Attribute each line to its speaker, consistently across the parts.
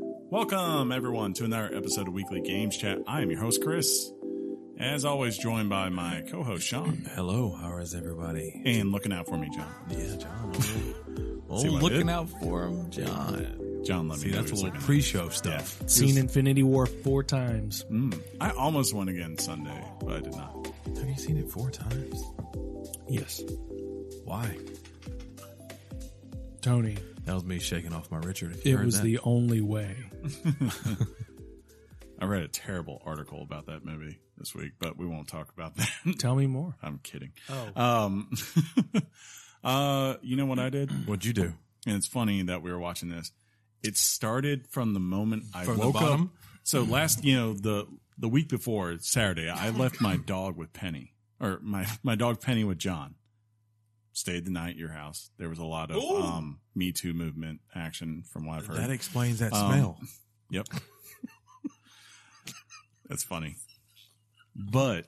Speaker 1: Welcome, everyone, to another episode of Weekly Games Chat. I am your host, Chris. As always, joined by my co host, Sean.
Speaker 2: Hello, how is everybody?
Speaker 1: And looking out for me, John.
Speaker 2: Yeah, John. Oh, oh,
Speaker 1: See what I did?
Speaker 2: looking out for him, John.
Speaker 1: John, let
Speaker 2: See,
Speaker 1: me know who's
Speaker 2: that's a little
Speaker 1: looking out.
Speaker 2: pre-show stuff.
Speaker 3: Seen Infinity War four times.
Speaker 1: Mm. I almost won again Sunday, but I did not.
Speaker 2: Have you seen it four times?
Speaker 3: Yes.
Speaker 2: Why?
Speaker 3: Tony,
Speaker 2: That was me shaking off my Richard. if you
Speaker 3: it
Speaker 2: heard
Speaker 3: was
Speaker 2: that.
Speaker 3: the only way.
Speaker 1: I read a terrible article about that movie this week, but we won't talk about that.
Speaker 3: Tell me more.
Speaker 1: I'm kidding.
Speaker 3: Oh.
Speaker 1: Um, uh, you know what I did?
Speaker 2: What'd you do?
Speaker 1: And it's funny that we were watching this. It started from the moment I
Speaker 2: From the
Speaker 1: woke up.
Speaker 2: bottom?
Speaker 1: So last, you know, the the week before Saturday, I left my dog with Penny, or my my dog Penny with John. Stayed the night at your house. There was a lot of
Speaker 2: Ooh.
Speaker 1: um, Me Too movement action from what I've heard.
Speaker 2: That explains that
Speaker 1: Um,
Speaker 2: smell.
Speaker 1: Yep. That's funny. But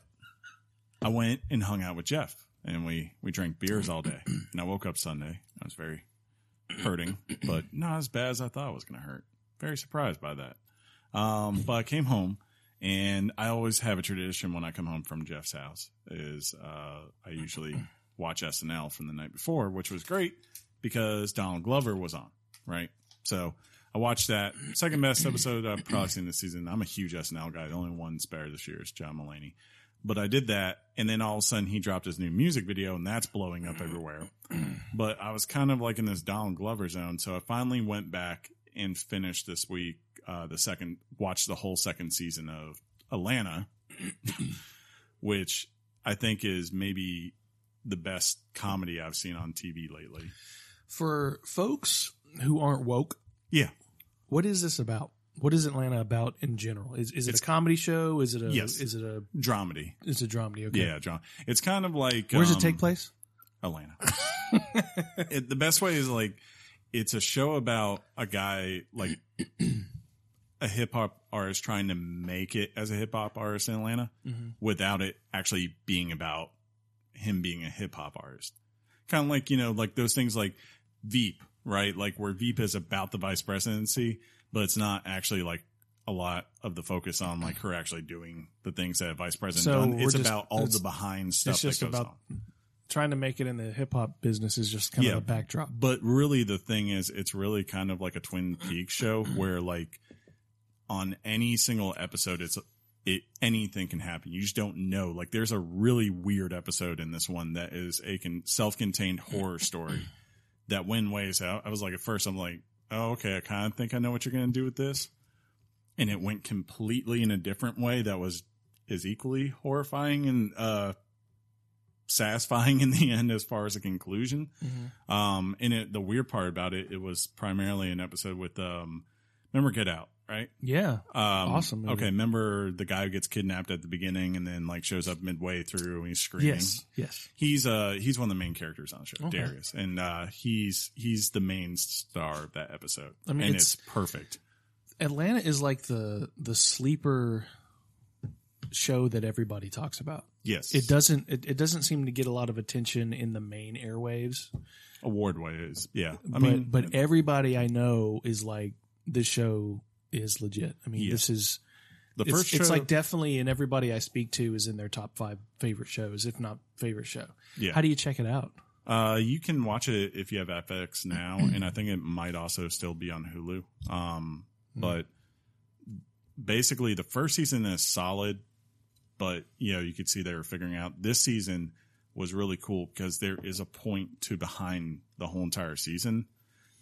Speaker 1: I went and hung out with Jeff and we, we drank beers all day. And I woke up Sunday. I was very hurting, but not as bad as I thought it was going to hurt. Very surprised by that. Um, but I came home and I always have a tradition when I come home from Jeff's house is, uh, I usually watch SNL from the night before, which was great because Donald Glover was on, right? So I watched that second best episode I've probably seen this season. I'm a huge SNL guy. The only one spare this year is John Mulaney. But I did that, and then all of a sudden he dropped his new music video, and that's blowing up everywhere. But I was kind of like in this Donald Glover zone, so I finally went back and finished this week uh, the second, watched the whole second season of Atlanta, which I think is maybe the best comedy I've seen on TV lately.
Speaker 3: For folks who aren't woke,
Speaker 1: Yeah,
Speaker 3: what is this about? What is Atlanta about in general? Is is it
Speaker 1: It's-
Speaker 3: a comedy show? Is it a
Speaker 1: Yes.
Speaker 3: is it a
Speaker 1: dramedy.
Speaker 3: is it a dramedy? Okay.
Speaker 1: Yeah, John. It's kind of like
Speaker 3: Where does
Speaker 1: um,
Speaker 3: it take place?
Speaker 1: Atlanta. it, the best way is like it's a show about a guy like a hip hop artist trying to make it as a hip hop artist in Atlanta
Speaker 3: Mhm.
Speaker 1: without it actually being about him being a hip hop artist. Kind of like, you know, like those things like Veep, right? Like where Veep is about the vice presidency, but it's not actually like a lot of the focus on like her actually doing the things that a vice president
Speaker 3: So
Speaker 1: done. It's
Speaker 3: we're just-
Speaker 1: about all the
Speaker 3: it's-
Speaker 1: behind stuff
Speaker 3: It's just
Speaker 1: that goes
Speaker 3: about
Speaker 1: on.
Speaker 3: trying to make it in the hip hop business is just kind
Speaker 1: Yeah.
Speaker 3: of a backdrop.
Speaker 1: But really, the thing is, it's really kind of like a Twin Peaks show where, like, on any single episode, it's it anything can happen. You just don't know. Like, there's a really weird episode in this one that is a con- self-contained horror story that went ways out. I was like, at first, I'm like, oh, okay, I kind of think I know what you're gonna do with this, and it went completely in a different way that was is equally horrifying and uh satisfying in the end as far as a conclusion.
Speaker 3: Mm-hmm.
Speaker 1: Um, and it, the weird part about it, it was primarily an episode with, um, remember Get Out, right?
Speaker 3: Yeah.
Speaker 1: Um,
Speaker 3: Awesome movie.
Speaker 1: Okay. Remember the guy who gets kidnapped at the beginning and then like shows up midway through and he's screaming.
Speaker 3: Yes. Yes.
Speaker 1: He's, uh, he's one of the main characters on the show,
Speaker 3: Okay.
Speaker 1: Darius. And, uh, he's, he's the main star of that episode.
Speaker 3: I mean,
Speaker 1: and it's,
Speaker 3: it's-
Speaker 1: perfect.
Speaker 3: Atlanta is like the the sleeper show that everybody talks about.
Speaker 1: Yes.
Speaker 3: It doesn't it, it doesn't seem to get a lot of attention in the main airwaves.
Speaker 1: Award ways. Yeah. I
Speaker 3: but
Speaker 1: mean,
Speaker 3: but everybody I know is like this show is legit. I mean,
Speaker 1: Yeah.
Speaker 3: this is
Speaker 1: the
Speaker 3: it's,
Speaker 1: first show,
Speaker 3: it's like definitely and everybody I speak to is in their top 5 favorite shows, if not favorite show.
Speaker 1: yeah.
Speaker 3: How do you check it out?
Speaker 1: Uh, you can watch it if you have FX now, and I think it might also still be on Hulu. Um, but basically, the first season is solid, but you know you could see they were figuring out this season was really cool because there is a point to behind the whole entire season,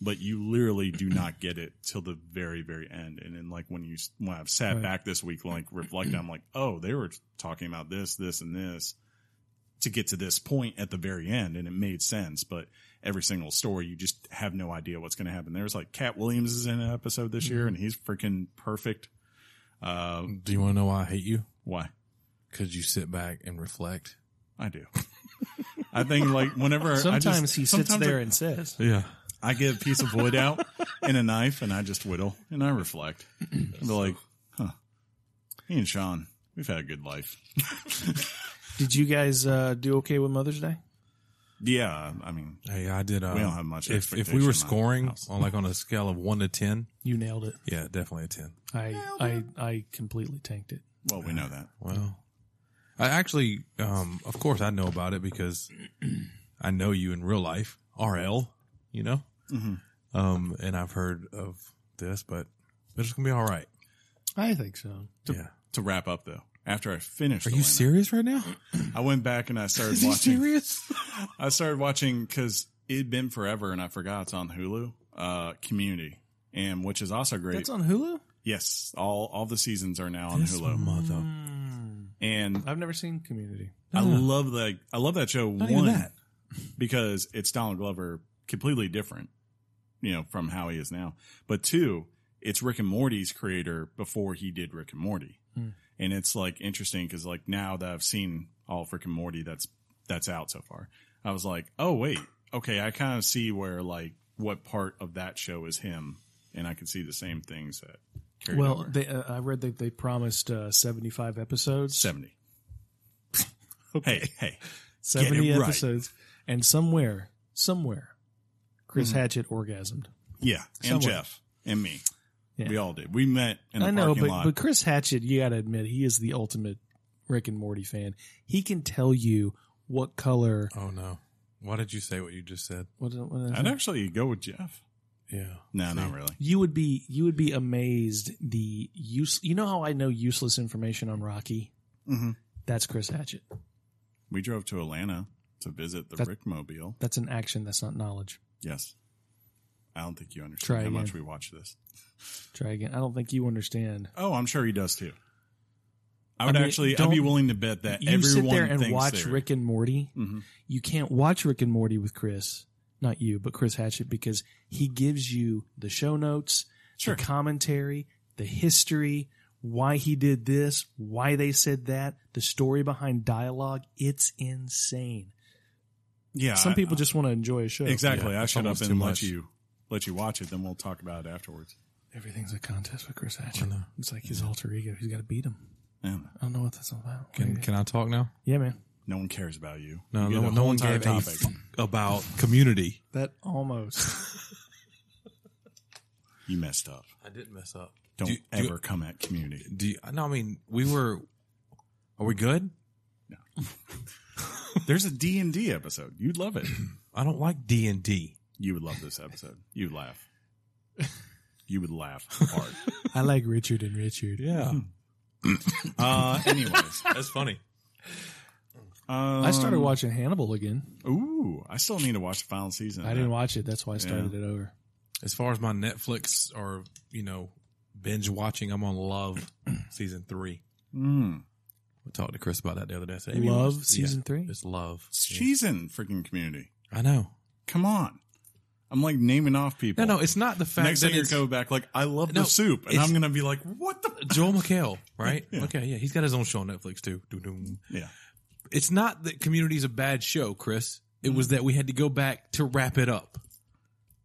Speaker 1: but you literally do not get it till the very very end. And then like when you when I've sat
Speaker 3: Right.
Speaker 1: back this week, like reflecting, I'm like, oh, they were talking about this, this, and this to get to this point at the very end and it made sense but every single story you just have no idea what's going to happen there's like cat williams is in an episode this
Speaker 2: Mm-hmm.
Speaker 1: year and he's freaking perfect uh
Speaker 2: Do you want to know why I hate you?
Speaker 1: why
Speaker 2: Because you sit back and reflect.
Speaker 1: i do i think like whenever I just-
Speaker 3: Sometimes he sits
Speaker 1: sometimes
Speaker 3: there and says,
Speaker 2: Yeah.
Speaker 1: I, I get a piece of wood out and a knife and i just whittle and i reflect I'll be like huh me and sean we've had a good life
Speaker 3: "Did you guys uh, do okay with Mother's Day?"
Speaker 1: Yeah, I mean,
Speaker 2: Hey, I did. Uh,
Speaker 1: We don't have much
Speaker 2: If, if we
Speaker 1: expectation
Speaker 2: were
Speaker 1: on
Speaker 2: scoring
Speaker 1: house.
Speaker 2: on like on a scale of one to ten,
Speaker 3: You nailed it.
Speaker 2: yeah, definitely a ten.
Speaker 3: I I I completely tanked it.
Speaker 1: well,
Speaker 2: uh,
Speaker 1: we know that.
Speaker 2: Well, I actually, um, of course, I know about it because I know you in real life, RL. You know,
Speaker 1: Mhm.
Speaker 2: um, and I've heard of this, but it's gonna be all right.
Speaker 3: I think so.
Speaker 2: Yeah.
Speaker 1: To wrap up though, after I finished,
Speaker 2: Are
Speaker 1: the
Speaker 2: you
Speaker 1: lineup,
Speaker 2: serious right now?
Speaker 1: I went back and I started
Speaker 2: Is he
Speaker 1: watching.
Speaker 2: serious?
Speaker 1: I started watching because it'd been forever, and I forgot it's on Hulu. Uh, Community, and which is also great.
Speaker 3: That's on Hulu.
Speaker 1: yes, all all the seasons are now on
Speaker 2: This
Speaker 1: Hulu,
Speaker 2: mother.
Speaker 3: Mm.
Speaker 1: and
Speaker 3: I've never seen Community.
Speaker 1: I
Speaker 2: No.
Speaker 1: love that. I love that show.
Speaker 2: Not
Speaker 1: one
Speaker 2: even that.
Speaker 1: because it's Donald Glover, completely different, you know, from how he is now. But two, it's Rick and Morty's creator before he did Rick and Morty,
Speaker 3: Hmm.
Speaker 1: and it's like interesting because like now that I've seen all of Rick and Morty that's that's out so far, I was like, oh wait, okay, I kind of see where like what part of that show is him, and I can see the same things that carried
Speaker 3: well,
Speaker 1: over.
Speaker 3: they, uh, I read that they promised uh, seventy five episodes.
Speaker 1: seventy. Hey, hey,
Speaker 3: 70
Speaker 1: Get it right.
Speaker 3: episodes. And somewhere, somewhere, Chris
Speaker 1: Mm-hmm.
Speaker 3: Hatchett orgasmed.
Speaker 1: yeah, and
Speaker 3: Someone.
Speaker 1: Jeff and me.
Speaker 3: Yeah.
Speaker 1: We all did. We met in the
Speaker 3: I know,
Speaker 1: parking
Speaker 3: but,
Speaker 1: lot.
Speaker 3: but Chris Hatchett, you got to admit, he is the ultimate Rick and Morty fan. He can tell you what color.
Speaker 2: Oh no! Why did you say what you just said?
Speaker 3: What, what is
Speaker 1: I'd
Speaker 3: it?
Speaker 1: actually go with Jeff.
Speaker 2: Yeah.
Speaker 1: No, not really.
Speaker 3: You would be you would be amazed the use. You know how I know useless information on Rocky.
Speaker 2: Mm-hmm.
Speaker 1: Mhm.
Speaker 3: That's Chris Hatchett.
Speaker 1: We drove to Atlanta to visit the
Speaker 3: That-
Speaker 1: Rickmobile.
Speaker 3: That's an action. That's not knowledge.
Speaker 1: Yes. I don't think you understand
Speaker 3: Try
Speaker 1: how
Speaker 3: again.
Speaker 1: much we watch this.
Speaker 3: Try again. I don't think you understand.
Speaker 1: Oh, I'm sure he does too. I would
Speaker 3: I mean,
Speaker 1: actually. I'd be
Speaker 3: don't-
Speaker 1: willing to bet that
Speaker 3: you
Speaker 1: everyone
Speaker 3: sit there and
Speaker 1: thinks
Speaker 3: watch
Speaker 1: they're-
Speaker 3: Rick and Morty.
Speaker 1: Mhm.
Speaker 3: You can't watch Rick and Morty with Chris, not you, but Chris Hatchett, because he gives you the show notes,
Speaker 1: Sure.
Speaker 3: the commentary, the history, why he did this, why they said that, the story behind dialogue. It's insane.
Speaker 1: Yeah,
Speaker 3: Some
Speaker 1: I-
Speaker 3: people just want to enjoy a show.
Speaker 1: exactly.
Speaker 2: Yeah,
Speaker 1: I
Speaker 2: it's
Speaker 1: shut up
Speaker 2: almost
Speaker 1: and
Speaker 2: too
Speaker 1: let
Speaker 2: much.
Speaker 1: you let you watch it. Then we'll talk about it afterwards.
Speaker 3: Everything's a contest with Chris Hatchett.
Speaker 2: I know.
Speaker 3: It's like his alter ego. He's got to beat him.
Speaker 1: Yeah.
Speaker 3: I don't know what that's all about.
Speaker 2: Can
Speaker 3: Maybe-
Speaker 2: Can I talk now?
Speaker 3: yeah, man.
Speaker 1: No one cares about you.
Speaker 2: No,
Speaker 1: You get
Speaker 2: no,
Speaker 1: a
Speaker 2: no
Speaker 1: whole
Speaker 2: one
Speaker 1: entire
Speaker 2: gave a f- about community.
Speaker 3: That almost.
Speaker 1: You messed up.
Speaker 2: I didn't mess up.
Speaker 1: Don't
Speaker 2: Do you- do
Speaker 1: ever
Speaker 2: you-
Speaker 1: come at community.
Speaker 2: Do you, no? I mean, we were. Are we good?
Speaker 1: There's a D and D episode. You'd love it.
Speaker 2: I don't like D and D.
Speaker 1: You would love this episode. You'd laugh. You would laugh hard.
Speaker 3: I like Richard and Richard.
Speaker 2: Yeah,
Speaker 1: Uh, anyways,
Speaker 2: that's funny.
Speaker 1: um,
Speaker 3: I started watching Hannibal again.
Speaker 1: Ooh, I still need to watch the final season.
Speaker 3: I didn't watch it. That's why I started it over.
Speaker 2: As far as my Netflix or you know binge watching, I'm on Love season three.
Speaker 1: Mm.
Speaker 2: We talked to Chris about that the other day. I said, "Have you
Speaker 3: Love
Speaker 2: watched-" Yeah,
Speaker 3: season three.
Speaker 2: It's Love.
Speaker 1: She's in freaking community.
Speaker 2: I know.
Speaker 1: Come on, I'm like naming off people.
Speaker 2: No, no, it's not the fact
Speaker 1: Next
Speaker 2: that
Speaker 1: thing you
Speaker 2: it's
Speaker 1: go back, like I love
Speaker 2: No,
Speaker 1: the soup, and
Speaker 2: it's-
Speaker 1: I'm gonna be like, what the?
Speaker 2: Joel McHale, right?
Speaker 1: Yeah.
Speaker 2: Okay, yeah, he's got his own show on Netflix too. Doo-doom.
Speaker 1: Yeah,
Speaker 2: It's not that Community is a bad show, Chris. It
Speaker 1: Mm.
Speaker 2: was that we had to go back to wrap it up.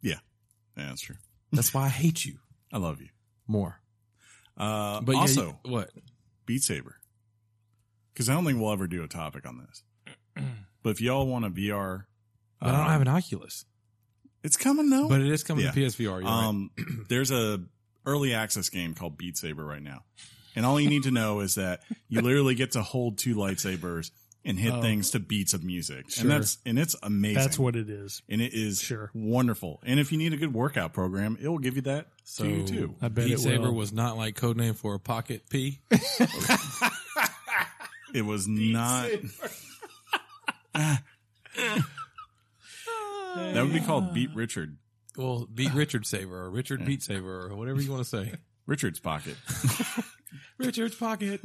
Speaker 1: yeah, yeah, that's true.
Speaker 2: That's why I hate you
Speaker 1: I love you.
Speaker 2: more.
Speaker 1: Uh,
Speaker 2: But
Speaker 1: but
Speaker 2: yeah,
Speaker 1: also,
Speaker 2: you- what?
Speaker 1: Beat Saber, because I don't think we'll ever do a topic on this. but if y'all want a VR,
Speaker 2: But I don't
Speaker 1: um,
Speaker 2: have an Oculus.
Speaker 1: It's coming though.
Speaker 2: But it is coming
Speaker 1: yeah.
Speaker 2: to PSVR. You're right.
Speaker 1: Um, there's a early access game called Beat Saber right now, and all you need to know is that you literally get to hold two lightsabers and hit
Speaker 3: Oh.
Speaker 1: things to beats of music,
Speaker 3: Sure.
Speaker 1: and that's and it's amazing.
Speaker 3: That's what it is.
Speaker 1: and it is
Speaker 3: Sure.
Speaker 1: wonderful. And if you need a good workout program, it will give you that
Speaker 2: So
Speaker 1: to you too.
Speaker 3: I bet
Speaker 2: Beat
Speaker 3: it
Speaker 2: Saber
Speaker 3: will.
Speaker 2: was not like codename for a pocket P.
Speaker 1: It was not. that would be called Beat Richard.
Speaker 2: well, beat Richard Saber or Richard
Speaker 1: Yeah.
Speaker 2: Beat Saber or whatever you want to say.
Speaker 1: Richard's pocket.
Speaker 2: Richard's pocket,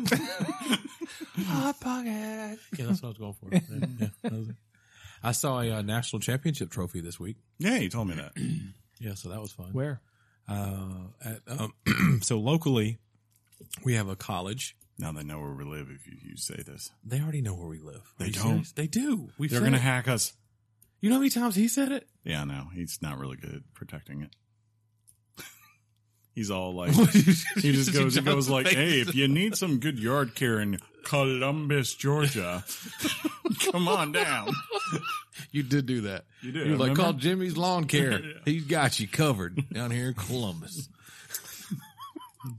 Speaker 2: hot pocket. Yeah, that's what I was going for. Yeah, that was it. I saw a uh, national championship trophy this week.
Speaker 1: Yeah, you told me that.
Speaker 2: Yeah, so that was fun.
Speaker 3: Where?
Speaker 2: Uh, at, um, so locally, we have a college.
Speaker 1: Now they know where we live. If you, you say this,
Speaker 2: They already know where we live. Are
Speaker 1: They
Speaker 2: you
Speaker 1: don't.
Speaker 2: serious? They do. We've
Speaker 1: they're
Speaker 2: said
Speaker 1: gonna
Speaker 2: it.
Speaker 1: hack us.
Speaker 2: You know how many times he said it?
Speaker 1: Yeah, no, he's not really good at protecting it. He's all like, he just goes, he goes like, hey, if you need some good yard care in Columbus, Georgia, come on down.
Speaker 2: You did do that.
Speaker 1: You did,
Speaker 2: You were like,
Speaker 1: remember?
Speaker 2: call Jimmy's Lawn Care.
Speaker 1: Yeah.
Speaker 2: He's got you covered down here in Columbus.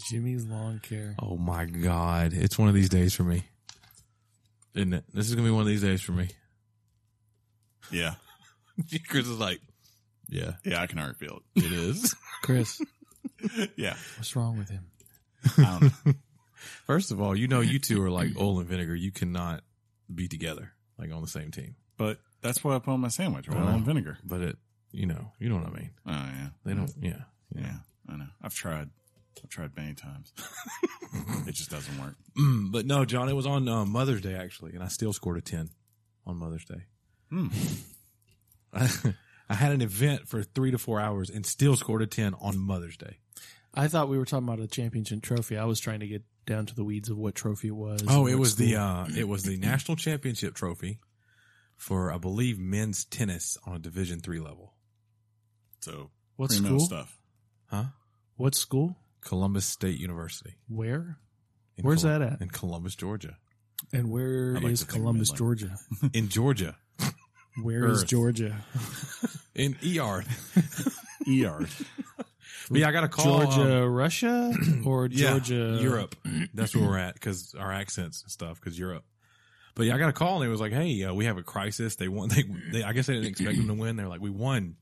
Speaker 3: Jimmy's lawn care.
Speaker 2: Oh my God. It's one of these days for me. Isn't it? This is going to be one of these days for me.
Speaker 1: Yeah.
Speaker 2: Chris is like, yeah,
Speaker 1: Yeah. I can already feel
Speaker 2: it is.
Speaker 3: Chris,
Speaker 1: it. Yeah.
Speaker 3: what's wrong with him?
Speaker 1: I don't know.
Speaker 2: First of all, you know, you two are like oil and vinegar. You cannot be together, like on the same team.
Speaker 1: But that's what I put on my sandwich, oil and vinegar.
Speaker 2: But it, you know, you know what I mean.
Speaker 1: Oh, yeah.
Speaker 2: They don't, yeah.
Speaker 1: Yeah. I know. I've tried. I've tried many times. it just doesn't work.
Speaker 2: Mm, but no, John, it was on uh, Mother's Day actually, and I still scored a ten on Mother's Day.
Speaker 1: Hmm.
Speaker 2: I, I had an event for three to four hours and still scored a ten on Mother's Day.
Speaker 3: I thought we were talking about a championship trophy. I was trying to get down to the weeds of what trophy it was.
Speaker 2: Oh,
Speaker 3: and
Speaker 2: it
Speaker 3: what
Speaker 2: was the
Speaker 3: school.
Speaker 2: uh, it was the national championship trophy for I believe men's tennis on a Division three level,
Speaker 1: So,
Speaker 3: what
Speaker 1: uh, primo
Speaker 3: school?
Speaker 1: stuff.
Speaker 2: huh?
Speaker 3: What school?
Speaker 2: Columbus State University.
Speaker 3: Where?
Speaker 2: in
Speaker 3: Where's
Speaker 2: Colum-
Speaker 3: that at?
Speaker 2: In Columbus, Georgia.
Speaker 3: And where
Speaker 1: I'd
Speaker 3: is
Speaker 1: like to think
Speaker 3: Columbus,
Speaker 1: Midland.
Speaker 3: Georgia?
Speaker 2: In Georgia.
Speaker 3: Where is
Speaker 1: Earth.
Speaker 3: Georgia?
Speaker 2: In ER.
Speaker 1: ER.
Speaker 2: But yeah, I got a call. um,
Speaker 3: Georgia, Russia, or
Speaker 2: Yeah,
Speaker 3: Georgia,
Speaker 2: Europe. That's where we're at because our accents and stuff. Because Europe. But yeah, I got a call and it was like, "Hey, uh, we have a crisis. They won. They, they, I guess they didn't expect them to win. They're like, we won, and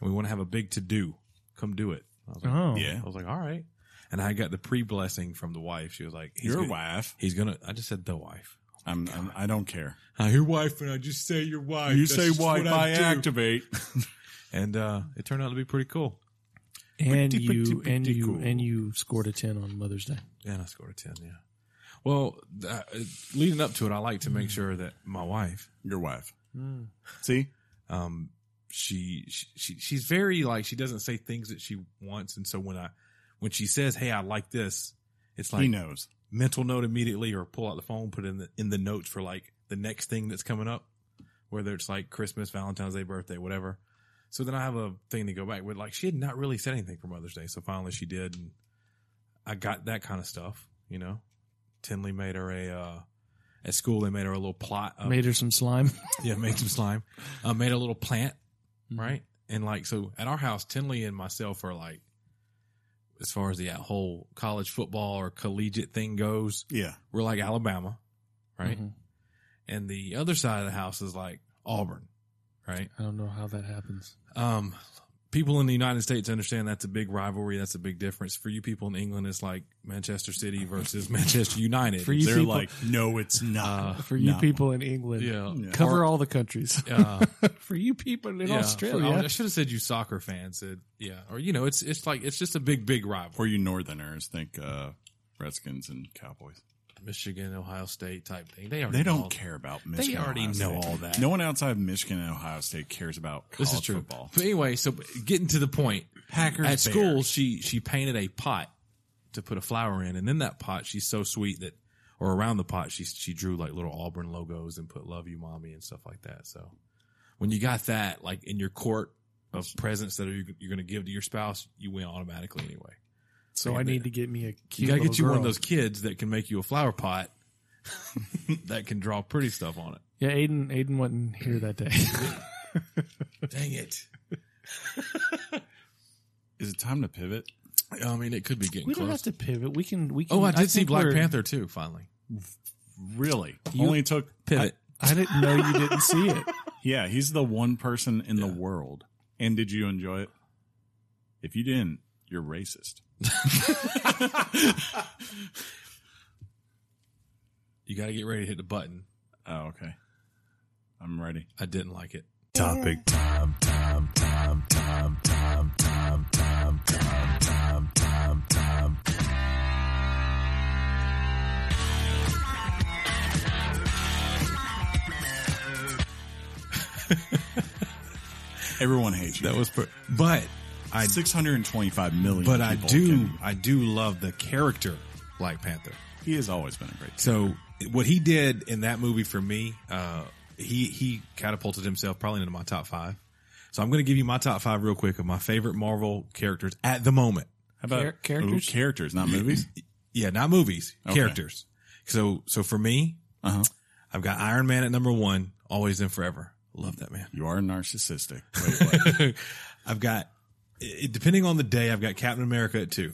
Speaker 2: we want to have a big to do. Come do it." I was like,
Speaker 3: Oh,
Speaker 1: Yeah.
Speaker 2: I was like, "All right." And I got the pre blessing from the wife. She was like, he's
Speaker 1: Your
Speaker 2: gonna-
Speaker 1: wife.
Speaker 2: He's gonna. I just said the wife.
Speaker 1: I'm, I'm, I don't care.
Speaker 2: Uh, your wife, and I just say your wife.
Speaker 1: You
Speaker 2: That's
Speaker 1: say
Speaker 2: just
Speaker 1: white,
Speaker 2: what I
Speaker 1: I
Speaker 2: do."
Speaker 1: activate.
Speaker 2: And uh, it turned out to be pretty cool.
Speaker 3: and
Speaker 2: Pretty,
Speaker 3: you
Speaker 2: pretty,
Speaker 3: and
Speaker 2: pretty
Speaker 3: you
Speaker 2: cool.
Speaker 3: and you scored a ten on Mother's Day.
Speaker 2: And I scored a 10, yeah. Well, th- uh, leading up to it, I like to make sure that my wife,
Speaker 1: Your wife.
Speaker 3: Hmm.
Speaker 1: See?
Speaker 2: um, she, she, she, she's very like, she doesn't say things that she wants. And so when I, when she says, Hey, I like this, it's
Speaker 1: he
Speaker 2: like
Speaker 1: knows.
Speaker 2: mental note immediately or pull out the phone, put it in the, in the notes for like the next thing that's coming up, whether it's like Christmas, Valentine's Day, birthday, whatever. So then I have a thing to go back with. Like she had not really said anything for Mother's Day. So finally she did. And I got that kind of stuff, you know, Tinley made her a, uh, at school, they made her a little plot. Of,
Speaker 3: Made her some slime.
Speaker 2: yeah, made some slime. Uh, made a little plant, right? And like, so at our house, Tinley and myself are like, as far as the uh, whole college football or collegiate thing goes,
Speaker 1: Yeah.
Speaker 2: we're like Alabama, right?
Speaker 3: Mhm.
Speaker 2: And the other side of the house is like Auburn, right?
Speaker 3: I don't know how that happens.
Speaker 2: Um, people in the United States understand that's a big rivalry. That's a big difference. For you people in England, it's like Manchester City versus Manchester United.
Speaker 3: For you
Speaker 1: They're
Speaker 3: people-
Speaker 1: like, no, it's not.
Speaker 2: Uh,
Speaker 3: For you
Speaker 1: No.
Speaker 3: people in England,
Speaker 2: yeah.
Speaker 1: Yeah.
Speaker 3: cover all the countries.
Speaker 2: Uh,
Speaker 3: For you people in
Speaker 2: yeah.
Speaker 3: Australia,
Speaker 2: I should have said you soccer fans. It, yeah. Or, you know, it's, it's like, it's just a big, big rivalry.
Speaker 1: Or you Northerners think uh, Redskins and Cowboys.
Speaker 2: Michigan, Ohio State type thing. They, already
Speaker 1: They
Speaker 2: know all
Speaker 1: don't
Speaker 2: that.
Speaker 1: care about Michigan. and
Speaker 2: already
Speaker 1: Ohio State.
Speaker 2: know all that.
Speaker 1: No one outside of Michigan and Ohio State cares about college
Speaker 2: This is true.
Speaker 1: football.
Speaker 2: But anyway, so getting to the point,
Speaker 1: Packers
Speaker 2: at
Speaker 1: Bears.
Speaker 2: school she she painted a pot to put a flower in and in that pot she's so sweet that or around the pot she she drew like little auburn logos and put love you mommy and stuff like that so when you got that like in your court of presents that are, you're, you're going to give to your spouse you win automatically anyway
Speaker 3: so I need to get me a cute.
Speaker 2: you got to
Speaker 3: little
Speaker 2: get you one of
Speaker 3: girl.
Speaker 2: those kids that can make you a flower pot that can draw pretty stuff on it
Speaker 3: Yeah, Aiden. Aiden wasn't here that day.
Speaker 2: dang it
Speaker 1: Is it time to pivot?
Speaker 2: i mean it could be getting
Speaker 3: we don't
Speaker 2: close
Speaker 3: have to pivot. We can. We can.
Speaker 2: oh i did see
Speaker 3: think
Speaker 2: black
Speaker 3: we're-
Speaker 2: panther too finally
Speaker 1: Really? Only took.
Speaker 2: pivot
Speaker 3: I didn't know you didn't see it.
Speaker 1: Yeah, he's the one person in the world. And did you enjoy it? If you didn't, you're racist.
Speaker 2: you got to get ready to hit the button
Speaker 1: Oh, okay. I'm ready.
Speaker 2: i didn't like it
Speaker 1: Topic time, time, time, time, time, time, time, time, time, time, time. Everyone hates you.
Speaker 2: That was, per- but I,
Speaker 1: 625 million.
Speaker 2: but I
Speaker 1: people
Speaker 2: do,
Speaker 1: can-
Speaker 2: I do love the character Black Panther.
Speaker 1: he has always been a great.
Speaker 2: So what he did in that movie for me, uh, he he catapulted himself probably into my top five. So I'm going to give you my top five real quick of my favorite Marvel characters at the moment.
Speaker 1: How about
Speaker 3: Char- characters?
Speaker 1: Ooh, characters, not movies.
Speaker 2: Yeah, not movies,
Speaker 1: Okay.
Speaker 2: characters. So, so for me,
Speaker 1: Uh huh.
Speaker 2: I've got Iron Man at number one, always and forever. Love that man.
Speaker 1: You are narcissistic. Wait, what?
Speaker 2: I've got, i- depending on the day, I've got Captain America at two,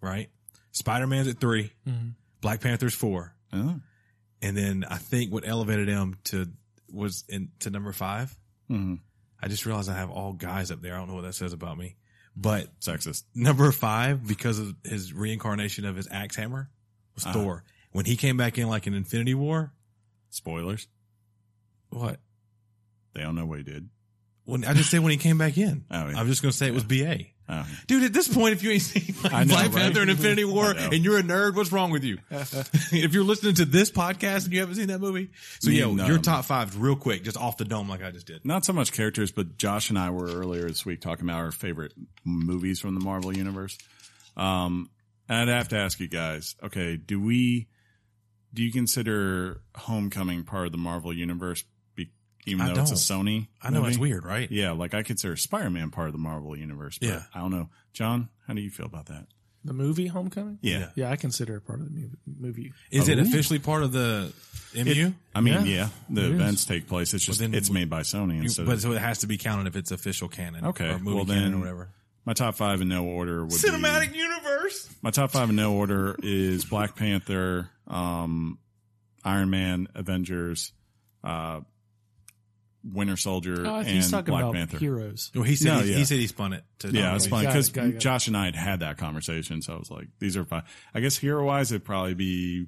Speaker 2: right? Spider Man's at 3 Black Panther's four,
Speaker 1: Huh?
Speaker 2: and then I think what elevated him to was in to number five.
Speaker 1: Mhm.
Speaker 2: I just realized I have all guys up there. I don't know what that says about me, but
Speaker 1: Sexist.
Speaker 2: number five because of his reincarnation of his axe hammer was
Speaker 1: Uh-huh.
Speaker 2: Thor. When he came back in like an Infinity War,
Speaker 1: Spoilers.
Speaker 2: what?
Speaker 1: They don't know what he did.
Speaker 2: When I just said when he came back in,
Speaker 1: Oh, yeah.
Speaker 2: I'm just gonna say it was BA.
Speaker 1: Oh.
Speaker 2: Dude, at this point, if you ain't seen like,
Speaker 1: I know,
Speaker 2: Black
Speaker 1: right?
Speaker 2: Panther and Infinity War
Speaker 1: I know.
Speaker 2: and you're a nerd, what's wrong with you? if you're listening to this podcast and you haven't seen that movie, so
Speaker 1: Me
Speaker 2: yeah,
Speaker 1: and,
Speaker 2: your
Speaker 1: um,
Speaker 2: top five real quick, just off the dome like I just did.
Speaker 1: Not so much characters, but Josh and I were earlier this week talking about our favorite movies from the Marvel universe. Um, and I'd have to ask you guys, okay, do we do you consider Homecoming part of the Marvel universe be, even
Speaker 2: I
Speaker 1: though it's a
Speaker 2: don't.
Speaker 1: Sony?
Speaker 2: I know it's
Speaker 1: movie?
Speaker 2: weird, right?
Speaker 1: Yeah, like I consider Spider-Man part of the Marvel universe, but
Speaker 2: Yeah.
Speaker 1: I don't know. John, how do you feel about that?
Speaker 3: The movie Homecoming?
Speaker 1: Yeah.
Speaker 2: Yeah.
Speaker 3: Yeah, I consider it part of the mu- movie.
Speaker 2: Is it
Speaker 1: Ooh.
Speaker 2: officially part of the MU?
Speaker 1: I mean,
Speaker 3: Yeah.
Speaker 1: yeah, the
Speaker 3: It is.
Speaker 1: events take place. It's just
Speaker 2: then-
Speaker 1: it's made by Sony
Speaker 2: You-
Speaker 1: instead.
Speaker 2: but
Speaker 1: of,
Speaker 2: so it has to be counted if it's official canon,
Speaker 1: Okay,
Speaker 2: or movie
Speaker 1: well
Speaker 2: canon
Speaker 1: then-
Speaker 2: or whatever.
Speaker 1: my top five in no order would be
Speaker 2: universe.
Speaker 1: My top five in no order is Black Panther, um, Iron Man, Avengers, uh, Winter Soldier,
Speaker 3: Oh, I think
Speaker 1: and
Speaker 3: he's talking
Speaker 1: Black
Speaker 3: about
Speaker 1: Panther.
Speaker 3: heroes.
Speaker 2: Well, he said
Speaker 1: No,
Speaker 2: he,
Speaker 1: yeah.
Speaker 2: he said he spun it. To
Speaker 1: Yeah, it's
Speaker 2: nominate.
Speaker 1: funny
Speaker 3: Got it,
Speaker 1: because
Speaker 3: got it, got it.
Speaker 1: Josh and I had had that conversation, so I was like, "These are fine." I guess hero wise, it'd probably be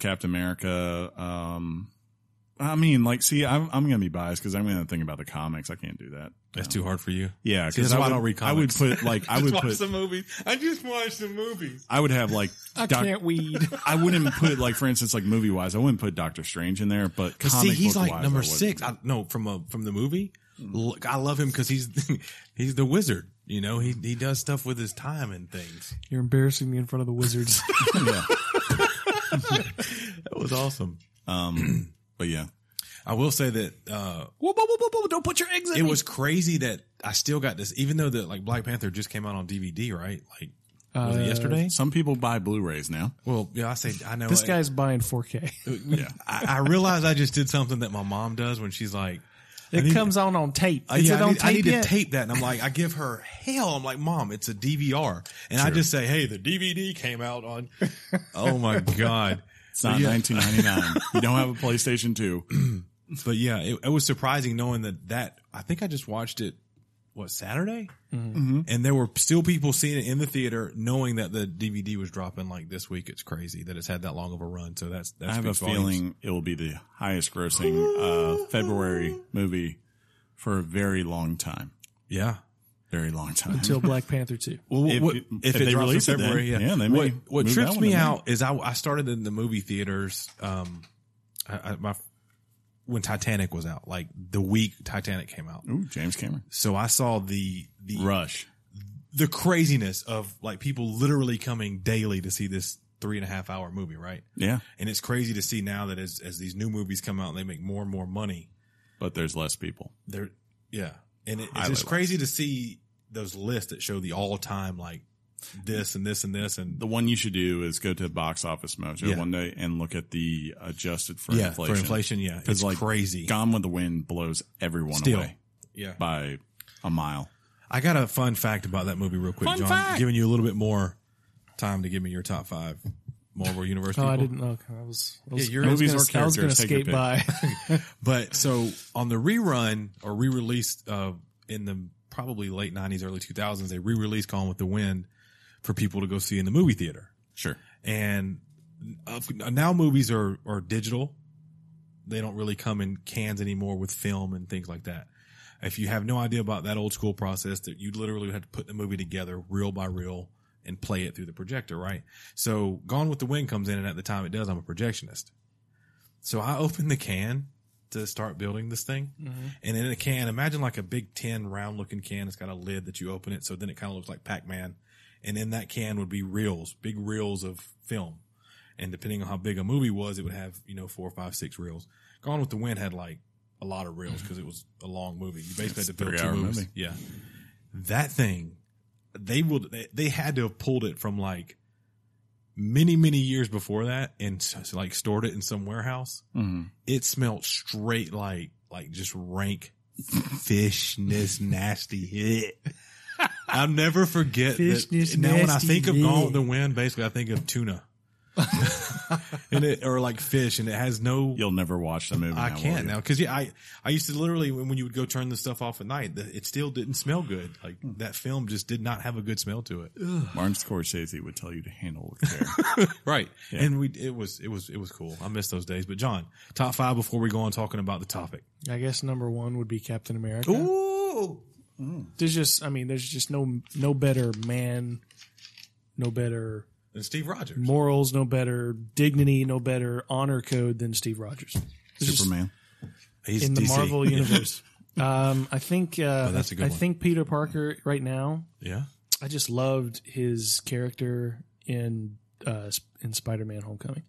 Speaker 1: Captain America. Um, I mean, like, see, I'm I'm gonna be biased because I'm gonna think about the comics. I can't do that.
Speaker 2: That's too hard for you.
Speaker 1: Yeah,
Speaker 2: See, that's
Speaker 1: I
Speaker 2: why I
Speaker 1: would,
Speaker 2: don't read
Speaker 1: I would
Speaker 2: comics.
Speaker 1: put like I would put
Speaker 2: movies. I just watched the movies.
Speaker 1: I would have like
Speaker 3: I
Speaker 1: Doc-
Speaker 3: can't weed.
Speaker 1: I wouldn't put like for instance like movie wise, I wouldn't put Doctor Strange in there, but
Speaker 2: Cause
Speaker 1: comic
Speaker 2: see, he's
Speaker 1: book
Speaker 2: like
Speaker 1: wise, I
Speaker 2: number
Speaker 1: would.
Speaker 2: six. I, no, from a from the movie. Look, I love him because he's he's the wizard. You know, he he does stuff with his time and things.
Speaker 3: You're embarrassing me in front of the wizards.
Speaker 1: yeah.
Speaker 2: That was awesome.
Speaker 1: Um, but yeah,
Speaker 2: I will say that uh,
Speaker 3: whoa, whoa, whoa, whoa, whoa, don't put your eggs in
Speaker 2: it
Speaker 3: me.
Speaker 2: was crazy that I still got this, even though the like Black Panther just came out on DVD, right? Like was
Speaker 3: Uh,
Speaker 2: it yesterday?
Speaker 1: some people buy Blu-rays now.
Speaker 2: Well, yeah, I say I know
Speaker 3: This
Speaker 2: I-
Speaker 3: guy's buying 4K.
Speaker 1: Yeah,
Speaker 2: I, I realize I just did something that my mom does when she's like,
Speaker 3: It comes on on tape.
Speaker 2: I,
Speaker 3: Is
Speaker 2: yeah,
Speaker 3: it
Speaker 2: I
Speaker 3: on
Speaker 2: need,
Speaker 3: tape
Speaker 2: I need
Speaker 3: yet?
Speaker 2: to tape that. And I'm like, I give her hell. I'm like, mom, it's a DVR. And I just say, hey, the DVD came out on. oh my God.
Speaker 1: it's not
Speaker 2: Yeah.
Speaker 1: 1999. you don't have a PlayStation 2.
Speaker 2: But yeah, it, it was surprising knowing that that, I think I just watched it, what, Saturday?
Speaker 3: Mm-hmm.
Speaker 2: And there were still people seeing it in the theater knowing that the DVD was dropping like this week. It's crazy that it's had that long of a run. So that's, that's
Speaker 1: I have a feeling it will be the highest grossing uh, February movie for a very long time.
Speaker 2: Yeah.
Speaker 1: Very long time.
Speaker 3: Until Black Panther 2.
Speaker 2: Well,
Speaker 1: If-
Speaker 2: if, what,
Speaker 1: if
Speaker 2: if,
Speaker 1: they
Speaker 2: it drops
Speaker 1: release it
Speaker 2: in February,
Speaker 1: then,
Speaker 2: yeah.
Speaker 1: yeah, they may
Speaker 2: what what
Speaker 1: move that
Speaker 2: trips
Speaker 1: one
Speaker 2: me
Speaker 1: to May.
Speaker 2: out is I, I started in the movie theaters. Um, I, I, my when Titanic was out, like the week Titanic came out,
Speaker 1: Ooh, James Cameron.
Speaker 2: so I saw the the
Speaker 1: Rush.
Speaker 2: the craziness of like people literally coming daily to see this three and a half hour movie, right?
Speaker 1: Yeah,
Speaker 2: And it's crazy to see now that as as these new movies come out and they make more and more money,
Speaker 1: but there's less people.
Speaker 2: they're yeah, and it, it's
Speaker 1: Highly
Speaker 2: just crazy to see those lists that show the all time like this and this and this and
Speaker 1: The one you should do is go to Box Office Mojo
Speaker 2: Yeah.
Speaker 1: one day and look at the adjusted for
Speaker 2: yeah,
Speaker 1: inflation.
Speaker 2: for inflation, yeah, it's
Speaker 1: like,
Speaker 2: crazy.
Speaker 1: Gone with the Wind blows everyone
Speaker 2: Still.
Speaker 1: away
Speaker 2: yeah,
Speaker 1: by a mile.
Speaker 2: I got a fun fact about that movie, real quick,
Speaker 3: Fun
Speaker 2: John.
Speaker 3: fact!
Speaker 2: Giving you a little bit more time to give me your top five Marvel Universe.
Speaker 3: Oh, I
Speaker 2: people.
Speaker 3: didn't know. I was, I was,
Speaker 2: Yeah, your
Speaker 3: I was
Speaker 1: movies
Speaker 3: gonna,
Speaker 1: or
Speaker 3: I was gonna
Speaker 1: characters, take your
Speaker 3: skate
Speaker 1: pick.
Speaker 3: by.
Speaker 2: But so on the rerun or re-release uh, in the probably late '90s, early 2000s, they re-released Gone with the Wind for people to go see in the movie theater.
Speaker 1: Sure.
Speaker 2: And uh, now movies are are digital; they don't really come in cans anymore with film and things like that. If you have no idea about that old school process, that you literally had to put the movie together reel by reel and play it through the projector, right? So Gone with the Wind comes in, and at the time it does, I'm a projectionist. So I open the can to start building this thing. And in a can, imagine like a big 10 round looking can. It's got a lid that you open it. So then it kind of looks like Pac Man. And in that can would be reels, big reels of film. And depending on how big a movie was, it would have, you know, four, five, six reels. Gone with the Wind had like a lot of reels because it was a long movie. You basically had to build two
Speaker 1: three-hour
Speaker 2: movies.
Speaker 1: movie.
Speaker 2: Yeah. That thing, they would they, they had to have pulled it from like many many years before that and s- like stored it in some warehouse.
Speaker 1: Mm-hmm.
Speaker 2: It smelled straight like like just rank fishness nasty hit. I'll never forget
Speaker 3: Fishness
Speaker 2: that. Now when I
Speaker 3: nasty
Speaker 2: think of Gone
Speaker 3: hit.
Speaker 2: with the Wind, basically I think of tuna. and it or like fish and it has no
Speaker 1: You'll never watch the movie.
Speaker 2: I
Speaker 1: now, will
Speaker 2: can't
Speaker 1: you?
Speaker 2: now because yeah, I I used to literally when, when you would go turn the stuff off at night, the, it still didn't smell good. Like that film just did not have a good smell to it.
Speaker 1: Martin Scorsese would tell you to handle with care.
Speaker 2: Right,
Speaker 1: Yeah.
Speaker 2: and we it was it was it was cool. I miss those days. But John, top five before we go on talking about the topic.
Speaker 3: I guess number one would be Captain America.
Speaker 2: Ooh,
Speaker 3: There's just, I mean, there's just no no better man, no better
Speaker 2: and Steve Rogers.
Speaker 3: morals, no better dignity, no better honor code than Steve Rogers. There's just-
Speaker 1: Superman.
Speaker 2: He's
Speaker 3: in the
Speaker 2: DC.
Speaker 3: Marvel
Speaker 2: Yeah.
Speaker 3: universe. um, I think uh,
Speaker 2: Oh, that's a good
Speaker 3: I
Speaker 2: one.
Speaker 3: think Peter Parker right now.
Speaker 2: Yeah,
Speaker 3: I just loved his character in uh, Sp- in Spider Man Homecoming.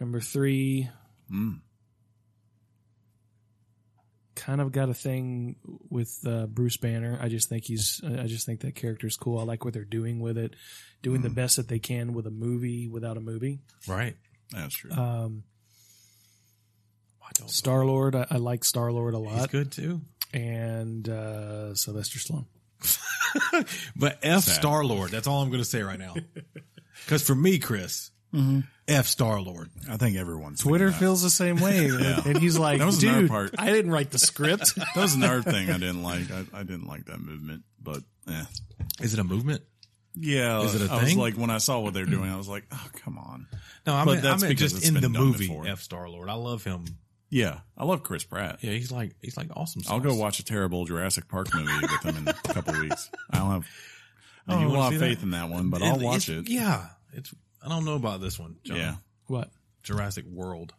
Speaker 3: Number three,
Speaker 1: Mm.
Speaker 3: kind of got a thing with uh, Bruce Banner. I just think he's. I just think that character is cool. I like what they're doing with it, doing
Speaker 1: Mm.
Speaker 3: the best that they can with a movie without a movie.
Speaker 2: right.
Speaker 1: That's true.
Speaker 3: Um,
Speaker 2: I don't know.
Speaker 3: Star Lord, I, I like Star Lord a
Speaker 2: He's
Speaker 3: lot,
Speaker 2: good too.
Speaker 3: and uh, Sylvester Stallone.
Speaker 2: But F
Speaker 1: Sad.
Speaker 2: Star Lord. That's all I'm going to say right now. Because for me, Chris, F Star Lord.
Speaker 1: I think everyone's thinking
Speaker 3: Twitter
Speaker 1: that.
Speaker 3: feels the same way, and he's like,
Speaker 1: That was another
Speaker 3: "Dude,
Speaker 1: part.
Speaker 3: I didn't write the script."
Speaker 1: That was another thing I didn't like. I, I didn't like that movement, but eh.
Speaker 2: Is it a movement?
Speaker 1: yeah,
Speaker 2: Is it a
Speaker 1: I was
Speaker 2: thing?
Speaker 1: like when I saw what they were doing, I was like, oh come on.
Speaker 2: No, I
Speaker 1: But
Speaker 2: mean, I
Speaker 1: that's
Speaker 2: meant
Speaker 1: because
Speaker 2: just
Speaker 1: it's
Speaker 2: in
Speaker 1: been
Speaker 2: the
Speaker 1: done
Speaker 2: movie.
Speaker 1: before.
Speaker 2: F Star Lord. I love him.
Speaker 1: Yeah, I love Chris Pratt.
Speaker 2: Yeah, he's like he's like awesome.
Speaker 1: I'll go
Speaker 2: sauce.
Speaker 1: watch a terrible Jurassic Park movie with them in a couple weeks. I don't have
Speaker 2: Oh, you
Speaker 1: I don't
Speaker 2: wanna
Speaker 1: have
Speaker 2: see
Speaker 1: faith
Speaker 2: that?
Speaker 1: in that one, but I'll
Speaker 2: It-
Speaker 1: watch
Speaker 2: it's-
Speaker 1: it.
Speaker 2: Yeah, it's. I don't know about this one. John.
Speaker 1: Yeah.
Speaker 3: what?
Speaker 2: Jurassic World.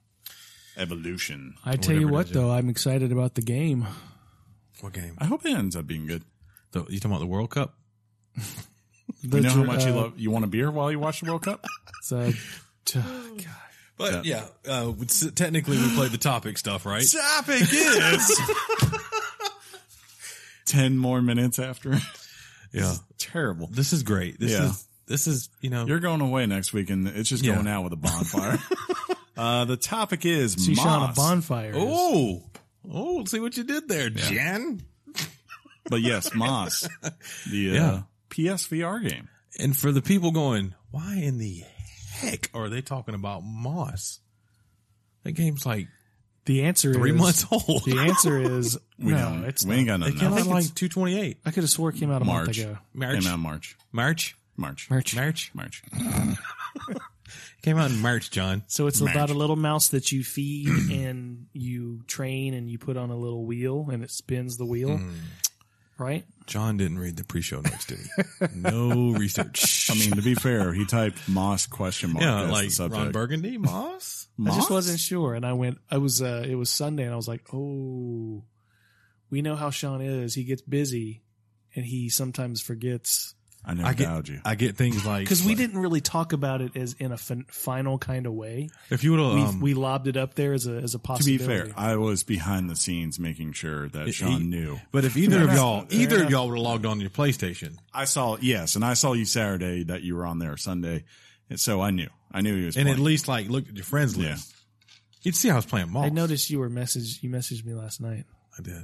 Speaker 1: Evolution.
Speaker 3: I tell you
Speaker 2: whatever
Speaker 3: what,
Speaker 2: it is, yeah.
Speaker 3: though, I'm excited about the game.
Speaker 2: What game?
Speaker 1: I hope it ends up being good.
Speaker 2: The, you talking about the World Cup?
Speaker 3: The
Speaker 1: You know how
Speaker 3: Ju-
Speaker 1: much you
Speaker 3: uh,
Speaker 1: love you want a beer while you watch the World Cup?
Speaker 3: it's, uh, t-
Speaker 2: But yeah, uh, we- s- technically we played the topic stuff, right?
Speaker 1: Topic is ten more minutes after.
Speaker 2: Yeah.
Speaker 1: Terrible.
Speaker 2: This is great. This
Speaker 1: Yeah.
Speaker 2: is this is you know
Speaker 1: You're going away next week, and it's just
Speaker 2: Yeah.
Speaker 1: going out with a bonfire. uh, the topic is
Speaker 3: See, Sean, a
Speaker 1: moss.
Speaker 3: bonfire. is-
Speaker 2: oh oh see what you did there, Jan.
Speaker 1: but yes, moss. The uh,
Speaker 2: Yeah.
Speaker 1: PSVR game.
Speaker 2: And for the people going, why in the heck are they talking about Moss? That game's like
Speaker 3: The answer
Speaker 2: three
Speaker 3: is
Speaker 2: months old.
Speaker 3: The answer is
Speaker 1: We
Speaker 3: no.
Speaker 1: don't.
Speaker 3: It's
Speaker 1: we
Speaker 3: not.
Speaker 1: ain't got
Speaker 2: It
Speaker 1: nothing.
Speaker 2: came
Speaker 1: else.
Speaker 2: out like two twenty eight.
Speaker 3: I could have swore it came out a month
Speaker 1: March.
Speaker 3: ago.
Speaker 2: March,
Speaker 1: Came out March.
Speaker 2: March,
Speaker 1: March.
Speaker 3: March.
Speaker 2: March.
Speaker 1: March.
Speaker 2: Came out in March, John.
Speaker 3: So it's
Speaker 1: March.
Speaker 3: about a little mouse that you feed and you train and you put on a little wheel and it spins the wheel,
Speaker 1: Mm.
Speaker 3: right?
Speaker 2: John didn't read the pre-show notes, did he? No research.
Speaker 1: I mean, to be fair, he typed moss question mark.
Speaker 2: yeah,
Speaker 1: as
Speaker 2: like
Speaker 1: the subject.
Speaker 2: Ron Burgundy, Moss.
Speaker 3: I
Speaker 1: Moss?
Speaker 3: just wasn't sure, and I went. I was. Uh, it was Sunday, and I was like, "Oh, we know how Sean is. He gets busy, and he sometimes forgets."
Speaker 1: I never
Speaker 2: I
Speaker 1: doubted
Speaker 2: get,
Speaker 1: you.
Speaker 2: I get things like
Speaker 3: Because we didn't really talk about it as in a fin- final kind of way.
Speaker 2: If you would have,
Speaker 3: We,
Speaker 2: um,
Speaker 3: we lobbed it up there as a as
Speaker 1: to
Speaker 3: a
Speaker 1: be
Speaker 3: possibility.
Speaker 1: fair, I was behind the scenes making sure that
Speaker 2: He-
Speaker 1: Sean knew.
Speaker 2: but if either of
Speaker 1: enough.
Speaker 2: y'all,
Speaker 1: Fair
Speaker 2: either of
Speaker 1: enough.
Speaker 2: y'all would have logged on to your PlayStation,
Speaker 1: I saw yes, and I saw you Saturday that you were on there Sunday, and so I knew. I knew he was.
Speaker 2: and
Speaker 1: playing.
Speaker 2: at least like looked at your friends
Speaker 1: Yeah.
Speaker 2: list, you'd see I was playing Moss.
Speaker 3: I noticed you were message. You messaged me last night.
Speaker 2: I did.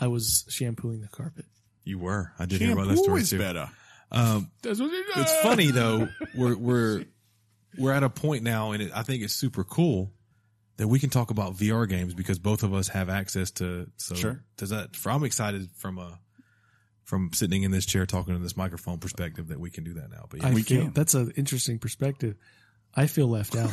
Speaker 3: I was shampooing the carpet.
Speaker 2: You were. I did
Speaker 1: Damn,
Speaker 2: hear about that
Speaker 1: who
Speaker 2: story
Speaker 1: is
Speaker 2: too.
Speaker 1: better?
Speaker 2: Um,
Speaker 1: That's what he
Speaker 2: it's funny though. We're we're we're at a point now, and it, I think it's super cool that we can talk about VR games because both of us have access to. So
Speaker 1: Sure.
Speaker 2: does that? For, I'm excited from a from sitting in this chair talking to this microphone perspective that we can do that now. But yeah.
Speaker 3: I
Speaker 1: We
Speaker 3: feel,
Speaker 1: can.
Speaker 3: That's an interesting perspective. I feel left out.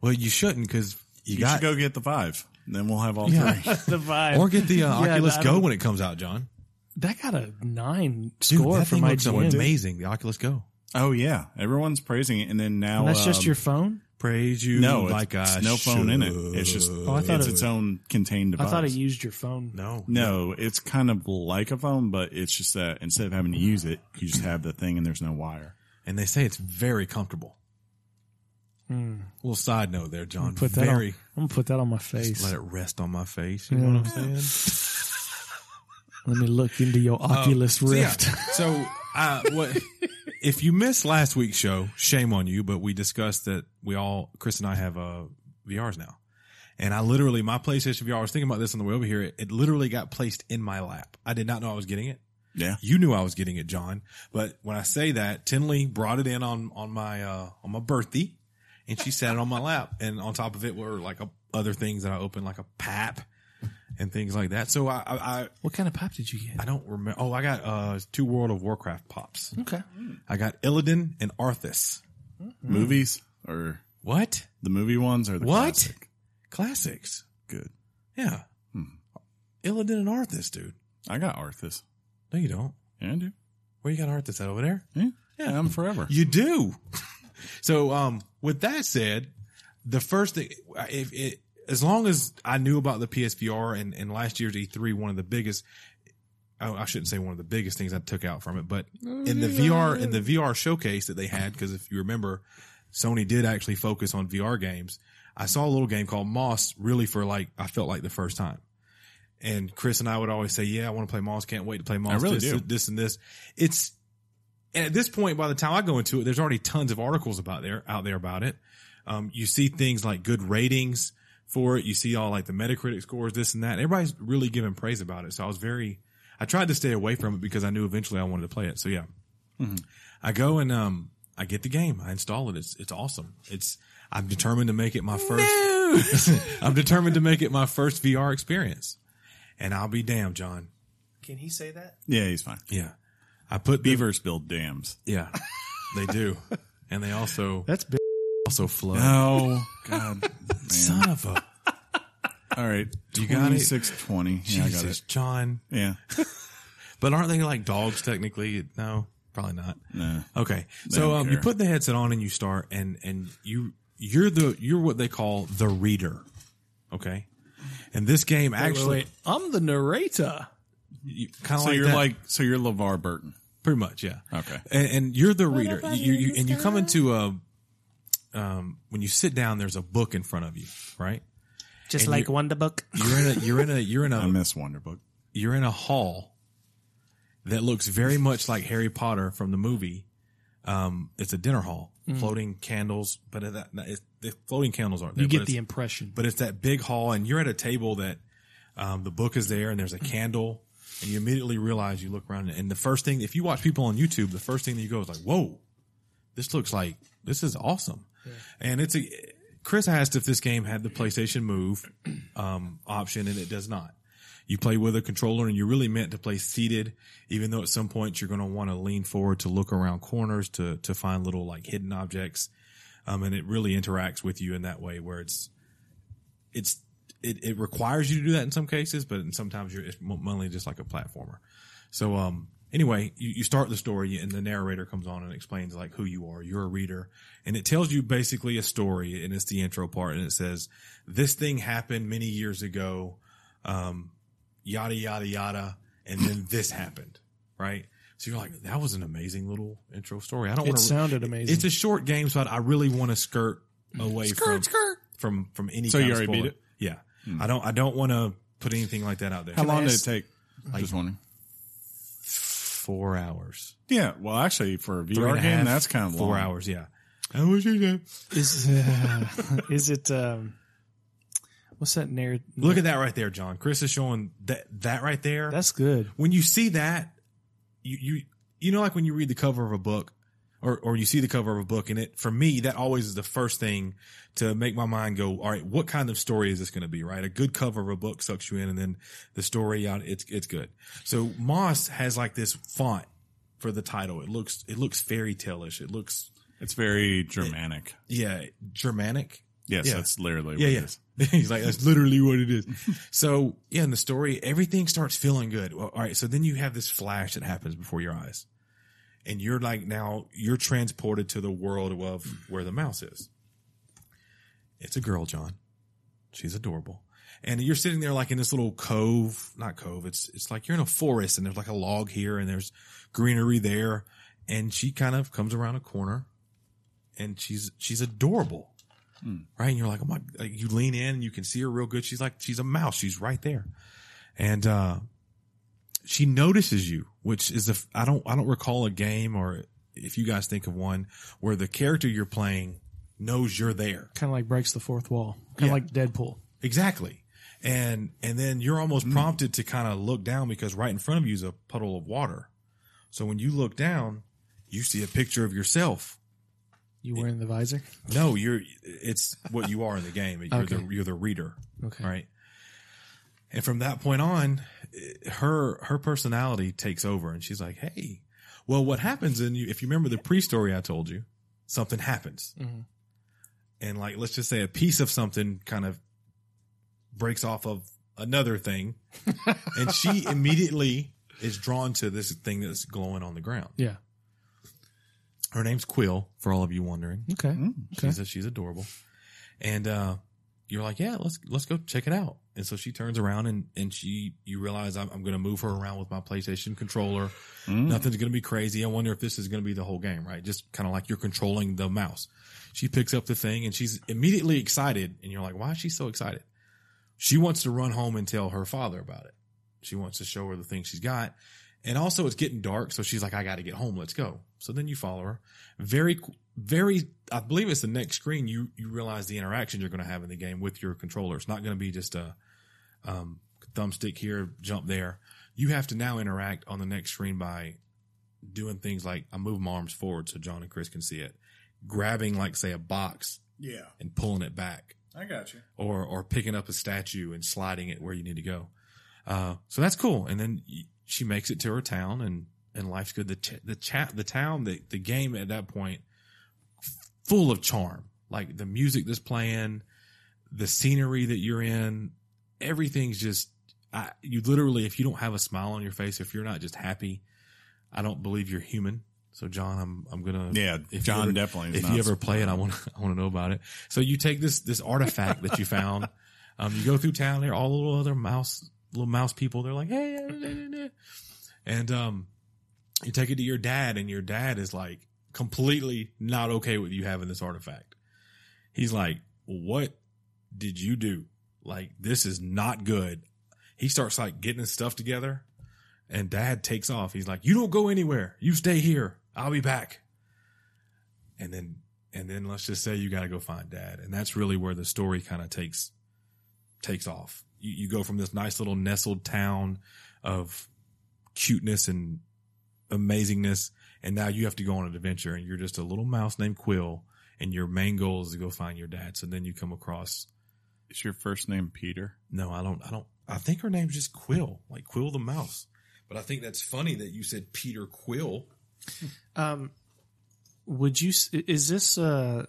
Speaker 2: well, you shouldn't because you,
Speaker 1: You
Speaker 2: got
Speaker 1: should go get the five. and Then we'll have all
Speaker 2: Yeah.
Speaker 1: three.
Speaker 3: the vibe.
Speaker 2: or get the uh,
Speaker 3: Yeah,
Speaker 2: Oculus
Speaker 3: I
Speaker 2: Go
Speaker 3: don't-
Speaker 2: when it comes out, John.
Speaker 3: that got a nine
Speaker 2: Dude,
Speaker 3: score
Speaker 2: that
Speaker 3: from
Speaker 2: thing looks so
Speaker 3: IGN.
Speaker 2: amazing. The Oculus Go.
Speaker 1: Oh yeah, everyone's praising it, and then now
Speaker 3: And that's just
Speaker 1: um,
Speaker 3: your phone.
Speaker 2: Praise you.
Speaker 1: no, it's,
Speaker 2: like
Speaker 1: it's
Speaker 2: I
Speaker 1: no phone in it. It's just
Speaker 2: should.
Speaker 3: Oh, I thought
Speaker 1: it's
Speaker 3: it-
Speaker 1: its own contained
Speaker 3: I
Speaker 1: device.
Speaker 3: thought it used your phone.
Speaker 2: no,
Speaker 1: no, it's kind of like a phone, but it's just that instead of having to use it, you just have the thing and there's no wire.
Speaker 2: and they say it's very comfortable.
Speaker 3: Hmm.
Speaker 2: Little side note there, John.
Speaker 3: Put that
Speaker 2: very.
Speaker 3: on, I'm gonna put that on my face.
Speaker 2: Just let
Speaker 3: Let,
Speaker 2: it rest on my face. You
Speaker 3: Yeah.
Speaker 2: know what I'm saying?
Speaker 3: me look into your Oculus
Speaker 2: Oh, Um, So, yeah.
Speaker 3: Rift.
Speaker 2: So I, what, if you missed last week's show, shame on you. But we discussed that we all, Chris and I, have uh, VRs now, and I literally my PlayStation VR. I was thinking about this on the way over here. It, it literally got placed in my lap. I did not know I was getting it.
Speaker 1: Yeah.
Speaker 2: You knew I was getting it, John. But when I say that, Tinley brought it in on on my uh, on my birthday, and she sat it on my lap, and on top of it were like a, other things that I opened, like a pap and things like that. So I I, I
Speaker 3: What kind of pop did you get?
Speaker 2: I don't remember. Oh, I got uh two World of Warcraft pops.
Speaker 3: Okay.
Speaker 2: I got Illidan and Arthas.
Speaker 3: Mm. Hmm.
Speaker 1: Movies or
Speaker 2: What?
Speaker 1: the movie ones or the
Speaker 2: What?
Speaker 1: classic?
Speaker 2: Classics.
Speaker 1: Good.
Speaker 2: Yeah.
Speaker 1: Hmm.
Speaker 2: Illidan and Arthas, dude.
Speaker 1: I got Arthas.
Speaker 2: No, you don't.
Speaker 1: Yeah, I do.
Speaker 2: Where you got Arthas at over there?
Speaker 1: Yeah, yeah I'm forever.
Speaker 2: You do. so, um, with that said, the first thing, if it, as long as I knew about the PSVR and, and last year's E3, one of the biggest, Oh, I, I shouldn't say one of the biggest things I took out from it, but in the VR, in the VR showcase that they had, because if you remember, Sony did actually focus on VR games. I saw a little game called Moss really for like, I felt like the first time. And Chris and I would always say, yeah, I want to play Moss. Can't wait to play Moss.
Speaker 1: really
Speaker 2: this,
Speaker 1: do.
Speaker 2: this and this. It's, and at this point, by the time I go into it, there's already tons of articles about there, out there about it. Um, you see things like good ratings for it. You see all like the Metacritic scores, this and that. Everybody's really giving praise about it. So I was very, I tried to stay away from it because I knew eventually I wanted to play it. So yeah,
Speaker 1: Mm-hmm.
Speaker 2: I go and um, I get the game. I install it. It's it's awesome. It's I'm determined to make it my first. I'm determined to make it my first VR experience, and I'll be damned, John.
Speaker 3: Can he say that?
Speaker 1: Yeah, he's fine.
Speaker 2: Yeah, I put the-
Speaker 1: Beavers build dams.
Speaker 2: yeah, they do, and they also
Speaker 3: That's big.
Speaker 2: also flood.
Speaker 1: Oh God, man!
Speaker 2: Son of a
Speaker 1: All right, you
Speaker 2: got it?
Speaker 1: twenty. Yeah, I got
Speaker 2: Jesus,
Speaker 1: it.
Speaker 2: John.
Speaker 1: Yeah,
Speaker 2: But aren't they like dogs technically? No, probably not.
Speaker 1: nah.
Speaker 2: Okay. So
Speaker 1: don't
Speaker 2: um, you
Speaker 1: care.
Speaker 2: put the headset on and you start and and you you're the you're what they call the reader. Okay. And this game
Speaker 3: Actually,
Speaker 2: actually
Speaker 3: I'm the narrator.
Speaker 2: kind of
Speaker 1: So
Speaker 2: like
Speaker 1: you're
Speaker 2: that.
Speaker 1: like, so you're LeVar Burton.
Speaker 2: pretty much, yeah.
Speaker 1: Okay.
Speaker 2: And, and you're the reader. You, you and you come into a um when you sit down there's a book in front of you, right?
Speaker 3: Just
Speaker 2: And like
Speaker 3: Wonder Book.
Speaker 2: You're in a you're in a you're in a
Speaker 1: I miss Wonder Book.
Speaker 2: you're in a hall that looks very much like Harry Potter from the movie. Um, it's a dinner hall,
Speaker 1: Mm.
Speaker 2: floating candles, but it- that, that is, the floating candles aren't there.
Speaker 3: You
Speaker 2: but
Speaker 3: get the
Speaker 2: it's-
Speaker 3: impression.
Speaker 2: but it's that big hall, and you're at a table that um, the book is there, and there's a candle, and you immediately realize you look around, and the first thing, if you watch people on YouTube, the first thing that you go is like, "Whoa, this looks like this is awesome," and it's a. Chris asked if this game had the PlayStation Move um, option, and it does not. You play with a controller, and you're really meant to play seated, even though at some point you're going to want to lean forward to look around corners to to find little like hidden objects, um, and it really interacts with you in that way where it's it's it, it requires you to do that in some cases, but in sometimes you're it's mo- mainly just like a platformer. So um anyway, you, you start the story and the narrator comes on and explains like who you are. You're a reader, and it tells you basically a story, and it's the intro part, and it says this thing happened many years ago, um, yada yada yada, and then this happened, right? So you're like, that was an amazing little intro story. I don't
Speaker 3: It
Speaker 2: want to.
Speaker 3: sounded amazing.
Speaker 2: It's a short game, so I, I really want to skirt away from from from any.
Speaker 1: So
Speaker 2: kind
Speaker 1: you
Speaker 2: of
Speaker 1: already
Speaker 2: spoiler.
Speaker 1: beat it? Hmm.
Speaker 2: Yeah, I don't I don't want to put anything like that out there.
Speaker 1: How long
Speaker 3: I
Speaker 1: did it
Speaker 3: ask-
Speaker 1: take? Just wondering.
Speaker 2: Four hours.
Speaker 1: Yeah, well, actually, for a
Speaker 2: Three and
Speaker 1: VR
Speaker 2: a
Speaker 1: game,
Speaker 2: half,
Speaker 1: that's kind of
Speaker 2: four
Speaker 1: long.
Speaker 2: hours. Yeah. I wish you did.
Speaker 3: Is, uh, is it, um, what's that narrative?
Speaker 2: Look at that right there, John. Chris is showing that that right there.
Speaker 3: That's good.
Speaker 2: when you see that, you you you know like when you read the cover of a book or or you see the cover of a book and it for me that always is the first thing to make my mind go, all right, what kind of story is this going to be, right? A good cover of a book sucks you in and then the story out it's it's good. So Moss has like this font for the title. It looks it looks fairy tale-ish. It looks
Speaker 1: It's very Germanic.
Speaker 2: yeah, Germanic.
Speaker 1: Yes,
Speaker 2: Yeah.
Speaker 1: that's literally what
Speaker 2: Yeah,
Speaker 1: it
Speaker 2: yeah.
Speaker 1: is.
Speaker 2: He's like, that's literally what it is. so yeah, in the story, everything starts feeling good. Well, all right. So then you have this flash that happens before your eyes and you're like, now you're transported to the world of where the mouse is. It's a girl, John. She's adorable. And you're sitting there like in this little cove, not cove. It's, it's like you're in a forest and there's like a log here and there's greenery there. And she kind of comes around a corner and she's, she's adorable right? And you're like, oh my, like, you lean in and you can see her real good. She's like, she's a mouse. She's right there. And, uh, she notices you, which is a f- I don't I don't recall a game or if you guys think of one where the character you're playing knows you're there.
Speaker 3: Kind of like breaks the fourth wall. Kind
Speaker 2: Yeah.
Speaker 3: of like Deadpool.
Speaker 2: Exactly. And and then you're almost prompted to kind of look down because right in front of you is a puddle of water. So when you look down, you see a picture of yourself.
Speaker 3: You wearing the visor?
Speaker 2: No, you're it's what you are in the game. You're
Speaker 3: Okay.
Speaker 2: the you're the reader.
Speaker 3: Okay.
Speaker 2: Right. And from that point on, eh, her her personality takes over and she's like, "Hey, well what happens in you if you remember the pre-story I told you, something happens."
Speaker 3: Mhm.
Speaker 2: And like let's just say a piece of something kind of breaks off of another thing and she immediately is drawn to this thing that's glowing on the ground.
Speaker 3: Yeah.
Speaker 2: Her name's Quill for all of you wondering.
Speaker 3: Okay. Okay.
Speaker 2: She's she's adorable. And uh, you're like, yeah, let's let's go check it out. And so she turns around and and she you realize I'm, I'm going to move her around with my PlayStation controller.
Speaker 1: Mm.
Speaker 2: Nothing's going to be crazy. I wonder if this is going to be the whole game, right? Just kind of like you're controlling the mouse. She picks up the thing and she's immediately excited. And you're like, why is she so excited? She wants to run home and tell her father about it. She wants to show her the thing she's got. And also it's getting dark. So she's like, I got to get home. Let's go. So then you follow her very, very, I believe it's the next screen. You, you realize the interaction you're going to have in the game with your controller. It's not going to be just a, um, thumbstick here, jump there. You have to now interact on the next screen by doing things like I move my arms forward so John and Chris can see it, grabbing like say a box
Speaker 1: Yeah,
Speaker 2: and pulling it back
Speaker 1: I got you.
Speaker 2: or or picking up a statue and sliding it where you need to go. Uh, so that's cool. And then y- she makes it to her town, and and life's good. The ch- the chat the town the the game at that point f- full of charm, like the music that's playing, the scenery that you're in, everything's just. I, you literally, if you don't have a smile on your face, if you're not just happy, I don't believe you're human. So John, I'm I'm gonna
Speaker 1: Yeah,
Speaker 2: If
Speaker 1: John
Speaker 2: you ever-
Speaker 1: definitely. Is
Speaker 2: if
Speaker 1: not
Speaker 2: you ever play it, I want to I want to know about it. So you take this this artifact that you found. Um, you go through town. There, all the little other mouse little mouse people. They're like, hey, eh, eh, eh, eh." and um, you take it to your dad, and your dad is like completely not okay with you having this artifact. He's like, what did you do? Like, this is not good. He starts like getting his stuff together, and dad takes off. He's like, you don't go anywhere. You stay here. I'll be back and then and then let's just say you got to go find dad and that's really where the story kind of takes takes off you, you go from this nice little nestled town of cuteness and amazingness and now you have to go on an adventure and you're just a little mouse named quill and your main goal is to go find your dad so then you come across
Speaker 1: Is your first name Peter?
Speaker 2: no i don't i don't i think her name's just quill like quill the mouse but i think that's funny that you said peter quill Mm-hmm.
Speaker 3: Um, would you? s- Is this uh?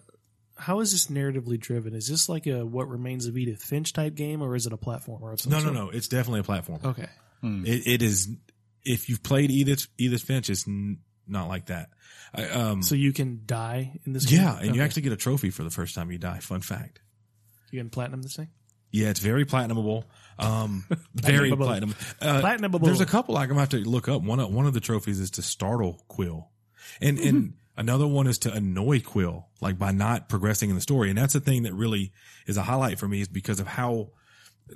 Speaker 3: How is this narratively driven? Is this like a What Remains of Edith Finch type game, or is it a platformer of some
Speaker 2: no no
Speaker 3: sort?
Speaker 2: no it's definitely a platform
Speaker 3: Okay. Mm.
Speaker 2: It, it is. If you've played Edith Edith Finch, it's n- not like that. I, um,
Speaker 3: So you can die in this.
Speaker 2: yeah,
Speaker 3: game?
Speaker 2: and you
Speaker 3: Okay.
Speaker 2: actually get a trophy for the first time you die. Fun fact.
Speaker 3: you can platinum this thing.
Speaker 2: Yeah, it's very platinumable. Um, very
Speaker 3: Platinumable.
Speaker 2: platinum. Uh,
Speaker 3: Platinumable.
Speaker 2: There's a couple I'm gonna have to look up. One of, one of the trophies is to startle Quill, and and
Speaker 3: Mm-hmm.
Speaker 2: another one is to annoy Quill, like by not progressing in the story. And that's the thing that really is a highlight for me is because of how.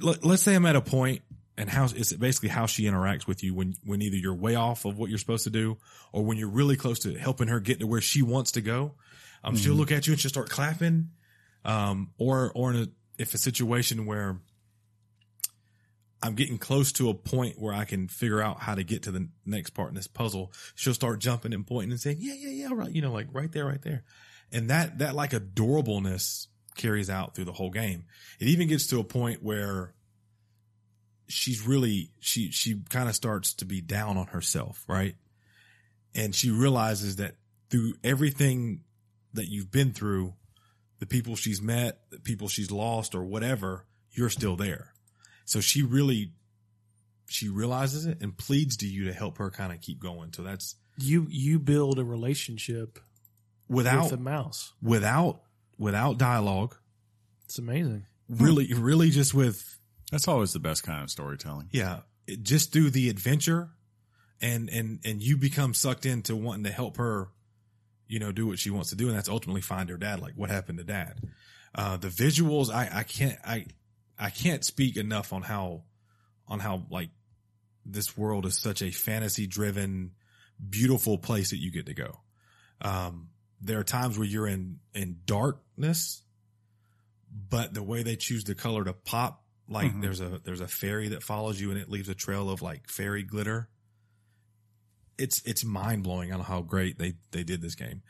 Speaker 2: Let, let's say I'm at a point and how it's basically how she interacts with you when when either you're way off of what you're supposed to do or when you're really close to helping her get to where she wants to go. Um, she'll look at you and she'll start clapping. Um, or or in a, if a situation where I'm getting close to a point where I can figure out how to get to the next part in this puzzle. She'll start jumping and pointing and saying, yeah, yeah, yeah, right. You know, like right there, right there. And that, that like adorableness carries out through the whole game. It even gets to a point where she's really, she, she kind of starts to be down on herself, right? And she realizes that through everything that you've been through, the people she's met, the people she's lost or whatever, you're still there. So she really, she realizes it and pleads to you to help her kind of keep going. So that's
Speaker 3: You you build a relationship
Speaker 2: without,
Speaker 3: with the mouse.
Speaker 2: without, without dialogue,
Speaker 3: It's amazing.
Speaker 2: really, really just with,
Speaker 1: That's always the best kind of storytelling.
Speaker 2: yeah, it, just through the adventure and, and, and you become sucked into wanting to help her, you know, do what she wants to do. And that's ultimately find her dad. Like what happened to dad? Uh, the visuals, I, I can't, I, I can't speak enough on how, on how like this world is such a fantasy driven, beautiful place that you get to go. Um, there are times where you're in, in darkness, but the way they choose the color to pop, like
Speaker 1: Mhm.
Speaker 2: there's a, there's a fairy that follows you and it leaves a trail of like fairy glitter. It's, it's mind blowing on how great they, they did this game.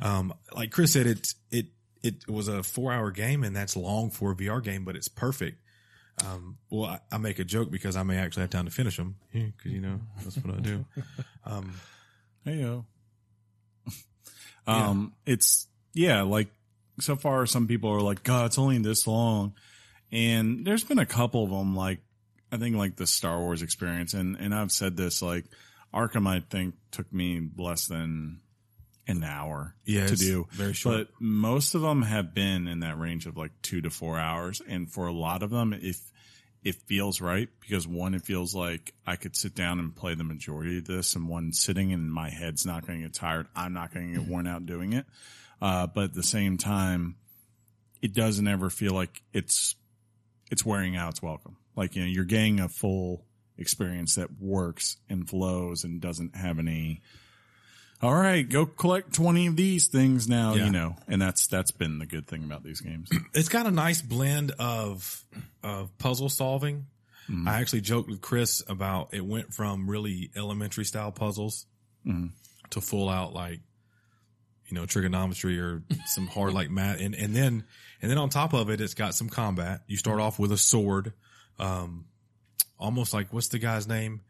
Speaker 2: Um, like Chris said, it it it was a four hour game, and that's long for a VR game, but it's perfect. Um, well, I, I make a joke because I may actually have time to finish them because you know that's what I do. Um,
Speaker 1: Hey yo. um, it's yeah, like so far some people are like, God, it's only this long, and there's been a couple of them like I think like the Star Wars experience, and and I've said this like Arkham I think took me less than an hour
Speaker 2: yeah,
Speaker 1: to
Speaker 2: it's
Speaker 1: do.
Speaker 2: very short.
Speaker 1: But most of them have been in that range of like two to four hours. And for a lot of them, if it feels right, because one, it feels like I could sit down and play the majority of this, and one sitting and my head's not going to get tired. I'm not going to get worn out doing it. Uh, but at the same time, it doesn't ever feel like it's it's wearing out its welcome. Like you know, you're getting a full experience that works and flows and doesn't have any all right, go collect 20 of these things now,
Speaker 2: Yeah.
Speaker 1: you know. And that's that's been the good thing about these games.
Speaker 2: it's got a nice blend of of puzzle solving.
Speaker 1: Mhm.
Speaker 2: I actually joked with Chris about it went from really elementary style puzzles
Speaker 1: Mhm.
Speaker 2: to full out like you know trigonometry or some hard like math, and and then and then on top of it, it's got some combat. You start off with a sword, um, almost like what's the guy's name?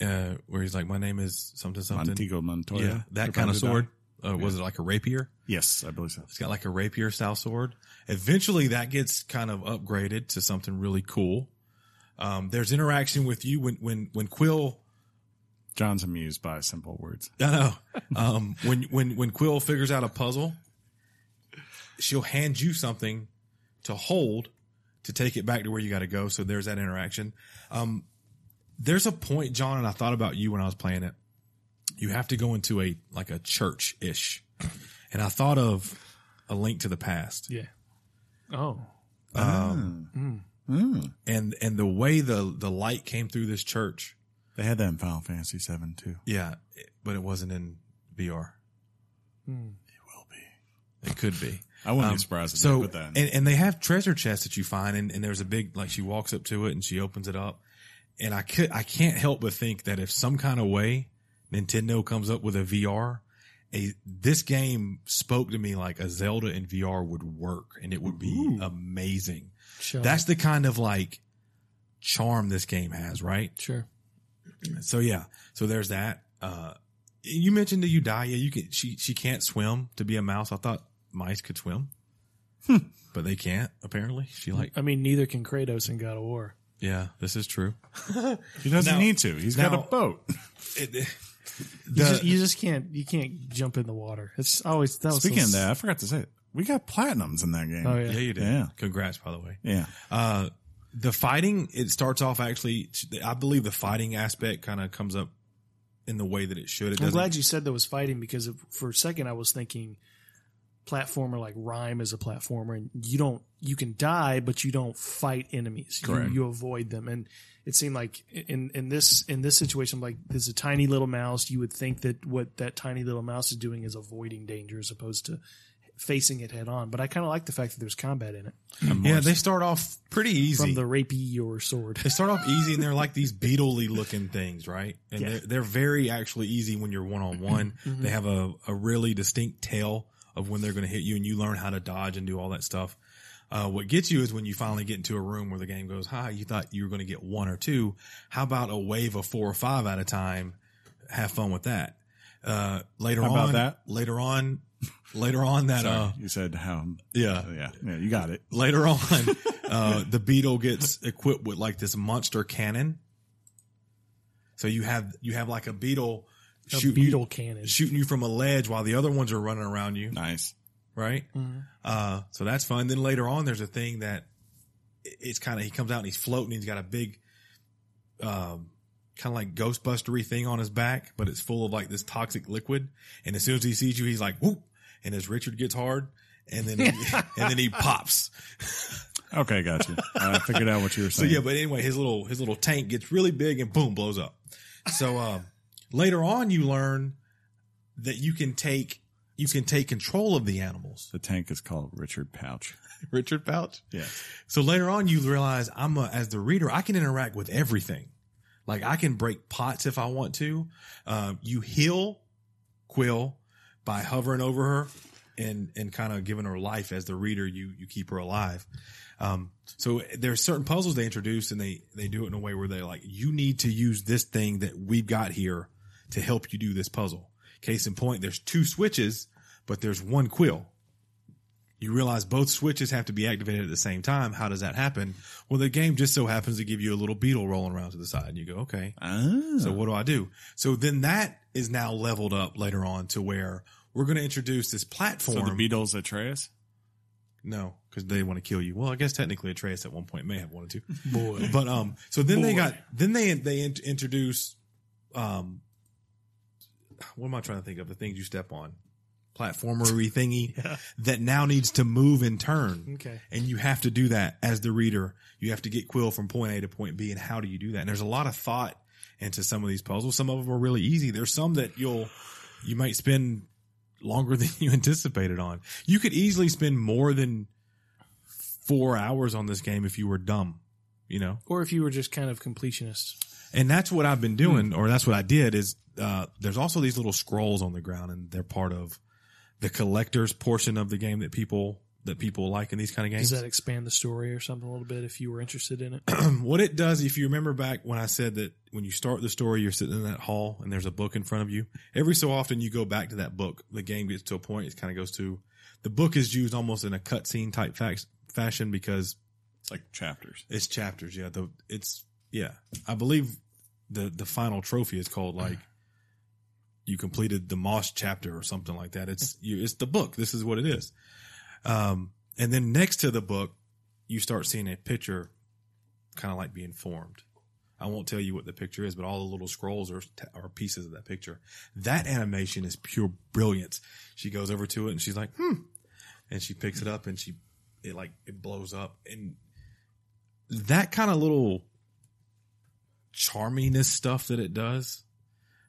Speaker 2: Uh, where he's like, my name is something something.
Speaker 1: Montego Montoya.
Speaker 2: Yeah, that
Speaker 1: If I
Speaker 2: kind of
Speaker 1: did
Speaker 2: sword. Uh, was it like a rapier?
Speaker 1: Yes, I believe so.
Speaker 2: It's got like a rapier style sword. Eventually, that gets kind of upgraded to something really cool. Um, there's interaction with you when when when Quill.
Speaker 1: John's amused by simple words.
Speaker 2: I know. Um, when when when Quill figures out a puzzle, she'll hand you something to hold to take it back to where you got to go. So there's that interaction. Um, there's a point, John, and I thought about you when I was playing it. You have to go into a like a church ish, and I thought of a link to the past.
Speaker 3: Yeah. Oh.
Speaker 1: Ah.
Speaker 2: Um,
Speaker 1: Mm.
Speaker 2: and and the way the the light came through this church,
Speaker 1: They had that in Final Fantasy 7 too.
Speaker 2: yeah, it- but it wasn't in VR.
Speaker 3: Hmm.
Speaker 1: Will be.
Speaker 2: It could be.
Speaker 1: I wouldn't
Speaker 2: Um,
Speaker 1: be surprised if
Speaker 2: so
Speaker 1: they put that in.
Speaker 2: and and they have treasure chests that you find, and, and there's a big like she walks up to it and she opens it up, and I could I can't help but think that if some kind of way Nintendo comes up with a VR, a this game spoke to me like a Zelda in VR would work, and it would be
Speaker 1: Ooh.
Speaker 2: amazing.
Speaker 3: Shall-
Speaker 2: That's the kind of like charm this game has, right?
Speaker 3: sure.
Speaker 2: So yeah, so there's that. Uh, you mentioned that you die. Yeah, you can. She she can't swim to be a mouse. I thought mice could swim,
Speaker 3: Hmm.
Speaker 2: but they can't. Apparently, she like.
Speaker 3: I mean, neither can Kratos in God of War.
Speaker 2: Yeah, this is true.
Speaker 1: he doesn't
Speaker 2: now-
Speaker 1: need to. He's
Speaker 2: now-
Speaker 1: got a boat.
Speaker 2: It- it-
Speaker 3: You,
Speaker 2: the-
Speaker 3: just, you just can't. You can't jump in the water. It's always that was
Speaker 1: Speaking
Speaker 3: some-
Speaker 1: of that, I forgot to say it. We got platinums in that game.
Speaker 3: Oh
Speaker 2: yeah,
Speaker 3: yeah.
Speaker 2: you did.
Speaker 1: Yeah.
Speaker 2: Congrats, by the way.
Speaker 1: Yeah.
Speaker 2: Uh, the fighting it starts off actually. I believe the fighting aspect kind of comes up in the way that it should. It
Speaker 3: I'm
Speaker 2: doesn't-
Speaker 3: glad you said there was fighting because if, for a second I was thinking platformer like Rhyme is a platformer and you don't you can die but you don't fight enemies. You-
Speaker 1: Correct.
Speaker 3: You, avoid them and it seemed like in in this in this situation like there's a tiny little mouse you would think that what that tiny little mouse is doing is avoiding danger as opposed to facing it head on. But I kind of like the fact that there's combat in it
Speaker 2: Yeah, they start off pretty easy.
Speaker 3: from the rapey or sword.
Speaker 2: they start off easy and they're like these beetle-y looking things, right? And
Speaker 3: Yeah.
Speaker 2: they're, they're very actually easy when you're one on one.
Speaker 1: Mm-hmm.
Speaker 2: They have a, a really distinct tail of when they're going to hit you and you learn how to dodge and do all that stuff. Uh, what gets you is when you finally get into a room where the game goes, hi, you thought you were going to get one or two. How about a wave of four or five at a time? Have fun with that. Uh, later
Speaker 1: How
Speaker 2: on,
Speaker 1: about that?
Speaker 2: later on, later on that,
Speaker 1: Sorry.
Speaker 2: uh,
Speaker 1: you said how.
Speaker 2: yeah,
Speaker 1: Yeah. Yeah. You got it.
Speaker 2: later on, uh, the beetle gets equipped with like this monster cannon. So you have you have like a beetle
Speaker 3: A
Speaker 2: shooting
Speaker 3: beetle
Speaker 2: you,
Speaker 3: cannon.
Speaker 2: shooting you from a ledge while the other ones are running around you,
Speaker 1: Nice.
Speaker 2: right?
Speaker 3: Mhm.
Speaker 2: Uh, so that's fun. Then later on, there's a thing that it- it's kind of he comes out and he's floating. He's got a big, um, kind of like Ghostbustery thing on his back, but it's full of like this toxic liquid. And as soon as he sees you, he's like whoop. And as Richard gets hard, and then he, and then he pops.
Speaker 1: Okay, gotcha. I figured out what you were
Speaker 2: So
Speaker 1: saying.
Speaker 2: yeah, but anyway, his little his little tank gets really big and boom, blows up. So um, later on, you learn that you can take you can take control of the animals.
Speaker 1: the tank is called Richard Pouch.
Speaker 2: Richard Pouch.
Speaker 1: Yeah.
Speaker 2: So later on, you realize I'm a, as the reader, I can interact with everything. Like I can break pots if I want to. Um, you heal Quill by hovering over her and and kind of giving her life as the reader. You you keep her alive. Um, so there's certain puzzles they introduce and they they do it in a way where they're like, you need to use this thing that we've got here to help you do this puzzle. Case in point, there's two switches, but there's one Quill you realize both switches have to be activated at the same time. How does that happen? Well, the game just so happens to give you a little beetle rolling around to the side, and you go, okay.
Speaker 1: Oh.
Speaker 2: So what do I do? So then that is now leveled up later on to where we're going to introduce this
Speaker 1: So
Speaker 2: platform.
Speaker 1: the Beatles Atreus?
Speaker 2: no, because they want to kill you. Well, I guess technically Atreus at one point may have wanted to,
Speaker 3: Boy.
Speaker 2: but um. So then they
Speaker 3: Boy.
Speaker 2: got then they they in- introduce um. What am I trying to think of? The things you step on, platformery thingy
Speaker 3: Yeah.
Speaker 2: that now needs to move and turn.
Speaker 3: Okay.
Speaker 2: And you have to do that as the reader. You have to get Quill from point A to point B. And how do you do that? And there's a lot of thought into some of these puzzles. Some of them are really easy. There's some that you'll, you might spend longer than you anticipated on. You could easily spend more than four hours on this game if you were dumb, you know?
Speaker 3: Or if you were just kind of completionist.
Speaker 2: And that's what I've been doing, or that's what I did is, uh, there's also these little scrolls on the ground and they're part of the collector's portion of the game that people, that people like in these kind of games.
Speaker 3: Does that expand the story or something a little bit if you were interested in it?
Speaker 2: what it does, if you remember back when I said that when you start the story, you're sitting in that hall and there's a book in front of you. Every so often, you go back to that book. The game gets to a point; it kind of goes to the book is used almost in a cutscene type fac- fashion because
Speaker 1: It's like chapters.
Speaker 2: it's chapters. Yeah, the it's yeah. I believe the the final trophy is called like you completed the Moss chapter or something like that. It's you. It's the book. This is what it is. Um, and then next to the book, you start seeing a picture, kind of like being formed. I won't tell you what the picture is, but all the little scrolls are are pieces of that picture. That animation is pure brilliance. She goes over to it and she's like, "Hmm," and she picks it up and she it like it blows up and that kind of little charminess stuff that it does.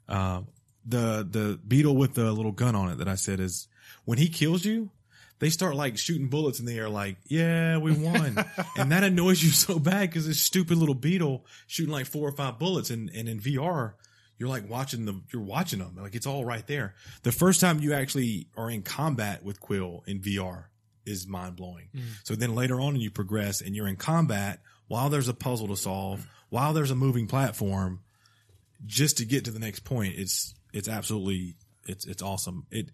Speaker 2: Uh, the the beetle with the little gun on it that I said is when he kills you, they start like shooting bullets in the air, like yeah, we won, and that annoys you so bad because this stupid little beetle shooting like four or five bullets, and and in VR. You're like watching them. You're watching them. Like it's all right there. The first time you actually are in combat with Quill in VR is mind blowing. So then later on, you progress and you're in combat while there's a puzzle to solve, while there's a moving platform, just to get to the next point. It's it's absolutely it's it's awesome. It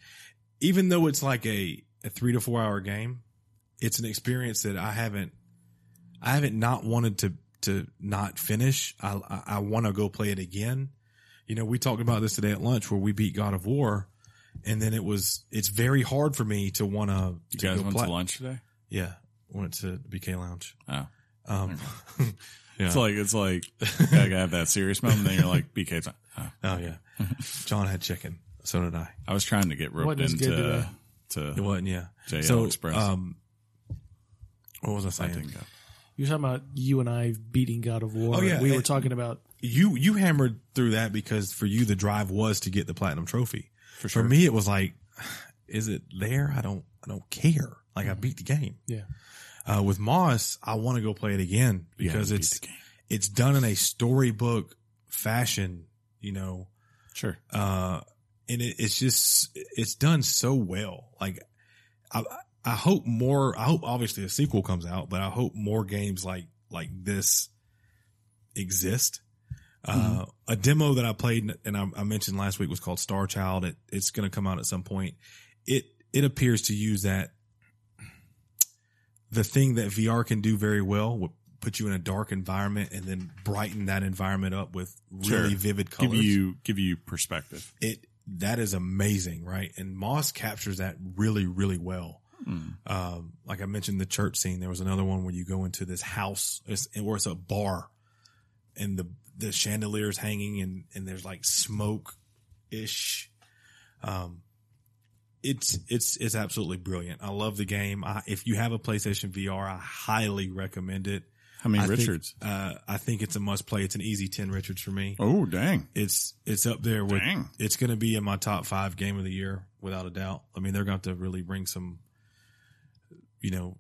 Speaker 2: even though it's like a, a three to four hour game, it's an experience that I haven't I haven't not wanted to to not finish. I I, I want to go play it again. You know, we talked about this today at lunch where we beat God of War. And then it was, it's very hard for me to want to.
Speaker 1: You guys
Speaker 2: go
Speaker 1: went
Speaker 2: pla-
Speaker 1: to lunch today?
Speaker 2: yeah, went to BK Lounge.
Speaker 1: Oh.
Speaker 2: Um,
Speaker 1: It's like, it's like, I have that serious moment, then you're like, BK's on. Oh.
Speaker 2: oh yeah, John had chicken. So did I.
Speaker 1: I was trying to get roped
Speaker 3: Wasn't as good
Speaker 1: into
Speaker 3: today.
Speaker 2: It
Speaker 1: to
Speaker 2: wasn't. Yeah.
Speaker 1: JL
Speaker 2: so
Speaker 1: Express.
Speaker 2: um, what was I
Speaker 1: I uh,
Speaker 2: saying?
Speaker 1: didn't go.
Speaker 3: You're talking about you and I beating God of War.
Speaker 2: Oh, yeah.
Speaker 3: We were
Speaker 2: And-
Speaker 3: talking about
Speaker 2: you you hammered through that because for you the drive was to get the platinum trophy. For
Speaker 1: sure.
Speaker 2: For me it was like, is it there? I don't I don't care. Like
Speaker 1: Mm-hmm.
Speaker 2: I beat the game.
Speaker 3: yeah.
Speaker 2: Uh, with Moss, I want to go play it again
Speaker 1: You
Speaker 2: because
Speaker 1: haven't beat
Speaker 2: it's
Speaker 1: the game.
Speaker 2: it's done in a storybook fashion. You know,
Speaker 1: Sure.
Speaker 2: uh, and it, it's just it's done so well. Like I, I hope more. I hope obviously a sequel comes out, but I hope more games like like this exist.
Speaker 1: Mm-hmm.
Speaker 2: Uh, a demo that I played and I, I mentioned last week was called Star Child. It, it's going to come out at some point. It it appears to use that the thing that VR can do very well. would Put you in a dark environment and then brighten that environment up with really
Speaker 1: Sure.
Speaker 2: vivid colors
Speaker 1: Give you, give you perspective.
Speaker 2: it that is amazing, right? And Moss captures that really, really well.
Speaker 1: Mm.
Speaker 2: Um, like I mentioned, the church scene. There was another one where you go into this house, it's, where it's a bar, and the the chandeliers hanging, and and there's like smoke ish. Um, it's it's it's absolutely brilliant. I love the game. I, if you have a PlayStation VR, I highly recommend it.
Speaker 1: How many
Speaker 2: I think-
Speaker 1: Richards?
Speaker 2: uh, I think it's a must play. It's an easy ten Richards for me.
Speaker 1: oh, dang.
Speaker 2: It's it's up there with.
Speaker 1: Dang.
Speaker 2: It's going to be in my top five game of the year without a doubt. I mean, they're going to have to really bring some, you know,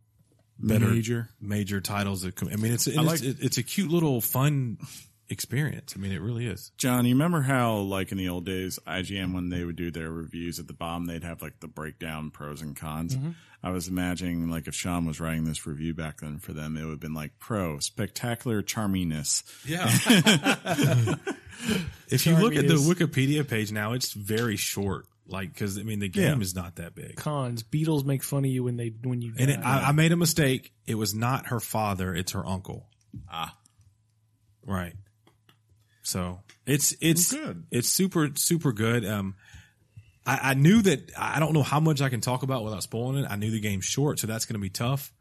Speaker 2: better
Speaker 1: Major.
Speaker 2: major titles. That come, I mean, it's and
Speaker 1: I
Speaker 2: it's,
Speaker 1: like-
Speaker 2: it- it's a cute little fun experience. I mean, it really is.
Speaker 1: John, you remember how, like in the old days, IGN, when they would do their reviews at the bottom, they'd have like the breakdown pros and cons. I was imagining, like, if Sean was writing this review back then for them, it would have been like pro, spectacular charminess.
Speaker 2: Yeah.
Speaker 1: Oh.
Speaker 2: if you look at the
Speaker 3: Charminess.
Speaker 2: Wikipedia page now, it's very short. Like, because I mean, the game
Speaker 1: Yeah.
Speaker 2: is not that big.
Speaker 3: Cons. Beatles make fun of you when they when you.
Speaker 2: And it,
Speaker 3: die.
Speaker 2: I, I made a mistake. It was not her father; it's her uncle.
Speaker 1: Ah.
Speaker 2: right. So it's it's
Speaker 1: good.
Speaker 2: it's super super good. Um, I, I knew that I don't know how much I can talk about without spoiling it. I knew the game's short, so that's going to be tough.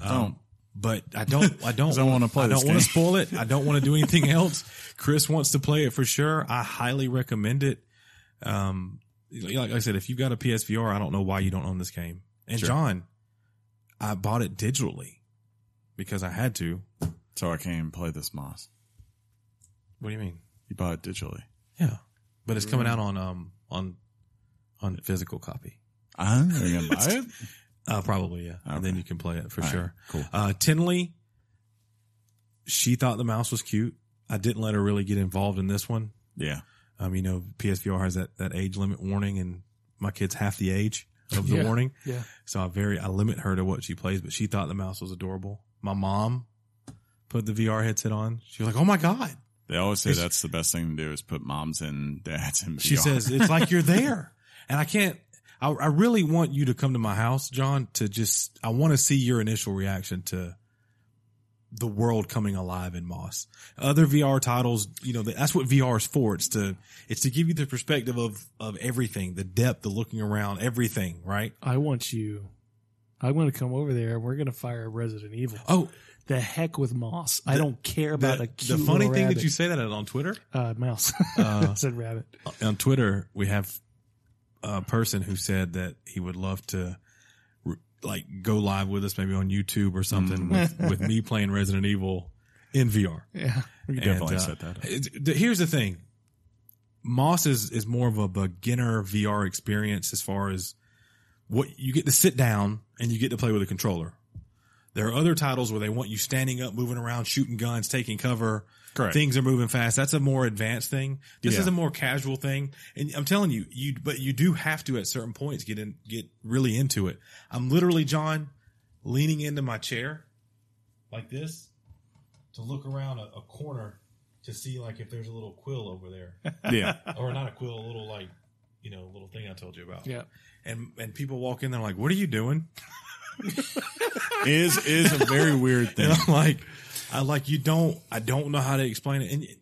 Speaker 1: Don't.
Speaker 2: But I don't. I don't.
Speaker 1: 'Cause I wanna play
Speaker 2: I
Speaker 1: this
Speaker 2: don't want to
Speaker 1: game.
Speaker 2: spoil it. I don't want to do anything else. Chris wants to play it for sure. I highly recommend it. Um, like I said, if you've got a PSVR, I don't know why you don't own this game. And
Speaker 1: Sure.
Speaker 2: John, I bought it digitally because I had to.
Speaker 1: So I can't even play this Moss.
Speaker 2: What do you mean?
Speaker 1: You bought it digitally.
Speaker 2: Yeah, but it's coming out on um on on physical copy.
Speaker 1: Ah, are you going to buy it?
Speaker 2: Uh, probably yeah, and then
Speaker 1: Oh. Okay.
Speaker 2: you can play it for
Speaker 1: All right,
Speaker 2: sure.
Speaker 1: cool.
Speaker 2: Uh, Tinley, she thought the mouse was cute. I didn't let her really get involved in this one.
Speaker 1: Yeah.
Speaker 2: Um, you know, PSVR has that, that age limit warning and my kid's half the age of the
Speaker 3: Yeah.
Speaker 2: warning.
Speaker 3: yeah.
Speaker 2: So I very, I limit her to what she plays, but she thought the mouse was adorable. My mom put the VR headset on. She was like, Oh my God.
Speaker 1: They always say
Speaker 2: It's-
Speaker 1: that's the best thing to do is put moms and dads in VR.
Speaker 2: She says, it's like you're there. And I can't, I, I really want you to come to my house, John, to just, I want to see your initial reaction to the world coming alive in Moss. Other VR titles, you know, that's what VR is for. It's to, it's to give you the perspective of, of everything, the depth, the looking around, everything, right?
Speaker 3: I want you. I'm going to come over there and we're going to fire Resident Evil.
Speaker 2: Oh,
Speaker 3: The heck with Moss. I
Speaker 2: The-
Speaker 3: don't care
Speaker 2: the,
Speaker 3: about a
Speaker 2: the
Speaker 3: cute
Speaker 2: funny
Speaker 3: little
Speaker 2: thing
Speaker 3: rabbit.
Speaker 2: that you say that on Twitter,
Speaker 3: uh, mouse
Speaker 2: Uh,
Speaker 3: said rabbit.
Speaker 2: on Twitter, we have a person who said that he would love to re- like go live with us, maybe on YouTube or something, with, with me playing Resident Evil in VR.
Speaker 3: Yeah,
Speaker 1: Mm. you
Speaker 2: And,
Speaker 1: definitely
Speaker 2: uh,
Speaker 1: set that up.
Speaker 2: it's- the- Here's the thing: Moss is is more of a beginner VR experience as far as what you get to sit down and you get to play with a controller. There are other titles where they want you standing up, moving around, shooting guns, taking cover.
Speaker 1: Correct.
Speaker 2: Things are moving fast. That's a more advanced thing. This
Speaker 1: Yeah.
Speaker 2: is a more casual thing. And I'm telling you, you but you do have to at certain points get in get really into it. I'm literally John leaning into my chair like this to look around a, a corner to see like if there's a little quill over there
Speaker 1: Yeah.
Speaker 2: or not a quill, a little like you know, little thing I told you about.
Speaker 3: yeah.
Speaker 2: And and people walk in, they're like, "What are you doing?"
Speaker 1: is is a very weird thing.
Speaker 2: And I'm like, "I like you don't. I don't know how to explain it." And you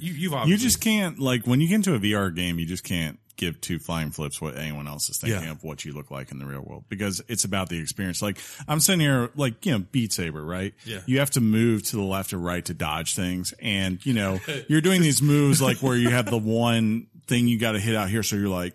Speaker 2: you've
Speaker 1: You
Speaker 2: obviously
Speaker 1: just can't like when you get into a VR game, you just can't give two flying flips what anyone else is thinking
Speaker 2: Yeah.
Speaker 1: of what you look like in the real world because it's about the experience. Like I'm sitting here, like you know, Beat Saber, right?
Speaker 2: Yeah.
Speaker 1: You have to move to the left or right to dodge things, and you know you're doing these moves like where you have the one thing you got to hit out here, so you're like.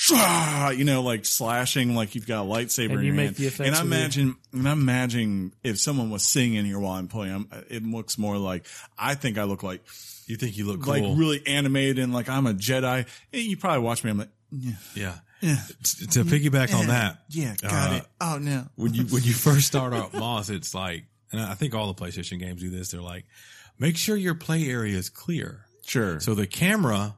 Speaker 1: "Shah," You know, like slashing, like you've got a lightsaber in
Speaker 3: And you
Speaker 1: your
Speaker 3: make
Speaker 1: hand.
Speaker 3: the effects
Speaker 1: and I
Speaker 3: with your-
Speaker 1: imagine imagine- and I imagine if someone was singing in here while I'm playing, I'm, it looks more like I think I look like
Speaker 2: you think you look cool.
Speaker 1: like really animated and like I'm a Jedi. Eh, You probably watch me. I'm like, yeah,
Speaker 2: yeah.
Speaker 1: yeah,
Speaker 2: T- to piggyback on that,
Speaker 1: yeah,
Speaker 2: Uh,
Speaker 1: Oh no,
Speaker 2: when you when you first start out Moss, it's like, and I think all the PlayStation games do this. They're like, make sure your play area is clear.
Speaker 1: sure. So
Speaker 2: So the camera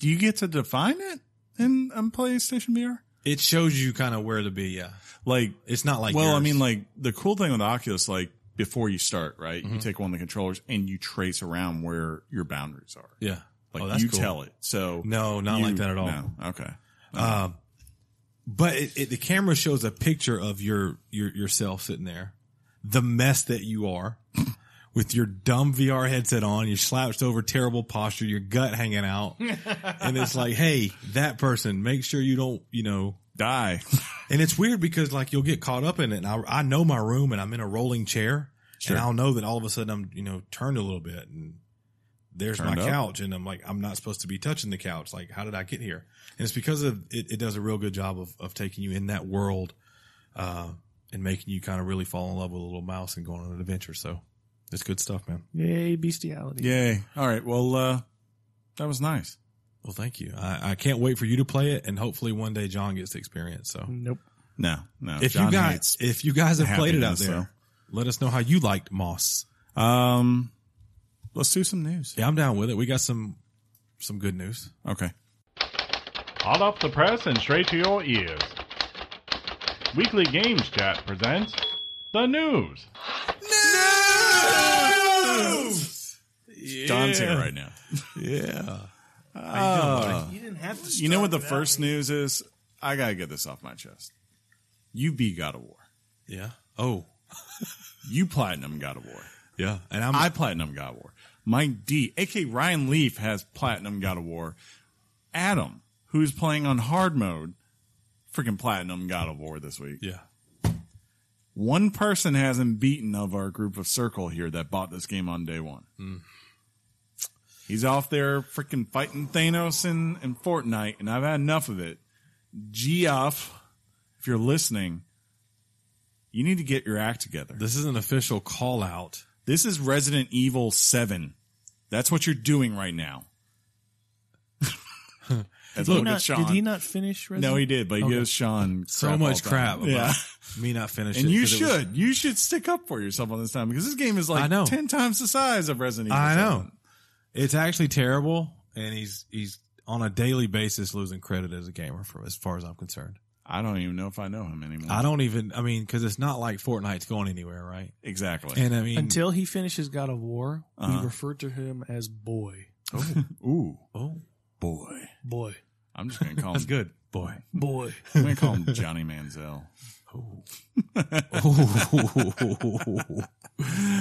Speaker 1: do you get to define it in on PlayStation VR?
Speaker 2: it shows you kind of where to be. Yeah,
Speaker 1: Like,
Speaker 2: it's not like
Speaker 1: well, I
Speaker 2: yours.
Speaker 1: mean, like the cool thing with Oculus, like before you start, right?
Speaker 2: Mm-hmm.
Speaker 1: You take one of the controllers and you trace around where your boundaries are.
Speaker 2: yeah,
Speaker 1: Like
Speaker 2: oh, that's
Speaker 1: you
Speaker 2: cool.
Speaker 1: tell it. So
Speaker 2: No, not
Speaker 1: you-
Speaker 2: like that at all.
Speaker 1: no. Okay.
Speaker 2: Um, but it, it, the camera shows a picture of your, your yourself sitting there, the mess that you are, with your dumb VR headset on, your slouched over, terrible posture, your gut hanging out, and it's like, hey, that person, make sure you don't, you know.
Speaker 1: Die.
Speaker 2: And it's weird because like you'll get caught up in it. And I, I know my room, and I'm in a rolling chair,
Speaker 1: Sure.
Speaker 2: and I'll know that all of a sudden I'm, you know, turned a little bit, and there's
Speaker 1: Turned
Speaker 2: my
Speaker 1: up.
Speaker 2: couch and I'm like, I'm not supposed to be touching the couch. Like, how did I get here? And it's because of it, it does a real good job of, of taking you in that world, uh, and making you kind of really fall in love with a little mouse and going on an adventure. So it's good stuff, man.
Speaker 3: Yay, bestiality.
Speaker 1: Yay. All right. Well, uh, that was nice.
Speaker 2: Well, thank you. I, I can't wait for you to play it and hopefully one day John gets to experience. So
Speaker 3: Nope.
Speaker 1: No, no.
Speaker 2: if you
Speaker 1: John
Speaker 2: guys,
Speaker 1: hates-
Speaker 2: if you guys have played it out
Speaker 1: happiness,
Speaker 2: there, let us know how you liked Moss.
Speaker 1: um, let's do some news.
Speaker 2: Yeah, I'm down with it. We got some, some good news.
Speaker 1: Okay.
Speaker 4: Hot off the press and straight to your ears. Weekly Games Chat presents the news.
Speaker 1: John's here right now.
Speaker 2: Yeah. Uh.
Speaker 3: You didn't have to.
Speaker 1: You know what the first news is? I gotta get this off my chest. You beat God of War.
Speaker 2: Yeah. Oh,
Speaker 1: You platinum God of War.
Speaker 2: yeah. And I'm,
Speaker 1: I platinum God of War. Mike D, aka Ryan Leaf, has platinum God of War. Adam, who's playing on hard mode, freaking platinum God of War this week.
Speaker 2: yeah.
Speaker 1: One person hasn't beaten of our group of circle here that bought this game on day one.
Speaker 2: Hmm.
Speaker 1: He's off there freaking fighting Thanos in, in Fortnite, and I've had enough of it. Geoff, if you're listening, you need to get your act together.
Speaker 2: This is an official call out.
Speaker 1: This is Resident Evil 7. That's what you're doing right now. That's what
Speaker 3: Did he,
Speaker 1: did
Speaker 3: not,
Speaker 1: Sean.
Speaker 3: did he not finish? Resident?
Speaker 1: no, he did, but he gives Sean
Speaker 2: So
Speaker 1: crap all
Speaker 2: much
Speaker 1: the time.
Speaker 2: crap about
Speaker 1: Yeah.
Speaker 2: me not finishing.
Speaker 1: And you
Speaker 2: 'cause it was-
Speaker 1: should. you should stick up for yourself on this time because this game is like
Speaker 2: I know.
Speaker 1: 10 times the size of Resident Evil.
Speaker 2: I
Speaker 1: 7.
Speaker 2: know. It's actually terrible. And he's, he's on a daily basis losing credit as a gamer for, as far as I'm concerned.
Speaker 1: I don't even know if I know him anymore.
Speaker 2: I don't even, I mean, cause it's not like Fortnite's going anywhere. Right.
Speaker 1: exactly.
Speaker 2: And I mean,
Speaker 3: Until he finishes God of War,
Speaker 1: Uh-huh.
Speaker 3: we referred to him as boy.
Speaker 1: Ooh,
Speaker 2: oh,
Speaker 1: boy.
Speaker 3: Boy.
Speaker 1: I'm just going to call him.
Speaker 2: that's good. Boy.
Speaker 3: Boy.
Speaker 1: I'm going to call him Johnny Manziel.
Speaker 2: Oh.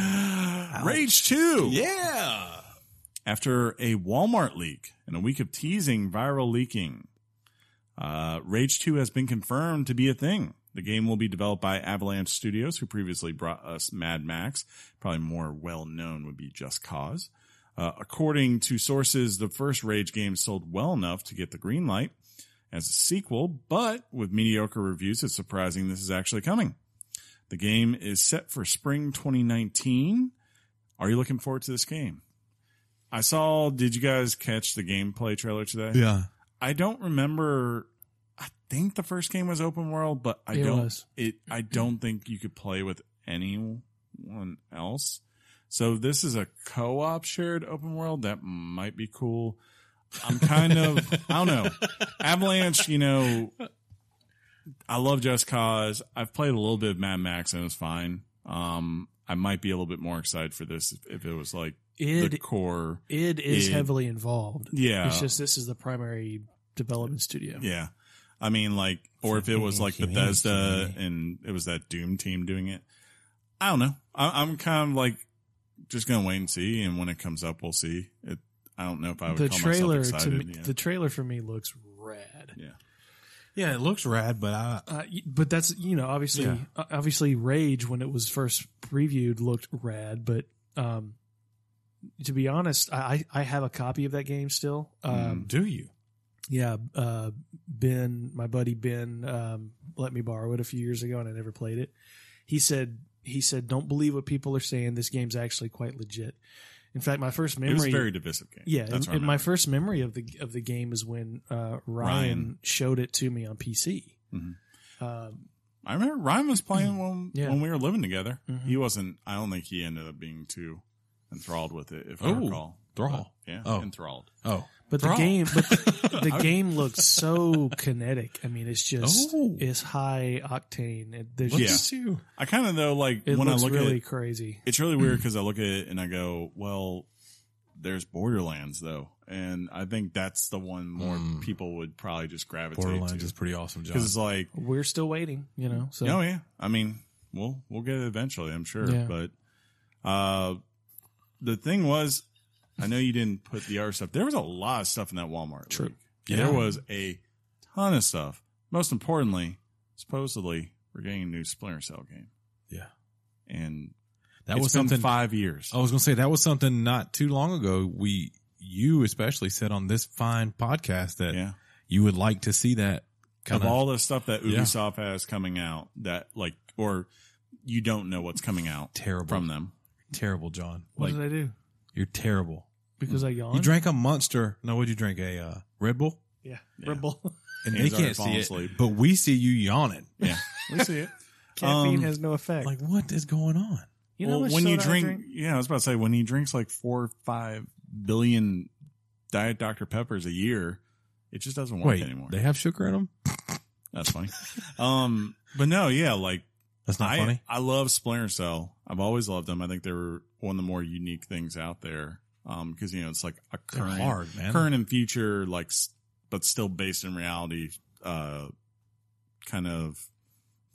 Speaker 1: Rage 2.
Speaker 2: yeah.
Speaker 1: After a Walmart leak and a week of teasing viral leaking, uh, Rage 2 has been confirmed to be a thing. The game will be developed by Avalanche Studios, who previously brought us Mad Max. Probably more well known would be Just Cause. Uh, according to sources, the first Rage game sold well enough to get the green light as a sequel, but with mediocre reviews, it's surprising this is actually coming. The game is set for spring 2019. Are you looking forward to this game? I saw, did you guys catch the gameplay trailer today?
Speaker 2: Yeah.
Speaker 1: I don't remember. I think the first game was open world, but I
Speaker 3: It
Speaker 1: don't.
Speaker 3: was.
Speaker 1: It. I don't think you could play with anyone else. So this is a co-op shared open world that might be cool. I'm kind of. I don't know. Avalanche. You know. I love Just Cause. I've played a little bit of Mad Max and it was fine. Um, I might be a little bit more excited for this if, if it was like the
Speaker 3: Id,
Speaker 1: core.
Speaker 3: Id is
Speaker 1: Id.
Speaker 3: heavily involved.
Speaker 1: Yeah.
Speaker 3: It's just this is the primary development studio.
Speaker 1: Yeah. I mean, like, or if it was like Bethesda and it was that Doom team doing it. I don't know. I, I'm kind of like just going to wait and see. And when it comes up, we'll see. It, I don't know if I would
Speaker 3: the
Speaker 1: call
Speaker 3: trailer
Speaker 1: myself
Speaker 3: to me,
Speaker 1: excited. yeah.
Speaker 3: the trailer for me looks rad.
Speaker 2: Yeah. It looks rad, but I,
Speaker 3: Uh, y- but that's you know obviously
Speaker 2: Yeah.
Speaker 3: uh, obviously Rage when it was first previewed looked rad, but um, to be honest, I I I have a copy of that game still. Um,
Speaker 2: do you?
Speaker 3: Yeah, uh, Ben, my buddy Ben, um, let me borrow it a few years ago, and I never played it. He said he said don't believe what people are saying. This game's actually quite legit. In fact, my first
Speaker 1: It was
Speaker 3: memory
Speaker 1: a very divisive game.
Speaker 3: yeah,
Speaker 1: That's
Speaker 3: and,
Speaker 1: right.
Speaker 3: and my first memory of the of the game is when uh, Ryan,
Speaker 1: Ryan.
Speaker 3: showed it to me on PC.
Speaker 1: Mhm.
Speaker 3: Um,
Speaker 1: I remember Ryan was playing when,
Speaker 3: Mm-hmm. Yeah.
Speaker 1: when we were living together.
Speaker 3: Mhm.
Speaker 1: He wasn't, I don't think he ended up being too enthralled with it, if I
Speaker 2: Oh,
Speaker 1: recall.
Speaker 2: Thrall.
Speaker 1: But, yeah.
Speaker 2: Oh.
Speaker 1: Enthralled.
Speaker 2: Oh,
Speaker 3: but
Speaker 2: Thrall.
Speaker 3: the game, but the, the game looks so kinetic. I mean, it's just
Speaker 2: Oh.
Speaker 3: it's high octane. It, there's
Speaker 2: Look
Speaker 1: Yeah.
Speaker 3: just,
Speaker 2: at you.
Speaker 1: I kind of though, like,
Speaker 3: it
Speaker 1: when I
Speaker 3: looks
Speaker 1: look at
Speaker 3: really
Speaker 1: it,
Speaker 3: crazy.
Speaker 1: it's really
Speaker 2: Mm.
Speaker 1: weird because I look at it and I go, well, there's Borderlands though, and I think that's the one more
Speaker 2: Mm.
Speaker 1: people would probably just gravitate
Speaker 2: Borderlands
Speaker 1: to
Speaker 2: is pretty awesome, John.
Speaker 1: because it's like,
Speaker 3: We're still waiting, you know. So
Speaker 1: oh yeah, I mean, we'll we'll get it eventually, I'm sure.
Speaker 3: Yeah.
Speaker 1: But uh, the thing was, I know you didn't put the other stuff. There was a lot of stuff in that Walmart.
Speaker 3: True.
Speaker 1: leak.
Speaker 2: Yeah.
Speaker 1: There was a ton of stuff. Most importantly, supposedly, we're getting a new Splinter Cell game.
Speaker 2: Yeah.
Speaker 1: And
Speaker 2: That
Speaker 1: It's
Speaker 2: was
Speaker 1: been
Speaker 2: something Oh,
Speaker 1: five years.
Speaker 2: I was going to say that was something not too long ago. We, you especially said on this fine podcast that
Speaker 1: yeah.
Speaker 2: you would like to see that kind
Speaker 1: Of
Speaker 2: of,
Speaker 1: all the stuff that
Speaker 2: Yeah.
Speaker 1: Ubisoft has coming out, that like, or you don't know what's coming out
Speaker 2: terrible
Speaker 1: from them.
Speaker 2: Terrible, John.
Speaker 3: What
Speaker 2: Like
Speaker 3: did I do?
Speaker 2: you're terrible.
Speaker 1: mm,
Speaker 3: Because I yawned.
Speaker 2: You drank a monster. No, what'd you drink? A uh, Red Bull.
Speaker 3: yeah.
Speaker 1: Yeah.
Speaker 3: Red Bull.
Speaker 2: And
Speaker 1: He's
Speaker 2: they
Speaker 1: already
Speaker 2: can't see
Speaker 1: fallen
Speaker 2: it,
Speaker 1: asleep.
Speaker 2: but we see you yawning.
Speaker 1: Yeah, we see it.
Speaker 3: Caffeine
Speaker 1: Um,
Speaker 3: has no effect.
Speaker 2: Like what is going on?
Speaker 3: you
Speaker 1: well,
Speaker 3: how much
Speaker 1: when you
Speaker 3: soda I
Speaker 1: drink, yeah, I was about to say when he drinks like four or five billion diet Dr Peppers a year, it just doesn't work
Speaker 2: Wait,
Speaker 1: anymore.
Speaker 2: they have sugar in them?
Speaker 1: That's funny. um, but no, yeah, like
Speaker 2: That's not
Speaker 1: I,
Speaker 2: funny.
Speaker 1: I love Splinter Cell. I've always loved them. I think they were one of the more unique things out there. Um, because you know it's like a
Speaker 2: They're
Speaker 1: current
Speaker 2: hard, man.
Speaker 1: current and future, like, s- but still based in reality, uh, kind of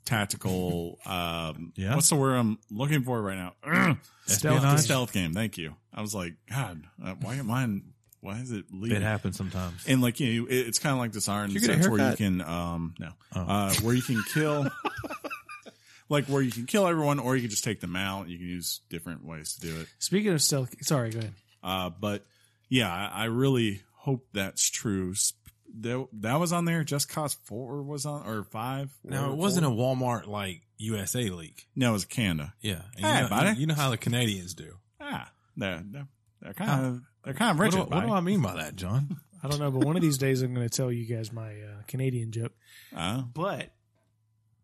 Speaker 1: tactical. um,
Speaker 2: Yeah.
Speaker 1: What's the word I'm looking for right now?
Speaker 2: Espionage.
Speaker 1: Stealth game. Thank you. I was like, God, uh, why am I? in- Why is it
Speaker 2: It
Speaker 1: leaving?
Speaker 2: happens sometimes.
Speaker 1: and like you, know, it, it's kind of like Dishonored in
Speaker 2: Did
Speaker 1: the
Speaker 2: you get a
Speaker 1: sense where you
Speaker 2: haircut?
Speaker 1: can, um, no,
Speaker 2: Oh.
Speaker 1: uh, where you can kill, like where you can kill everyone, or you can just take them out. You can use different ways to do it.
Speaker 3: Speaking of stealth, sorry, go ahead.
Speaker 1: Uh, but yeah, I, I really hope that's true. Sp- That, that was on there. Just Cause Four was on, or Five.
Speaker 2: now
Speaker 1: or
Speaker 2: it wasn't a
Speaker 1: four.
Speaker 2: Walmart like USA leak.
Speaker 1: No, it was Canada.
Speaker 2: Yeah. And
Speaker 1: Hey,
Speaker 2: you, know,
Speaker 1: buddy.
Speaker 2: you know how the Canadians do.
Speaker 1: Ah, they're, they're, they're kind of they're kind of
Speaker 2: Uh, What do,
Speaker 1: rigid.
Speaker 2: I- what do I mean by that, John?
Speaker 3: I don't know, but one of these days I'm going to tell you guys my uh, Canadian joke.
Speaker 1: uh,
Speaker 3: But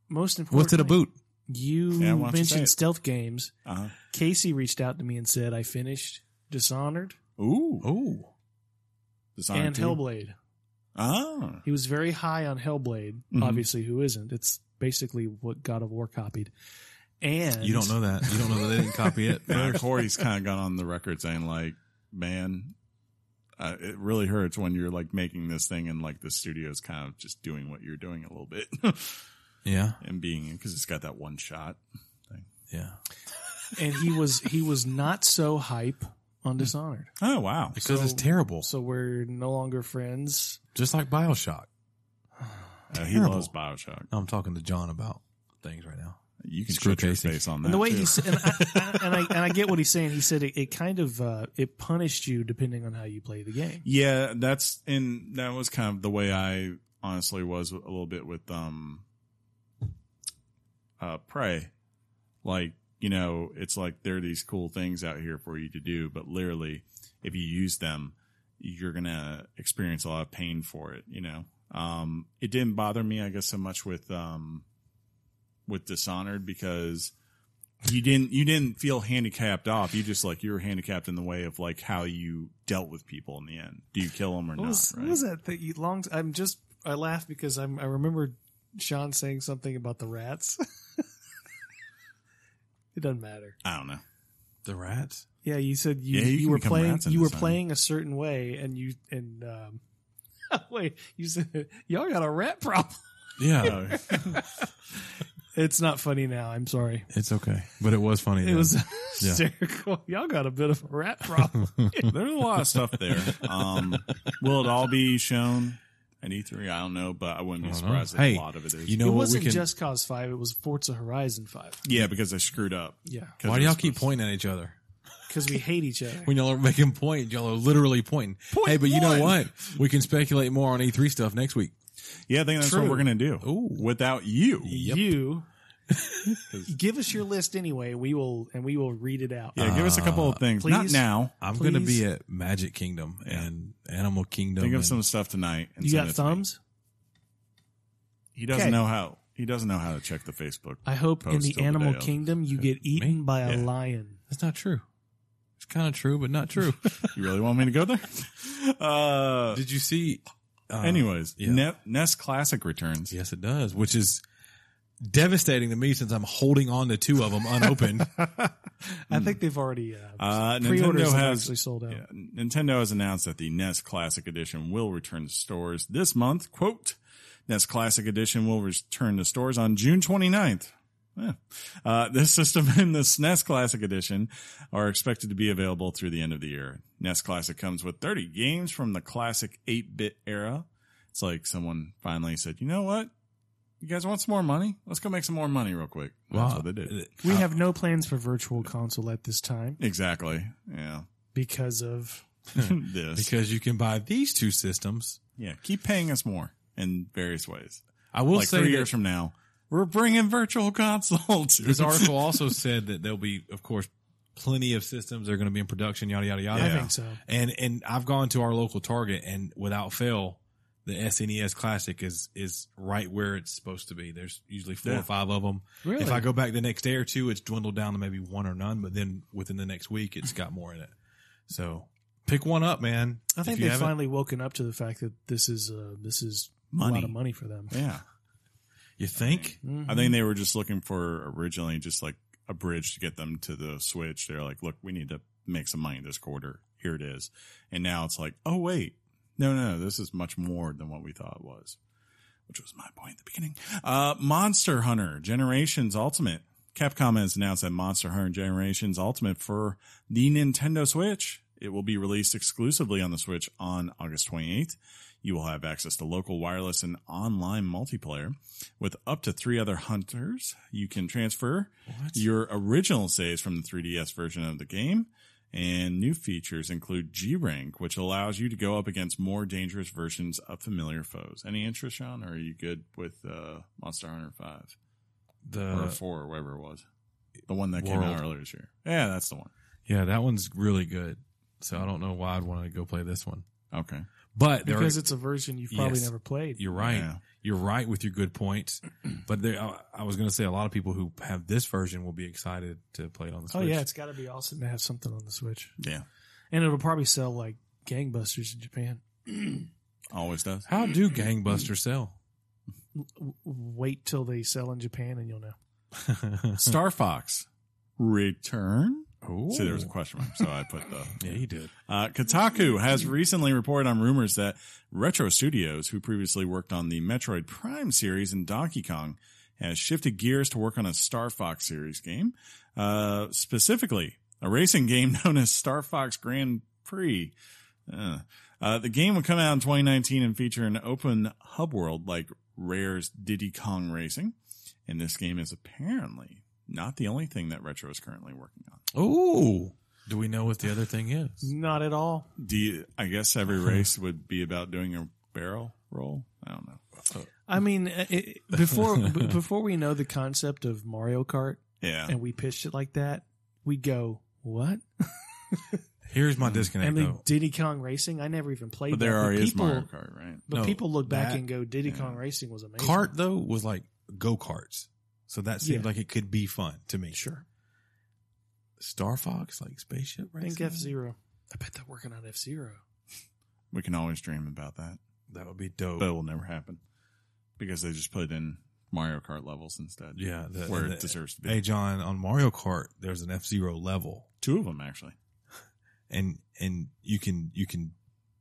Speaker 3: most importantly,
Speaker 2: What's it a boot?
Speaker 3: You
Speaker 1: Yeah, why don't you say
Speaker 3: mentioned
Speaker 1: it?
Speaker 3: stealth games.
Speaker 1: uh,
Speaker 3: Casey reached out to me and said I finished Dishonored
Speaker 1: ooh,
Speaker 2: Oh,
Speaker 1: Dishonored
Speaker 3: and
Speaker 1: two.
Speaker 3: Hellblade.
Speaker 1: Oh,
Speaker 3: He was very high on Hellblade.
Speaker 1: Mhm.
Speaker 3: Obviously, who isn't? It's basically what God of War copied. And
Speaker 1: Uh,
Speaker 2: you don't know that. You don't know that they didn't copy it.
Speaker 1: Yeah, Corey's kind of gone on the record saying like, man, uh, it really hurts when you're like making this thing and like the studio's kind of just doing what you're doing a little bit
Speaker 2: yeah,
Speaker 1: and being because it's got that one shot.
Speaker 2: yeah.
Speaker 3: and he was he was not so hype on Dishonored.
Speaker 1: Oh wow,
Speaker 2: Because
Speaker 3: So-
Speaker 2: it's terrible,
Speaker 3: So we're no longer friends.
Speaker 2: just like Bioshock.
Speaker 1: Uh, he
Speaker 2: Terrible.
Speaker 1: loves Bioshock.
Speaker 2: I'm talking to John about things right now.
Speaker 1: You can
Speaker 2: Screw
Speaker 1: shut your
Speaker 2: Casey.
Speaker 1: face on that.
Speaker 3: And the way
Speaker 1: too.
Speaker 3: he said, and I, I- and I and I get what he's saying. He said it, it kind of uh, it punished you depending on how you play the game.
Speaker 1: Yeah, that's and that was kind of the way I honestly was a little bit with um uh prey. Like, you know, it's like there are these cool things out here for you to do, but literally if you use them, you're gonna experience a lot of pain for it, you know. Um it didn't bother me, I guess, so much with um with Dishonored because you didn't you didn't feel handicapped off. You just like you were handicapped in the way of like how you dealt with people in the end. Do you kill them or
Speaker 3: What
Speaker 1: not?
Speaker 3: was,
Speaker 1: right?
Speaker 3: what was that? That you long? I'm just I laugh because I'm I remember Sean saying something about the rats. it doesn't matter.
Speaker 1: I don't know.
Speaker 2: The rats.
Speaker 3: Yeah, you said you
Speaker 1: Yeah, you
Speaker 3: you,
Speaker 1: can
Speaker 3: were
Speaker 1: become
Speaker 3: playing
Speaker 1: rats in
Speaker 3: you were
Speaker 1: this, huh?
Speaker 3: playing a certain way, and you and um, wait, you said y'all got a rat problem.
Speaker 2: Yeah,
Speaker 3: It's not funny now. I'm sorry.
Speaker 2: it's okay, but it was funny.
Speaker 3: It
Speaker 2: then.
Speaker 3: was hysterical. Y'all got a bit of a rat problem.
Speaker 1: There's a lot of stuff there. Um, will it all be shown at E3? I don't know, but I wouldn't
Speaker 2: I
Speaker 1: be
Speaker 2: don't know.
Speaker 1: surprised if
Speaker 2: Hey,
Speaker 1: a lot of it is.
Speaker 2: You know
Speaker 3: it
Speaker 2: what? We
Speaker 3: wasn't
Speaker 2: can.
Speaker 3: just Cause Five. It was Forza Horizon Five.
Speaker 1: yeah, because they screwed up.
Speaker 3: Yeah,
Speaker 1: 'Cause it
Speaker 2: why do y'all
Speaker 1: was
Speaker 2: keep
Speaker 1: supposed-
Speaker 2: pointing at each other?
Speaker 3: because we hate each other.
Speaker 2: When y'all are making point, y'all are literally pointing.
Speaker 1: Point
Speaker 2: hey, but you
Speaker 1: one.
Speaker 2: know what? We can speculate more on E3 stuff next week.
Speaker 1: Yeah, I think that's what
Speaker 3: True.
Speaker 1: we're gonna do.
Speaker 2: Ooh.
Speaker 1: Without you,
Speaker 2: Yep.
Speaker 3: You give us your list anyway. We will and we will read it out.
Speaker 1: yeah, give us a couple of things. Not
Speaker 3: Uh, please.
Speaker 1: now.
Speaker 2: I'm going to
Speaker 3: Please.
Speaker 2: be at Magic Kingdom and Animal Kingdom.
Speaker 1: Think of
Speaker 2: and-
Speaker 1: some stuff tonight. And
Speaker 3: you
Speaker 1: send
Speaker 3: got
Speaker 1: it to me.
Speaker 3: thumbs.
Speaker 1: He doesn't
Speaker 3: Okay.
Speaker 1: know how. He doesn't know how to check the Facebook.
Speaker 3: I hope in
Speaker 1: Post
Speaker 3: the
Speaker 1: till the
Speaker 3: animal
Speaker 1: day of.
Speaker 3: kingdom you get eaten by a
Speaker 1: Yeah.
Speaker 3: lion.
Speaker 2: That's not true. It's kind of true, but not true.
Speaker 1: You really want me to go there? Uh,
Speaker 2: Did you see? Uh,
Speaker 1: anyways,
Speaker 2: yeah.
Speaker 1: Ne- NES Classic returns.
Speaker 2: Yes, it does, which is devastating to me since I'm holding on to two of them unopened.
Speaker 3: I think they've already uh,
Speaker 1: Hmm. Uh,
Speaker 3: pre-orders
Speaker 1: Nintendo
Speaker 3: have
Speaker 1: has
Speaker 3: actually sold out.
Speaker 1: yeah, Nintendo has announced that the NES Classic Edition will return to stores this month. Quote, NES Classic Edition will return to stores on June 29th. Eh. Uh, this system and the SNES Classic Edition are expected to be available through the end of the year. NES Classic comes with 30 games from the classic 8-bit era. It's like someone finally said, you know what? You guys want some more money? Let's go make some more money real quick. That's what they
Speaker 2: Uh,
Speaker 1: did.
Speaker 3: We have no plans for virtual console at this time
Speaker 1: Exactly. Yeah.
Speaker 3: because of
Speaker 1: this.
Speaker 2: because you can buy these two systems.
Speaker 1: yeah. Keep paying us more in various ways.
Speaker 2: I will
Speaker 1: like
Speaker 2: say
Speaker 1: three
Speaker 2: that
Speaker 1: years from now, we're bringing virtual console to
Speaker 2: this article also said that there'll be, of course, plenty of systems that are going to be in production. Yada yada yada.
Speaker 3: I
Speaker 1: Yeah.
Speaker 3: think so.
Speaker 2: And and I've gone to our local Target, and without fail, the SNES Classic is is right where it's supposed to be. There's usually four
Speaker 1: Yeah.
Speaker 2: or five of them.
Speaker 3: Really?
Speaker 2: If I go back the next day or two, it's dwindled down to maybe one or none. But then within the next week, it's got more in it. So pick one up, man.
Speaker 3: I think
Speaker 2: If you
Speaker 3: they've
Speaker 2: haven't-
Speaker 3: finally woken up to the fact that this is uh, this is a lot
Speaker 1: Money.
Speaker 3: of money for them.
Speaker 1: Yeah.
Speaker 2: You think?
Speaker 3: Mm-hmm.
Speaker 1: I think they were just looking for originally just like a bridge to get them to the Switch. They're like, look, we need to make some money this quarter. Here it is. And now it's like, oh, wait. No, no, this is much more than what we thought it was, which was my point at the beginning. Uh, Monster Hunter Generations Ultimate. Capcom has announced that Monster Hunter Generations Ultimate for the Nintendo Switch. It will be released exclusively on the Switch on August 28th. You will have access to local wireless and online multiplayer with up to three other hunters. You can transfer
Speaker 3: Mm-hmm.
Speaker 2: What?
Speaker 1: your original saves from the 3DS version of the game. And new features include G rank, which allows you to go up against more dangerous versions of familiar foes. Any interest, Sean, or are you good with uh, Monster Hunter Five or
Speaker 2: the
Speaker 1: Four, or whatever it was, the one that came out
Speaker 2: Uh, World.
Speaker 1: earlier this year? Yeah, that's the one.
Speaker 2: yeah, that one's really good. So I don't know why I'd want to go play this one,
Speaker 1: Okay,
Speaker 2: but there
Speaker 3: because
Speaker 2: are-
Speaker 3: it's a version you've probably
Speaker 2: Yes.
Speaker 3: never played.
Speaker 2: you're right.
Speaker 1: Yeah.
Speaker 2: You're right with your good points, but there, I, I was going to say a lot of people who have this version will be excited to play it on the
Speaker 3: Oh
Speaker 2: Switch.
Speaker 3: yeah, it's got to be awesome to have something on the Switch,
Speaker 1: Yeah,
Speaker 3: and it'll probably sell like gangbusters in Japan.
Speaker 1: always does.
Speaker 2: How do Gangbusters sell?
Speaker 3: W- wait till they sell in Japan, and you'll know.
Speaker 1: Star Fox Return.
Speaker 2: oh,
Speaker 1: See, there was a question mark, so I put the
Speaker 2: Yeah, you did.
Speaker 1: Uh, Kotaku has recently reported on rumors that Retro Studios, who previously worked on the Metroid Prime series and Donkey Kong, has shifted gears to work on a Star Fox series game, uh, specifically a racing game known as Star Fox Grand Prix. Uh, uh, the game would come out in 2019 and feature an open hub world like Rare's Diddy Kong Racing. And this game is apparently not the only thing that Retro is currently working on.
Speaker 2: Oh, do we know what the other thing is?
Speaker 3: Not at all.
Speaker 1: Do you, I guess every race would be about doing a barrel roll? I don't know.
Speaker 3: I mean, uh, it, before b- before we know the concept of Mario Kart,
Speaker 1: Yeah.
Speaker 3: and we pitched it like that, we go what?
Speaker 2: Here's my disconnect.
Speaker 3: Mm. and the
Speaker 2: though.
Speaker 3: Diddy Kong Racing, I never even played.
Speaker 1: But
Speaker 3: that,
Speaker 1: there are is
Speaker 3: people,
Speaker 1: Mario Kart, right?
Speaker 3: But
Speaker 2: No,
Speaker 3: people look back
Speaker 2: that-
Speaker 3: and go, Diddy
Speaker 1: yeah.
Speaker 3: Kong Racing was amazing.
Speaker 2: Cart though was like go karts, so that seemed
Speaker 3: Yeah.
Speaker 2: like it could be fun to me.
Speaker 3: sure.
Speaker 2: Star Fox like spaceship racing.
Speaker 3: Think F Zero. I bet they're working on F Zero.
Speaker 1: We can always dream about that,
Speaker 2: That would be dope.
Speaker 1: but it will never happen because they just put in Mario Kart levels instead.
Speaker 2: yeah, the,
Speaker 1: where
Speaker 2: the-
Speaker 1: it deserves to be.
Speaker 2: Hey John, on Mario Kart, there's an F Zero level,
Speaker 1: Two of them actually.
Speaker 2: and and you can you can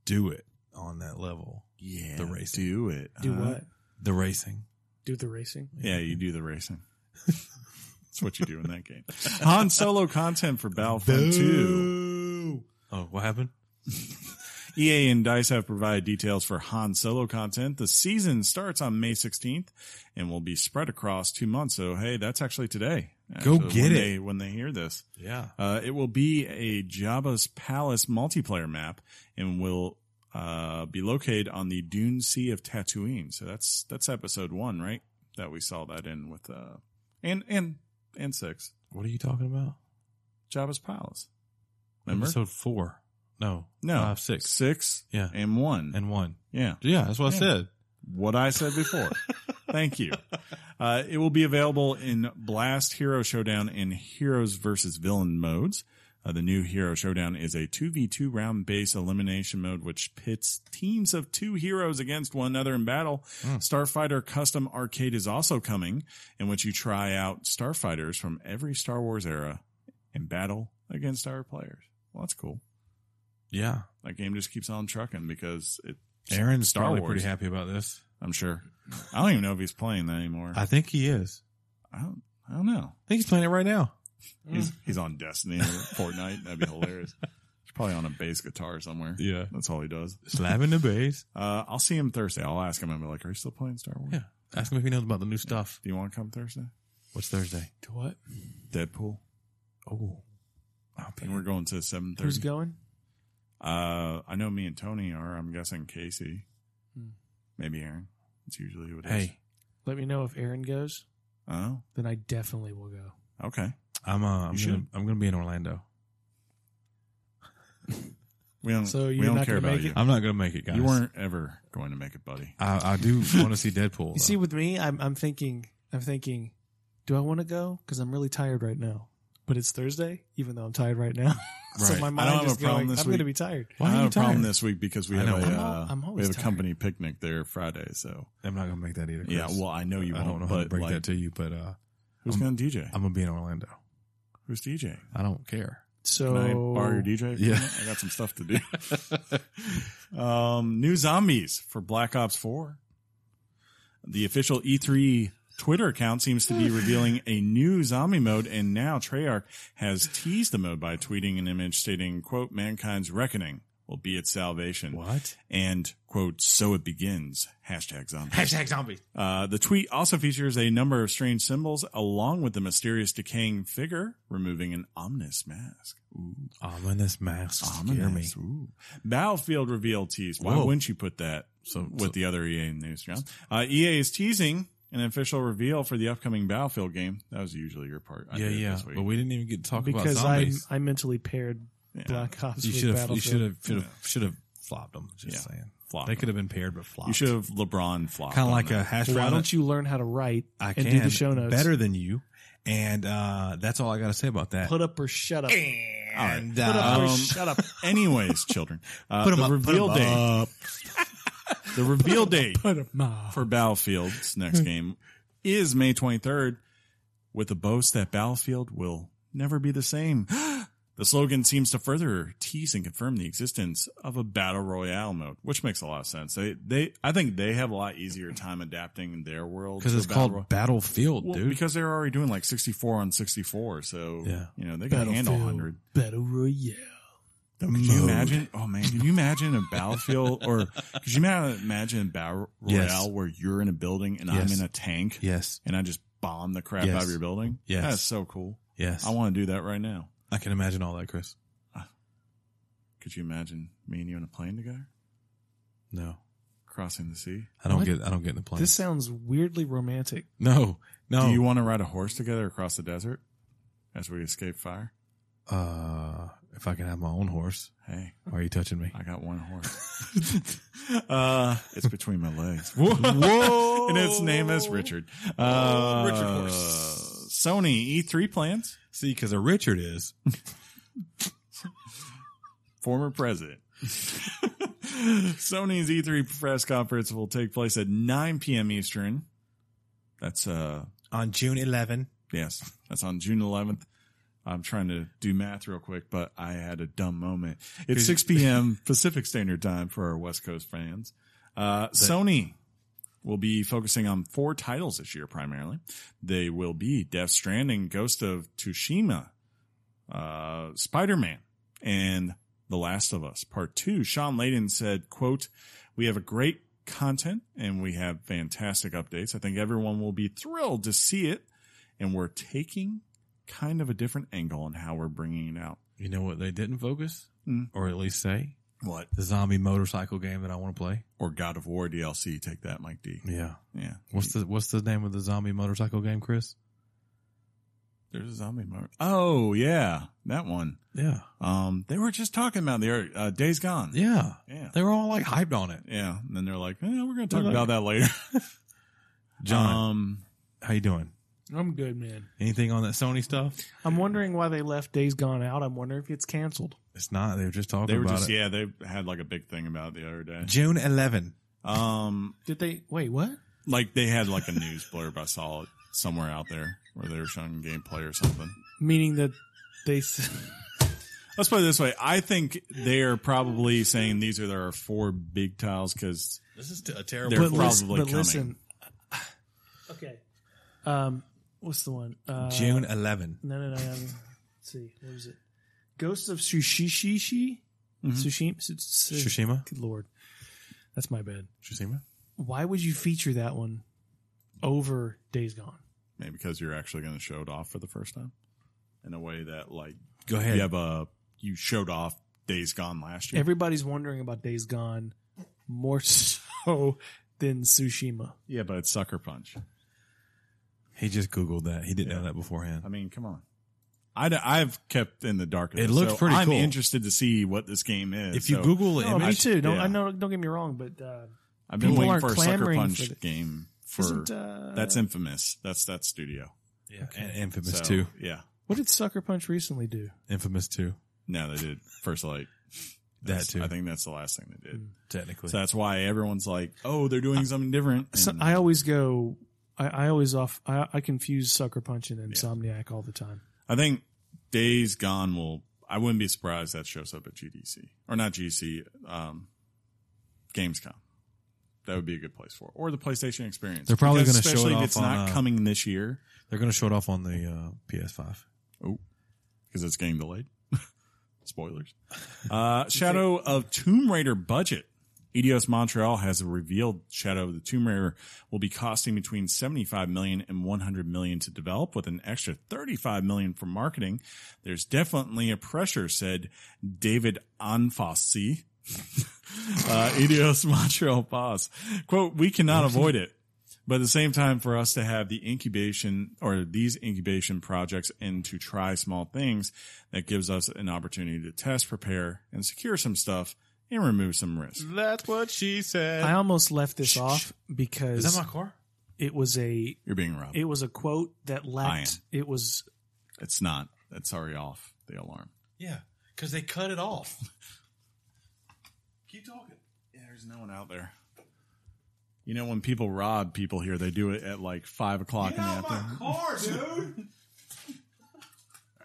Speaker 2: do it on that level.
Speaker 1: Yeah.
Speaker 2: The racing.
Speaker 1: Do it.
Speaker 3: Do
Speaker 1: huh?
Speaker 3: what?
Speaker 2: The racing.
Speaker 3: Do the racing.
Speaker 1: Yeah, you do the racing. That's what you do in that game. Han Solo content for Battlefront 2.
Speaker 2: Oh, what happened?
Speaker 1: EA E and DICE have provided details for Han Solo content. The season starts on May 16th and will be spread across two months. So, hey, that's actually today.
Speaker 2: Go
Speaker 1: Actually,
Speaker 2: get
Speaker 1: when
Speaker 2: it.
Speaker 1: They, when they hear this.
Speaker 2: Yeah.
Speaker 1: Uh, it will be a Jabba's Palace multiplayer map and will uh, be located on the Dune Sea of Tatooine. So that's that's episode one, right? That we saw that in with uh, and and and six
Speaker 2: What are you talking about?
Speaker 1: Jabba's Palace. Remember?
Speaker 2: Episode four. No.
Speaker 1: no,
Speaker 2: Five, uh, six.
Speaker 1: six,
Speaker 2: Yeah.
Speaker 1: and one,
Speaker 2: And one.
Speaker 1: yeah.
Speaker 2: Yeah, that's what
Speaker 1: Yeah.
Speaker 2: I said.
Speaker 1: what I said before. Thank you. Uh, it will be available in Blast Hero Showdown and Heroes versus Villain modes. Uh, the new Hero Showdown is a 2v2 round based elimination mode which pits teams of two heroes against one another in battle.
Speaker 2: Mm.
Speaker 1: Starfighter Custom Arcade is also coming, in which you try out starfighters from every Star Wars era and battle against our players. Well, that's cool.
Speaker 2: Yeah.
Speaker 1: That game just keeps on trucking because it,
Speaker 2: Aaron's
Speaker 1: Star
Speaker 2: probably
Speaker 1: Wars.
Speaker 2: pretty happy about this.
Speaker 1: I'm sure. I don't even know if he's playing that anymore.
Speaker 2: I think he is.
Speaker 1: I don't, I don't know.
Speaker 2: I think he's playing it right now.
Speaker 3: Hmm. Mm.
Speaker 1: He's he's on Destiny or Fortnite. That'd be hilarious. He's probably on a bass guitar somewhere.
Speaker 2: Yeah.
Speaker 1: That's all he does.
Speaker 2: Slapping the bass.
Speaker 1: Uh, I'll see him Thursday. I'll ask him. I'll be like, "Are you still playing Star Wars?"
Speaker 2: Yeah. Ask him if he knows about the new stuff.
Speaker 1: Do you want to come Thursday?
Speaker 2: What's Thursday?
Speaker 3: To what?
Speaker 1: Deadpool.
Speaker 2: Oh, I'll be
Speaker 1: And we're going to seven
Speaker 3: Who's
Speaker 1: thirty.
Speaker 3: going?
Speaker 1: Uh, I know me and Tony are. I'm guessing Casey,
Speaker 3: Hmm.
Speaker 1: maybe Aaron. It's usually who it is.
Speaker 2: Hey,
Speaker 3: Let me know if Aaron goes.
Speaker 1: Oh,
Speaker 3: Then I definitely will go.
Speaker 1: okay.
Speaker 2: I'm uh, I'm
Speaker 1: You
Speaker 2: gonna,
Speaker 1: should.
Speaker 2: I'm gonna be in Orlando.
Speaker 1: We don't.
Speaker 3: So
Speaker 1: we
Speaker 3: you're
Speaker 1: don't
Speaker 3: not
Speaker 1: care
Speaker 3: gonna
Speaker 1: about
Speaker 3: make
Speaker 1: you.
Speaker 3: it?
Speaker 2: I'm not gonna make it, Oh, guys.
Speaker 1: You weren't ever going to make it, buddy.
Speaker 2: I, I do want to see Deadpool.
Speaker 3: You see, with me, I'm, I'm thinking, I'm thinking, do I want to go? Because I'm really tired right now. But it's Thursday, even though I'm tired right now. so
Speaker 2: Right.
Speaker 3: my
Speaker 1: I don't
Speaker 3: mind
Speaker 1: have
Speaker 3: is
Speaker 1: a problem
Speaker 3: going,
Speaker 1: this
Speaker 3: I'm going to
Speaker 1: week.
Speaker 3: be tired.
Speaker 2: Why
Speaker 1: I
Speaker 2: are
Speaker 1: have
Speaker 2: you
Speaker 1: a problem
Speaker 2: tired?
Speaker 1: this week because we
Speaker 2: I
Speaker 1: have
Speaker 2: know.
Speaker 1: a
Speaker 2: I'm
Speaker 3: al-
Speaker 1: uh,
Speaker 3: I'm
Speaker 1: we
Speaker 3: always
Speaker 1: have a
Speaker 3: tired.
Speaker 1: company picnic there Friday. So
Speaker 2: I'm not gonna make that either. Chris.
Speaker 1: yeah, well I know you
Speaker 2: I
Speaker 1: won't.
Speaker 2: don't know
Speaker 1: but
Speaker 2: how to break
Speaker 1: like,
Speaker 2: that to you, but uh,
Speaker 1: who's
Speaker 2: I'm-
Speaker 1: going to DJ?
Speaker 2: I'm gonna be in Orlando.
Speaker 1: who's DJ?
Speaker 2: I don't care.
Speaker 3: So
Speaker 1: Can I borrow your DJ?
Speaker 2: Yeah.
Speaker 1: equipment? I got some stuff to do. um, new zombies for Black Ops 4. The official E3 Twitter account seems to be revealing a new zombie mode, and now Treyarch has teased the mode by tweeting an image stating, quote, mankind's reckoning will be its salvation.
Speaker 2: What?
Speaker 1: And, quote, so it begins, hashtag zombies.
Speaker 2: Hashtag zombies.
Speaker 1: Uh, the tweet also features a number of strange symbols, along with the mysterious decaying figure removing an ominous mask. Ooh.
Speaker 2: Ominous masks scare me.
Speaker 1: Ominous. Ooh. Battlefield reveal tease. Why
Speaker 2: Whoa.
Speaker 1: wouldn't you put that
Speaker 2: So
Speaker 1: with the other EA news, John? Uh, EA is teasing an official reveal for the upcoming Battlefield game. That was usually your part. I
Speaker 2: yeah,
Speaker 1: did it
Speaker 2: yeah.
Speaker 1: This week.
Speaker 2: But we didn't even get to talk about
Speaker 3: because I'm,
Speaker 2: zombies.
Speaker 3: I'm mentally paired
Speaker 1: Yeah.
Speaker 3: Black Ops
Speaker 2: you
Speaker 3: with
Speaker 2: should have. You
Speaker 3: Battlefield.
Speaker 2: should have. Should have. Should have flopped them. Just
Speaker 1: Yeah.
Speaker 2: saying.
Speaker 1: Flopped
Speaker 2: They
Speaker 1: them.
Speaker 2: could have been paired, but flopped.
Speaker 1: You should have LeBron flopped.
Speaker 2: Kind of
Speaker 1: on
Speaker 2: like
Speaker 1: that.
Speaker 2: a hash
Speaker 3: Well, why
Speaker 2: brown.
Speaker 3: don't you learn how to write
Speaker 2: I
Speaker 3: and
Speaker 2: can
Speaker 3: do the show notes?
Speaker 2: better than you, and uh, that's all I got to say about that.
Speaker 3: Put up or shut up.
Speaker 2: and uh, um,
Speaker 3: Put up or
Speaker 1: Um,
Speaker 3: shut up.
Speaker 1: Anyways, children, uh,
Speaker 2: Put 'em
Speaker 1: the
Speaker 2: up, put
Speaker 1: reveal
Speaker 2: 'em
Speaker 1: date. The reveal date
Speaker 3: Put up. Nah.
Speaker 1: for Battlefield's next game is May 23rd with a boast that Battlefield will never be the same. The slogan seems to further tease and confirm the existence of a battle royale mode, which makes a lot of sense. They, they, I think they have a lot easier time adapting their world
Speaker 2: because
Speaker 1: to
Speaker 2: it's
Speaker 1: a battle
Speaker 2: called
Speaker 1: roy-
Speaker 2: Battlefield,
Speaker 1: Well,
Speaker 2: dude.
Speaker 1: because they're already doing like 64 on 64, so
Speaker 2: Yeah.
Speaker 1: you know they can handle
Speaker 3: Battlefield
Speaker 1: 100.
Speaker 3: Battle Royale.
Speaker 2: the
Speaker 1: Could you imagine? Oh man, could you imagine a battlefield or could you ma- imagine a battle royale
Speaker 2: Yes.
Speaker 1: where you're in a building and
Speaker 2: Yes.
Speaker 1: I'm in a tank
Speaker 2: Yes,
Speaker 1: and I just bomb the crap
Speaker 2: Yes.
Speaker 1: out of your building?
Speaker 2: Yes.
Speaker 1: That's so cool.
Speaker 2: yes.
Speaker 1: I want to do that right now.
Speaker 2: I can imagine all that, Chris.
Speaker 1: Could you imagine me and you on a plane together
Speaker 2: No,
Speaker 1: crossing the sea?
Speaker 2: I don't
Speaker 3: What?
Speaker 2: get. I don't get in the plane.
Speaker 3: This sounds weirdly romantic.
Speaker 2: no, no.
Speaker 1: Do you want to ride a horse together across the desert as we escape fire?
Speaker 2: uh, if I can have my own horse,
Speaker 1: Hey,
Speaker 2: why are you touching me?
Speaker 1: I got one horse. uh, it's between my legs.
Speaker 2: Whoa!
Speaker 1: And its name is Richard.
Speaker 2: Oh,
Speaker 1: Uh,
Speaker 2: Richard Horse.
Speaker 1: Sony E E3 plans.
Speaker 2: See, because a Richard is
Speaker 1: former president. Sony's E3 press conference will take place at 9 p.m. Eastern. That's uh
Speaker 2: on June 11.
Speaker 1: yes, that's on June 11th. I'm trying to do math real quick, but I had a dumb moment. It's 6 p.m. Pacific Standard Time for our West Coast fans. Uh, Sony will be focusing on four titles this year primarily. They will be Death Stranding, Ghost of Tsushima, uh, Spider-Man, and The Last of Us Part 2. Sean Layden said, quote, we have a great content and we have fantastic updates. I think everyone will be thrilled to see it. And we're taking kind of a different angle on how we're bringing it out.
Speaker 2: You know what they didn't focus,
Speaker 1: Hmm.
Speaker 2: or at least say
Speaker 1: What?
Speaker 2: the zombie motorcycle game that I want to play.
Speaker 1: Or God of War DLC. Take that, Mike D.
Speaker 2: Yeah.
Speaker 1: Yeah.
Speaker 2: What's the What's the name of the zombie motorcycle game, Chris?
Speaker 1: There's a zombie mode. Oh, yeah. That one.
Speaker 2: Yeah.
Speaker 1: Um, they were just talking about the uh, Days Gone.
Speaker 2: Yeah.
Speaker 1: Yeah.
Speaker 2: They were all like hyped on it.
Speaker 1: Yeah. And then they're like, eh, we're going to talk
Speaker 2: They're like-
Speaker 1: about that later.
Speaker 2: John,
Speaker 1: Um,
Speaker 2: how you doing?
Speaker 3: I'm good, man.
Speaker 2: Anything on that Sony stuff?
Speaker 3: I'm wondering why they left Days Gone out. I'm wondering if it's canceled.
Speaker 2: It's not. They were just talking
Speaker 1: they were
Speaker 2: about
Speaker 1: just,
Speaker 2: it.
Speaker 1: yeah, they had like a big thing about it the other day.
Speaker 2: June 11.
Speaker 1: Um,
Speaker 3: Did they? Wait, what?
Speaker 1: like they had like a news blurb. I saw it somewhere out there where they were showing gameplay or something.
Speaker 3: Meaning that they s-
Speaker 1: Let's put it this way. I think they are probably saying these are their four big tiles because
Speaker 2: This is a terrible.
Speaker 1: They're
Speaker 3: but listen,
Speaker 1: probably
Speaker 3: but
Speaker 1: coming.
Speaker 3: listen. Okay. Um, what's the one? Uh,
Speaker 2: June 11.
Speaker 3: No, no, no. no. Let's see, what is it? Ghost of Tsushishi?
Speaker 1: Mhm.
Speaker 3: Tsushima? Tsu- tsu-
Speaker 2: Tsushima.
Speaker 3: Good lord, that's my bad.
Speaker 2: Tsushima.
Speaker 3: Why would you feature that one over Days Gone.
Speaker 1: Maybe because you're actually going to show it off for the first time in a way that like
Speaker 2: Go ahead.
Speaker 1: you have a you showed off Days Gone last year.
Speaker 3: Everybody's wondering about Days Gone more so than Tsushima.
Speaker 1: yeah, but it's Sucker Punch.
Speaker 2: He just Googled that. He didn't
Speaker 1: Yeah.
Speaker 2: know that beforehand.
Speaker 1: I mean, come on. I d- I've kept in the dark. of
Speaker 2: It
Speaker 1: this,
Speaker 2: looks
Speaker 1: so
Speaker 2: pretty
Speaker 1: I'm
Speaker 2: cool.
Speaker 1: interested to see what this game is.
Speaker 2: if you
Speaker 1: so Oh,
Speaker 2: Google it,
Speaker 3: No, me
Speaker 1: I-
Speaker 3: too. Don't,
Speaker 1: yeah.
Speaker 3: I know. Don't get me wrong, but uh,
Speaker 1: I've been
Speaker 3: people
Speaker 1: waiting
Speaker 3: aren't
Speaker 1: for a Sucker
Speaker 3: clamoring
Speaker 1: Punch
Speaker 3: for the-
Speaker 1: game for
Speaker 3: isn't uh,
Speaker 1: that's infamous. That's that studio.
Speaker 2: yeah, and Infamous
Speaker 1: So,
Speaker 2: Two,
Speaker 1: Yeah.
Speaker 3: what did Sucker Punch recently do?
Speaker 2: Infamous Two,
Speaker 1: No, they did First Light.
Speaker 2: that
Speaker 1: That's-
Speaker 2: too.
Speaker 1: I think that's the last thing they did.
Speaker 2: technically,
Speaker 1: So that's why everyone's like, "Oh, they're doing something different."
Speaker 3: So
Speaker 1: and-
Speaker 3: I always go. I, I always off. I, I confuse Sucker Punch and Insomniac all the time.
Speaker 1: I think Days Gone will. I wouldn't be surprised that shows up at GDC or not GDC, um, Gamescom. That would be a good place for, it. or the PlayStation Experience.
Speaker 2: They're probably
Speaker 1: Because
Speaker 2: gonna show it
Speaker 1: especially if
Speaker 2: off
Speaker 1: it's
Speaker 2: on,
Speaker 1: not
Speaker 2: uh,
Speaker 1: coming this year
Speaker 2: they're going to show it off on the uh, PS5.
Speaker 1: because it's getting delayed. Spoilers. Uh, Shadow of Tomb Raider budget. EDOS E Montreal has revealed Shadow of the Tomb Raider will be costing between 75 million and 100 million to develop with an extra 35 million for marketing. There's definitely a pressure, said David Anfossi, uh, EDOS Montreal boss. Quote, we cannot avoid it. But at the same time, for us to have the incubation or these incubation projects and to try small things, that gives us an opportunity to test, prepare, and secure some stuff and remove some risk.
Speaker 2: That's what she said.
Speaker 3: I almost left this
Speaker 2: Shh, shh.
Speaker 3: off
Speaker 2: Is that
Speaker 3: because
Speaker 2: my car?
Speaker 3: it was a
Speaker 1: You're being robbed.
Speaker 3: it was a quote that lacked. It was
Speaker 1: it's not. It's already off the alarm.
Speaker 2: Yeah, because they cut it off.
Speaker 1: Keep talking. Yeah, there's no one out there. You know, when people rob people here, they do it at like five o'clock in the afternoon.
Speaker 2: car,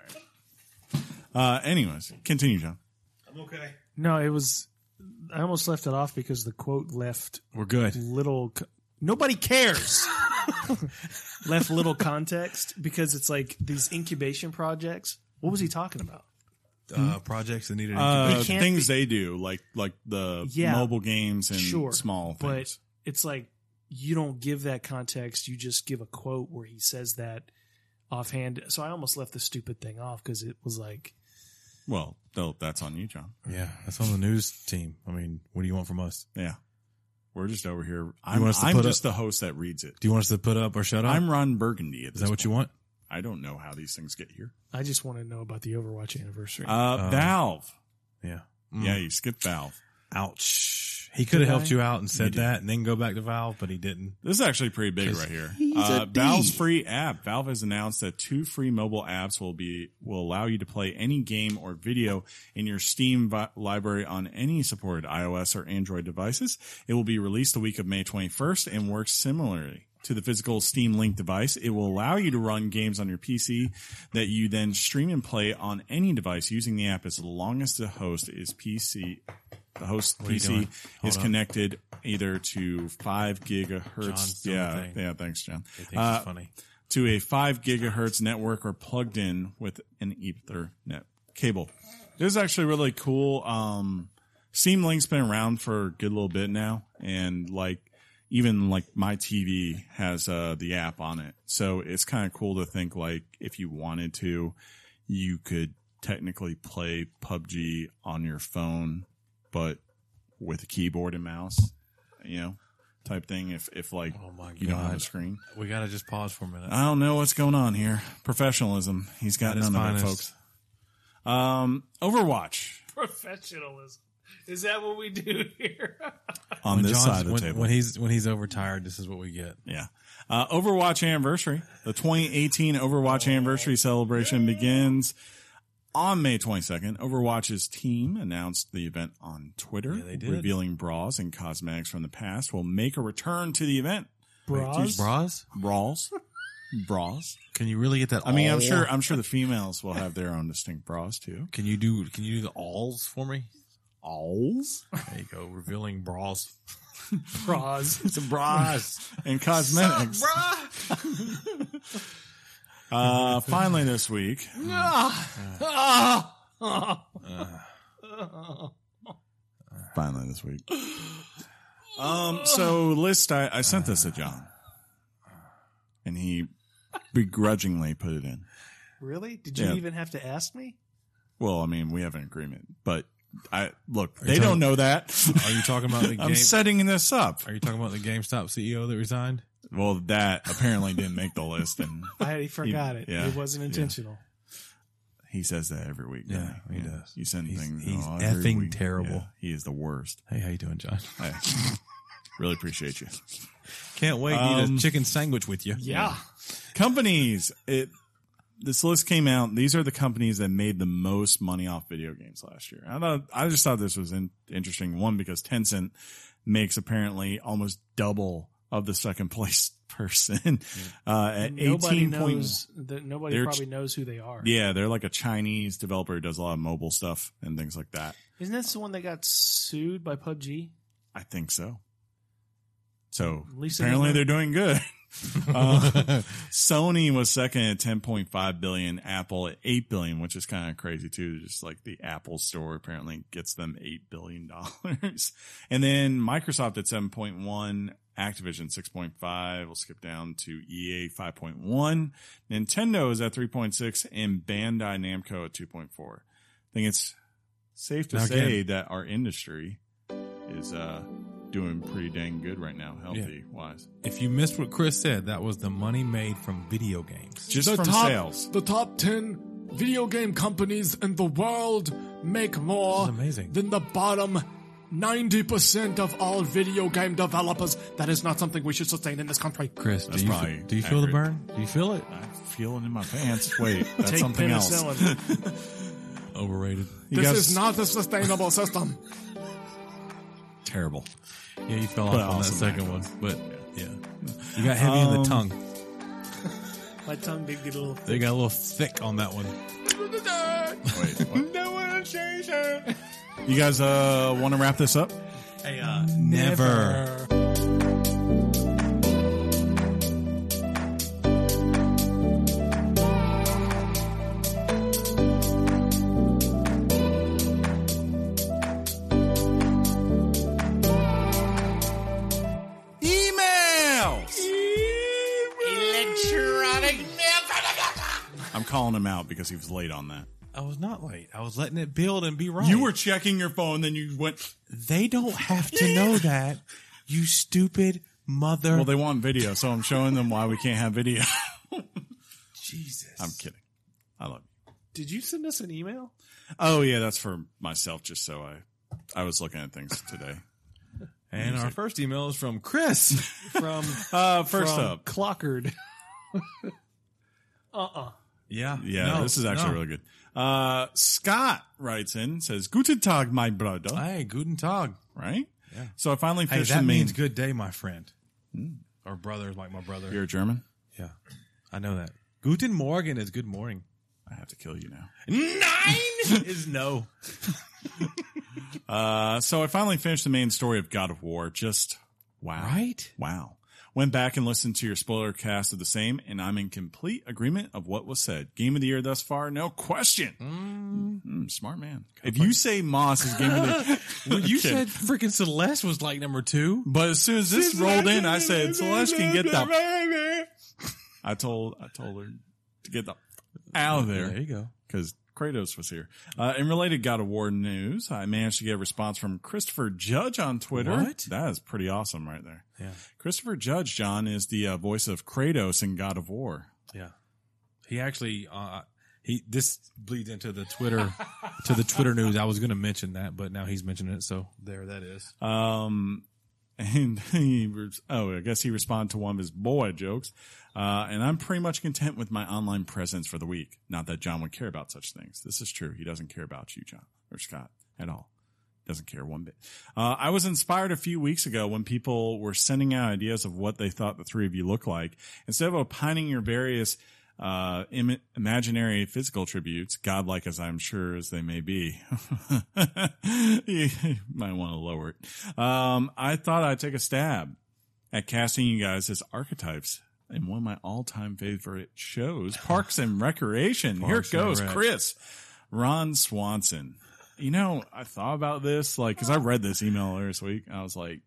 Speaker 2: dude.
Speaker 1: Uh, anyways, continue, John.
Speaker 2: I'm okay.
Speaker 3: no. It was. I almost left it off because the quote left
Speaker 2: We're good.
Speaker 3: little co- nobody cares left little context because it's like these incubation projects what was he talking about
Speaker 2: Uh, projects that needed.
Speaker 1: Uh,
Speaker 3: It can't
Speaker 1: things they do, like like the
Speaker 3: Yeah.
Speaker 1: mobile games and
Speaker 3: Sure,
Speaker 1: small
Speaker 3: but
Speaker 1: things.
Speaker 3: it's like you don't give that context you just give a quote where he says that offhand so i almost left the stupid thing off because it was like
Speaker 1: well, though, that's on you, John.
Speaker 2: yeah, that's on the news team. I mean, what do you want from us?
Speaker 1: Yeah, we're just over here. I'm,
Speaker 2: want us to
Speaker 1: I'm
Speaker 2: put
Speaker 1: just the host that reads it.
Speaker 2: Do you want us to put up or shut up?
Speaker 1: I'm Ron Burgundy. At
Speaker 2: Is
Speaker 1: this
Speaker 2: that what you want?
Speaker 1: I don't know how these things get here.
Speaker 3: i just want to know about the overwatch anniversary
Speaker 1: Uh, Valve.
Speaker 2: Yeah.
Speaker 1: Yeah,
Speaker 2: Mm.
Speaker 1: you skipped Valve.
Speaker 2: Ouch. He could have helped
Speaker 3: I?
Speaker 2: you out and said
Speaker 1: did.
Speaker 2: that and then go back to Valve, but he didn't.
Speaker 1: This is actually pretty big right here. Uh, Valve's free app. Valve has announced that two free mobile apps will be will allow you to play any game or video in your Steam vi- library on any supported iOS or Android devices. It will be released the week of May 21st and works similarly to the physical Steam Link device. It will allow you to run games on your PC that you then stream and play on any device using the app as long as the host is PC. The host
Speaker 2: are you
Speaker 1: PC
Speaker 2: doing?
Speaker 1: is
Speaker 2: Hold on.
Speaker 1: connected either to five gigahertz.
Speaker 2: John's doing
Speaker 1: yeah,
Speaker 2: the thing.
Speaker 1: yeah. Thanks, John.
Speaker 2: He thinks
Speaker 1: Uh,
Speaker 2: it's funny.
Speaker 1: to a five gigahertz network or plugged in with an Ethernet cable. This is actually really cool. Um, Steam Link's been around for a good little bit now, and like even like my TV has uh, the app on it, so it's kind of cool to think like if you wanted to, you could technically play PUBG on your phone, but with a keyboard and mouse, you know, type thing. If if like
Speaker 2: Oh my
Speaker 1: you don't have a
Speaker 2: God.
Speaker 1: screen.
Speaker 2: We got to just pause for a minute.
Speaker 1: I don't know what's going on here. Professionalism. He's got
Speaker 2: At his
Speaker 1: none of it,
Speaker 2: finest.
Speaker 1: folks. Um, Overwatch
Speaker 3: professionalism is that what we do here
Speaker 1: on
Speaker 2: When
Speaker 1: this
Speaker 2: John's-
Speaker 1: side of the
Speaker 2: when,
Speaker 1: table.
Speaker 2: When he's, when he's overtired, this is what we get.
Speaker 1: yeah. Uh, Overwatch anniversary. The 2018 Overwatch anniversary celebration begins on May 22nd. Overwatch's team announced the event on Twitter,
Speaker 2: Yeah, they did.
Speaker 1: revealing bras and cosmetics from the past will make a return to the event.
Speaker 3: bras
Speaker 2: Bras?
Speaker 1: Bras. Bras.
Speaker 2: Can you really get that?
Speaker 1: I mean, I'm
Speaker 2: all?
Speaker 1: sure, I'm sure the females will have their own distinct bras too.
Speaker 2: Can you do? Can you do the alls for me?
Speaker 1: Alls?
Speaker 2: There you go. Revealing bras.
Speaker 3: bras
Speaker 2: Some bras.
Speaker 1: and cosmetics. uh, finally this week, Uh. finally this week. Um, so list, I, I sent this to John. and he begrudgingly put it in.
Speaker 3: Really? Did you
Speaker 1: Yeah.
Speaker 3: even have to ask me?
Speaker 1: Well, I mean, we have an agreement, but I look,
Speaker 2: you
Speaker 1: they don't
Speaker 2: talking-
Speaker 1: know that.
Speaker 2: Are you talking about the game?
Speaker 1: I'm setting this up.
Speaker 2: are you talking about the GameStop CEO that resigned?
Speaker 1: Well, that apparently didn't make the list, and
Speaker 3: I already forgot it.
Speaker 1: yeah.
Speaker 3: It wasn't intentional.
Speaker 1: he says that every week.
Speaker 2: Yeah,
Speaker 1: doesn't
Speaker 2: he does.
Speaker 1: You send
Speaker 2: He's-
Speaker 1: things.
Speaker 2: he's
Speaker 1: oh, every
Speaker 2: effing
Speaker 1: week.
Speaker 2: terrible.
Speaker 1: Yeah, he is the worst.
Speaker 2: Hey, how you doing, John?
Speaker 1: I really appreciate you.
Speaker 2: Can't wait to eat
Speaker 1: Um,
Speaker 2: a chicken sandwich with you.
Speaker 3: Yeah.
Speaker 1: companies. It this list came out. These are the companies that made the most money off video games last year. I thought I just thought this was in, interesting. One because Tencent makes apparently almost double of the second place person uh, at
Speaker 3: Nobody
Speaker 1: eighteen point.
Speaker 3: knows that nobody
Speaker 1: They're
Speaker 3: probably knows who they are.
Speaker 1: Yeah, they're like a Chinese developer who does a lot of mobile stuff and things like that.
Speaker 3: Isn't this the one that got sued by PUBG?
Speaker 1: I think so. So
Speaker 3: At least
Speaker 1: apparently
Speaker 3: they're.
Speaker 1: they're doing good. Uh, Sony was second at 10.5 billion, Apple at 8 billion, which is kind of crazy too. Just like the Apple store apparently gets them 8 billion dollars. And then Microsoft at 7.1, Activision 6.5, we'll skip down to E EA 5.1, Nintendo is at 3.6 and Bandai Namco at 2.4. I think it's safe to
Speaker 2: Now,
Speaker 1: say
Speaker 2: again-
Speaker 1: that our industry is uh doing pretty dang good right now, healthy wise.
Speaker 2: If you missed what Chris said, that was the money made from video games.
Speaker 1: Just from sales.
Speaker 5: The top 10 video game companies in the world make more
Speaker 2: This is amazing.
Speaker 5: than the bottom 90% of all video game developers. That is not something we should sustain in this country.
Speaker 2: Chris, do
Speaker 1: That's
Speaker 2: you,
Speaker 1: probably
Speaker 2: do you feel the
Speaker 1: accurate.
Speaker 2: burn? Do you feel it?
Speaker 1: I feel it in my pants. Wait, that's
Speaker 3: Take
Speaker 1: something else.
Speaker 3: penicillin.
Speaker 2: Overrated.
Speaker 1: You
Speaker 5: this
Speaker 1: guys-
Speaker 5: is not a sustainable system.
Speaker 1: terrible.
Speaker 2: Yeah, you fell off
Speaker 1: But
Speaker 2: on that
Speaker 1: awesome
Speaker 2: second one,
Speaker 1: background.
Speaker 2: but yeah, you got heavy in
Speaker 1: Um,
Speaker 2: the tongue.
Speaker 3: My tongue did get a little.
Speaker 2: They got a little thick on that one.
Speaker 1: Wait, what? you guys uh, want to wrap this up?
Speaker 2: Hey, uh, never.
Speaker 1: Emails.
Speaker 6: Electronic
Speaker 1: I'm calling him out because he was late on that.
Speaker 2: I was not late. I was letting it build and be right.
Speaker 1: You were checking your phone, then you went.
Speaker 2: They don't have to know that. You stupid mother.
Speaker 1: Well, they want video, so I'm showing them why we can't have video.
Speaker 2: Jesus.
Speaker 1: I'm kidding. I love you.
Speaker 3: Did you send us an email?
Speaker 1: Oh yeah, that's for myself. Just so I, I was looking at things today.
Speaker 2: And our first email is from Chris.
Speaker 3: From
Speaker 1: Uh, first
Speaker 3: from
Speaker 1: up,
Speaker 3: Clockard. uh uh
Speaker 2: Yeah.
Speaker 1: yeah,
Speaker 2: No,
Speaker 1: this is actually
Speaker 2: no.
Speaker 1: really good. Uh, Scott writes in says, "Guten Tag, my brother."
Speaker 2: Hey, guten tag.
Speaker 1: right?
Speaker 2: Yeah.
Speaker 1: So I finally
Speaker 2: Hey,
Speaker 1: fished
Speaker 2: that Hmm.
Speaker 1: the main.
Speaker 2: means good day, my friend. Or brother, like my brother.
Speaker 1: You're German.
Speaker 2: yeah. I know that. Guten Morgen is good morning.
Speaker 1: I have to kill you now.
Speaker 2: Nine is no.
Speaker 1: Uh, so I finally finished the main story of God of War. Just wow,
Speaker 2: Right?
Speaker 1: Wow. Went back and listened to your spoiler cast of the same, and I'm in complete agreement of what was said. Game of the year thus far, no question. Mm, smart man. If you say Moss is game of the,
Speaker 2: Well, you
Speaker 1: Okay.
Speaker 2: said freaking Celeste was like number two.
Speaker 1: but as soon as this rolled in, I said Celeste can get the. I told I told her to get the out of there.
Speaker 2: Oh, There you go.
Speaker 1: because Kratos was here. Uh, in related God of War news, I managed to get a response from Christopher Judge on Twitter.
Speaker 2: What?
Speaker 1: That is pretty awesome right there.
Speaker 2: Yeah.
Speaker 1: Christopher Judge, John, is the uh, voice of Kratos in God of War.
Speaker 2: Yeah. He actually, uh, he, this bleeds into the Twitter, to the Twitter news. I was going to mention that, but now he's mentioning it. So there that is.
Speaker 1: Um, and he, res- oh, I guess he responded to one of his boy jokes. Uh, and I'm pretty much content with my online presence for the week. Not that John would care about such things. This is true. He doesn't care about you, John or Scott at all. Doesn't care one bit. Uh, I was inspired a few weeks ago when people were sending out ideas of what they thought the three of you look like. Instead of opining your various uh, Im- imaginary physical tributes, godlike as I'm sure as they may be. you might want to lower it. Um, I thought I'd take a stab at casting you guys as archetypes in one of my all-time favorite shows, Parks and Recreation.
Speaker 2: Parks
Speaker 1: Here it
Speaker 2: and
Speaker 1: goes,
Speaker 2: Rec.
Speaker 1: Chris, Ron Swanson. You know, I thought about this, like, cause I read this email earlier this week. I was like,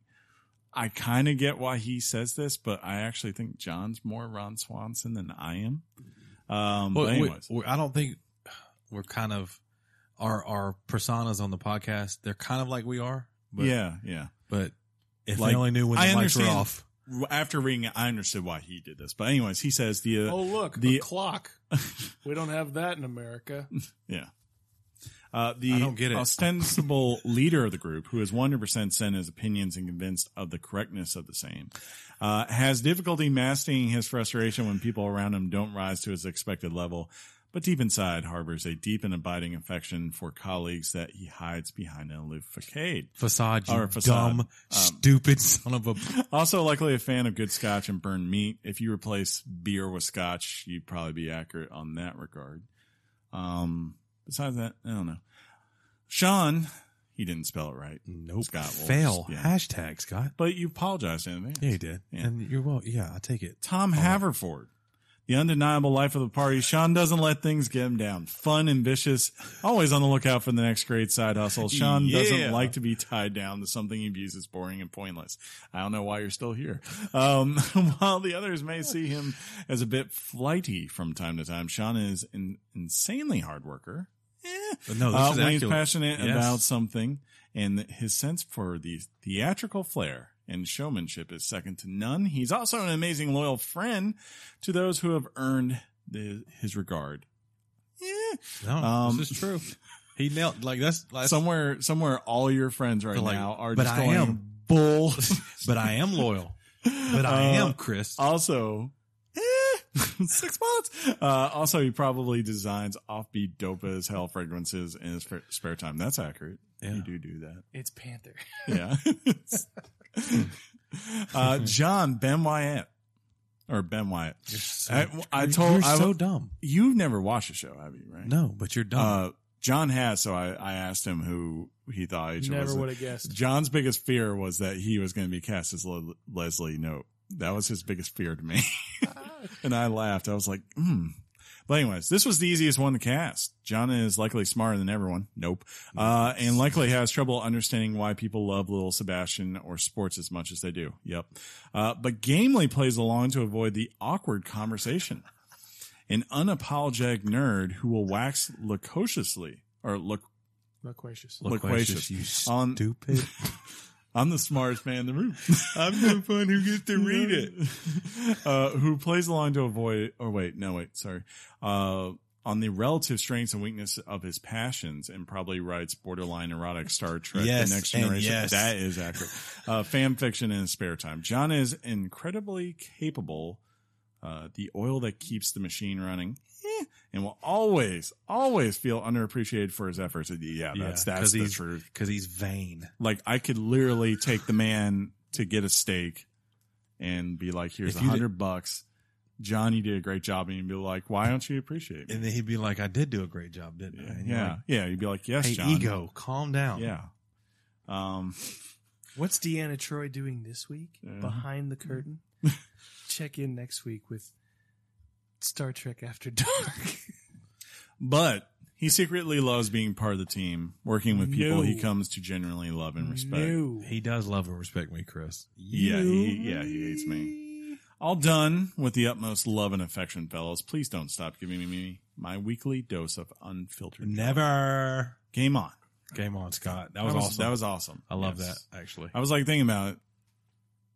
Speaker 1: I kind of get why he says this, but I actually think John's more Ron Swanson than I am. Um, but
Speaker 2: Well, we-
Speaker 1: anyways,
Speaker 2: we- I don't think we're kind of our our personas on the podcast. They're kind of like we are, but,
Speaker 1: yeah, yeah.
Speaker 2: But if
Speaker 1: Like,
Speaker 2: they only knew when the
Speaker 1: I
Speaker 2: lights were
Speaker 1: understand.
Speaker 2: off,
Speaker 1: After reading it, I understood why he did this. But anyways, he says the uh,
Speaker 3: Oh look,
Speaker 1: the-
Speaker 3: the clock. we don't have that in America.
Speaker 1: yeah. Uh, the
Speaker 2: I don't get it.
Speaker 1: ostensible leader of the group, who is 100% sent his opinions and convinced of the correctness of the same, uh, has difficulty masking his frustration when people around him don't rise to his expected level, but deep inside harbors a deep and abiding affection for colleagues that he hides behind an aloof facade.
Speaker 2: facade, you
Speaker 1: Or facade.
Speaker 2: dumb,
Speaker 1: Um,
Speaker 2: stupid son of a.
Speaker 1: Also, likely a fan of good scotch and burned meat. If you replace beer with scotch, you'd probably be accurate on that regard. Um, besides that, I don't know. Sean, he didn't spell it right,
Speaker 2: Nope.
Speaker 1: Scott Wolf,
Speaker 2: Fail.
Speaker 1: yeah.
Speaker 2: Hashtag Scott.
Speaker 1: but you apologized in advance.
Speaker 2: Yeah, you did.
Speaker 1: Yeah.
Speaker 2: And you're well. Yeah, I take it.
Speaker 1: Tom Haverford, the undeniable life of the party. Sean doesn't let things get him down. Fun and vicious, always on the lookout for the next great side hustle. Sean doesn't
Speaker 2: Yeah.
Speaker 1: like to be tied down to something he views as boring and pointless. I don't know why you're still here. Um, while the others may see him as a bit flighty from time to time, Sean is an insanely hard worker. Eh,
Speaker 2: But no, Oh, this
Speaker 1: uh,
Speaker 2: is
Speaker 1: when he's
Speaker 2: accurate.
Speaker 1: passionate
Speaker 2: Yes.
Speaker 1: about something, and his sense for the theatrical flair and showmanship is second to none. He's also an amazing loyal friend to those who have earned the, his regard. Yeah.
Speaker 2: No,
Speaker 1: Um,
Speaker 2: this is true. He nailed like that's like
Speaker 1: somewhere, somewhere, all your friends right
Speaker 2: but like,
Speaker 1: now are
Speaker 2: but
Speaker 1: just
Speaker 2: I
Speaker 1: going.
Speaker 2: am bull. but I am loyal. But I
Speaker 1: Uh,
Speaker 2: am Chris.
Speaker 1: Also, eh, six months. Uh, also, he probably designs offbeat, dope as hell fragrances in his fa- spare time. That's accurate.
Speaker 2: Yeah.
Speaker 1: You do do that.
Speaker 3: It's Panther.
Speaker 1: Yeah. uh, John Ben Wyatt or Ben Wyatt.
Speaker 2: You're so,
Speaker 1: I- I
Speaker 2: you're-
Speaker 1: told-
Speaker 2: you're
Speaker 1: I-
Speaker 2: so dumb.
Speaker 1: You've never watched the show, have you? Right.
Speaker 2: No, but you're dumb.
Speaker 1: Uh, John has. So I, I asked him who he thought Agent
Speaker 3: Never
Speaker 1: was.
Speaker 3: would have guessed.
Speaker 1: John's biggest fear was that he was going to be cast as Le- Leslie Nope. That was his biggest fear to me. and I laughed. I was like, hmm. But anyways, this was the easiest one to cast. John is likely smarter than everyone. Nope. Uh, and likely has trouble understanding why people love little Sebastian or sports as much as they do. Yep. Uh, but gamely plays along to avoid the awkward conversation. An unapologetic nerd who will wax locatiously or look
Speaker 3: Loquacious.
Speaker 1: loquacious.
Speaker 2: You
Speaker 1: On-
Speaker 2: stupid.
Speaker 1: I'm the smartest man in the room. I'm the one who gets to
Speaker 2: read it.
Speaker 1: Uh, who plays along to avoid, or wait, no, wait, sorry. Uh, on the relative strengths and weakness of his passions and probably writes borderline erotic Star Trek,
Speaker 2: Yes,
Speaker 1: the next
Speaker 2: and
Speaker 1: generation.
Speaker 2: yes.
Speaker 1: That is accurate. Uh, fan fiction in his spare time. John is incredibly capable. Uh, the oil that keeps the machine running. eh, And will always, always feel underappreciated for his efforts. Yeah,
Speaker 2: Yeah,
Speaker 1: that's
Speaker 2: 'cause
Speaker 1: that's the
Speaker 2: he's-
Speaker 1: truth
Speaker 2: Because he's vain.
Speaker 1: like I could literally take the man to get a steak and be like, here's a
Speaker 2: If you
Speaker 1: hundred bucks. John, you did a great job. And you'd be like, why don't you appreciate me?
Speaker 2: And then he'd be like, I did do a great job, didn't I?
Speaker 1: yeah.
Speaker 2: And you're
Speaker 1: Yeah.
Speaker 2: like,
Speaker 1: yeah. You'd be like, yes,
Speaker 2: hey,
Speaker 1: John.
Speaker 2: ego, calm down.
Speaker 1: Yeah. Um,
Speaker 3: What's Deanna Troy doing this week?
Speaker 1: Yeah.
Speaker 3: Behind the curtain. Check in next week with Star Trek After Dark.
Speaker 1: but he secretly loves being part of the team, working with people
Speaker 3: No.
Speaker 1: he comes to generally love and respect.
Speaker 3: No.
Speaker 2: He does love and respect me, Chris.
Speaker 1: Yeah, he, yeah, he hates me. All done with the utmost love and affection, fellows. Please don't stop giving me my weekly dose of unfiltered.
Speaker 2: Never.
Speaker 1: Game on.
Speaker 2: Game on, Scott. That was, awesome.
Speaker 1: That was awesome.
Speaker 2: I love
Speaker 1: Yes.
Speaker 2: that, actually.
Speaker 1: I was like thinking about it.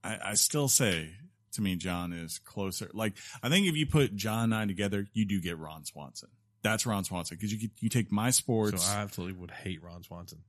Speaker 1: I, I still say to me, John is closer. Like I think if you put John and I together, you do get Ron Swanson. That's Ron Swanson because you get- you take my
Speaker 2: So
Speaker 1: sports.
Speaker 2: I absolutely would hate Ron Swanson.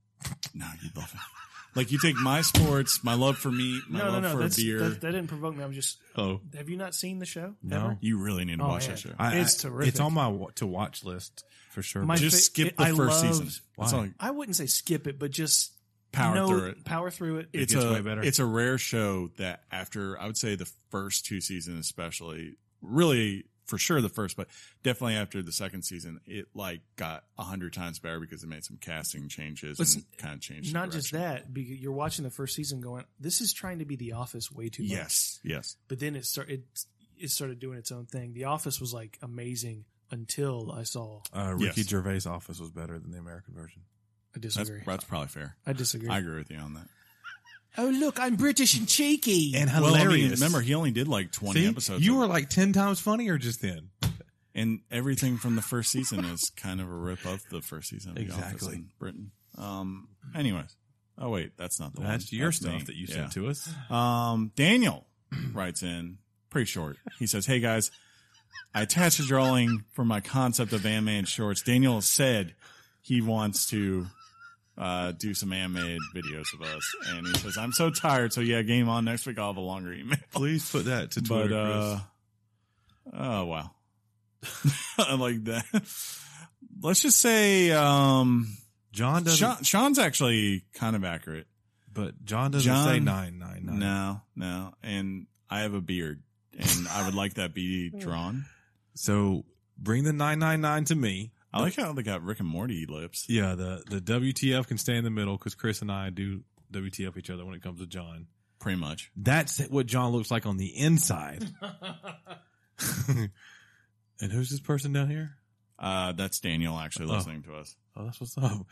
Speaker 1: no, you love it. Like you take my sports, my love for meat, my
Speaker 3: No, no,
Speaker 1: love
Speaker 3: no.
Speaker 1: for
Speaker 3: That's,
Speaker 1: beer.
Speaker 3: that, that didn't provoke me. I'm just.
Speaker 1: oh,
Speaker 3: Have you not seen the show?
Speaker 2: No.
Speaker 3: Ever?
Speaker 1: you really need to
Speaker 3: Oh,
Speaker 1: watch
Speaker 3: man.
Speaker 1: that show.
Speaker 2: I,
Speaker 3: It's
Speaker 2: I-
Speaker 3: terrific.
Speaker 2: It's on my wa- to watch list for sure.
Speaker 3: My
Speaker 1: Just
Speaker 3: fa-
Speaker 1: skip
Speaker 3: it-
Speaker 1: the
Speaker 3: I
Speaker 1: first
Speaker 3: loved-
Speaker 1: season. That's
Speaker 2: Why?
Speaker 1: all.
Speaker 3: I wouldn't say skip it, but just
Speaker 1: Power
Speaker 3: know-
Speaker 1: through it.
Speaker 3: Power through it.
Speaker 1: It's
Speaker 2: gets
Speaker 1: a
Speaker 2: way better.
Speaker 1: it's a rare show that after I would say the first two seasons, especially, really for sure the first, but definitely after the second season, it like got a hundred times better because it made some casting changes
Speaker 3: It's
Speaker 1: and kind of changed. the
Speaker 3: Not just
Speaker 1: direction.
Speaker 3: that. be- You're watching the first season, going, "This is trying to be The Office way too much."
Speaker 1: Yes, yes,
Speaker 3: But then it started. It started doing its own thing. The Office was like amazing until I saw.
Speaker 2: uh, Ricky
Speaker 1: Yes.
Speaker 2: Gervais' office was better than the American version.
Speaker 3: I
Speaker 1: that's
Speaker 3: disagree.
Speaker 1: that's probably fair.
Speaker 3: I disagree.
Speaker 1: I agree with you on that.
Speaker 3: Oh, look, I'm British and cheeky.
Speaker 2: and
Speaker 1: Well, I mean,
Speaker 2: hilarious.
Speaker 1: remember, he only did like 20
Speaker 2: See,
Speaker 1: episodes.
Speaker 2: you
Speaker 1: of
Speaker 2: were
Speaker 1: it.
Speaker 2: like ten times funnier just then.
Speaker 1: and everything from the first season is kind of a rip of the first season of The Office
Speaker 2: Exactly.
Speaker 1: in Britain. Um, anyways, oh wait, that's not the one.
Speaker 2: That's your stuff
Speaker 1: me.
Speaker 2: that you
Speaker 1: Yeah.
Speaker 2: sent to us.
Speaker 1: Um, Daniel writes in pretty short. He says, "Hey guys, I attached a drawing for my concept of anime in shorts. Daniel said he wants to uh, do some animated videos of us, and he says I'm so tired. So yeah, game on next week. I'll have a longer email.
Speaker 2: Please put that to
Speaker 1: but
Speaker 2: Twitter,
Speaker 1: uh,
Speaker 2: Chris.
Speaker 1: oh wow, I like that. Let's just say um,
Speaker 2: John doesn't.
Speaker 1: Sean, Sean's actually kind of accurate.
Speaker 2: but John doesn't say
Speaker 1: John-
Speaker 2: nine nine nine.
Speaker 1: No, no. And I have a beard, and I would like that be drawn.
Speaker 2: So bring the nine nine nine to me.
Speaker 1: I like how they got Rick and Morty lips.
Speaker 2: Yeah, the the WTF can stay in the middle because Chris and I do WTF each other when it comes to John.
Speaker 1: Pretty much.
Speaker 2: That's what John looks like on the inside. and who's this person down here?
Speaker 1: Uh, that's Daniel actually
Speaker 2: Oh.
Speaker 1: listening to us.
Speaker 2: Oh, that's what's up.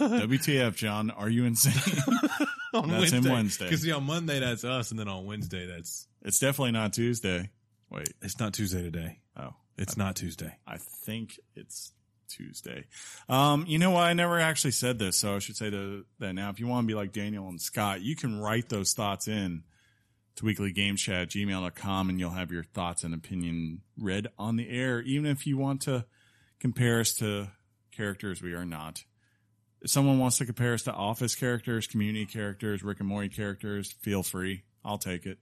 Speaker 1: WTF, John? Are you insane?
Speaker 2: on
Speaker 1: That's him Wednesday.
Speaker 2: Because on Monday that's us, and then on Wednesday that's
Speaker 1: it's definitely not Tuesday. Wait.
Speaker 2: it's not Tuesday today.
Speaker 1: Oh,
Speaker 2: It's not Tuesday.
Speaker 1: I think it's Tuesday. Um, you know what? I never actually said this, so I should say to, that now. If you want to be like Daniel and Scott, you can write those thoughts in to weeklygamechat at gmail.com and you'll have your thoughts and opinion read on the air, even if you want to compare us to characters we are not. If someone wants to compare us to office characters, community characters, Rick and Morty characters, feel free. I'll take it.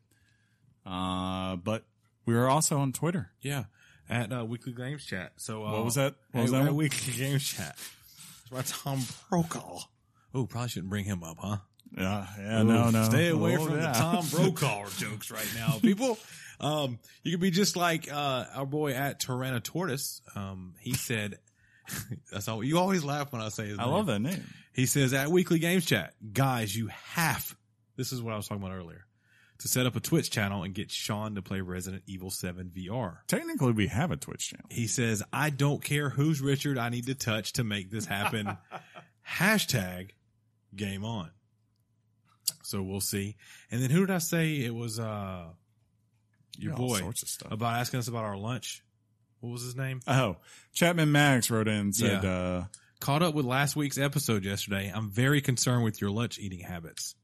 Speaker 1: Uh, but we are also on Twitter.
Speaker 2: Yeah, at uh, Weekly Games Chat. So uh,
Speaker 1: What was that? What was
Speaker 2: at-
Speaker 1: that
Speaker 2: at
Speaker 1: one?
Speaker 2: Weekly Games Chat? It's by Tom Brokaw. Oh, probably shouldn't bring him up, huh?
Speaker 1: Yeah, yeah, no, no.
Speaker 2: Stay away
Speaker 1: Oh,
Speaker 2: from
Speaker 1: yeah.
Speaker 2: the Tom Brokaw jokes right now, people. Um, you could be just like uh, our boy at Tyranna Tortoise. Um, he said, "That's all." You always laugh when I say his
Speaker 1: I
Speaker 2: name.
Speaker 1: love that name.
Speaker 2: He says at Weekly Games Chat, guys, you have. This is what I was talking about earlier. To set up a Twitch channel and get Sean to play Resident Evil 7 VR.
Speaker 1: Technically, we have a Twitch channel.
Speaker 2: He says, I don't care who's Richard I need to touch to make this happen. Hashtag game on. So we'll see. And then who did I say it was uh your
Speaker 1: Yeah, all
Speaker 2: boy
Speaker 1: sorts of stuff.
Speaker 2: about asking us about our lunch? What was his name?
Speaker 1: oh, Chapman Max wrote in and said,
Speaker 2: Yeah.
Speaker 1: uh,
Speaker 2: Caught up with last week's episode yesterday. I'm very concerned with your lunch eating habits.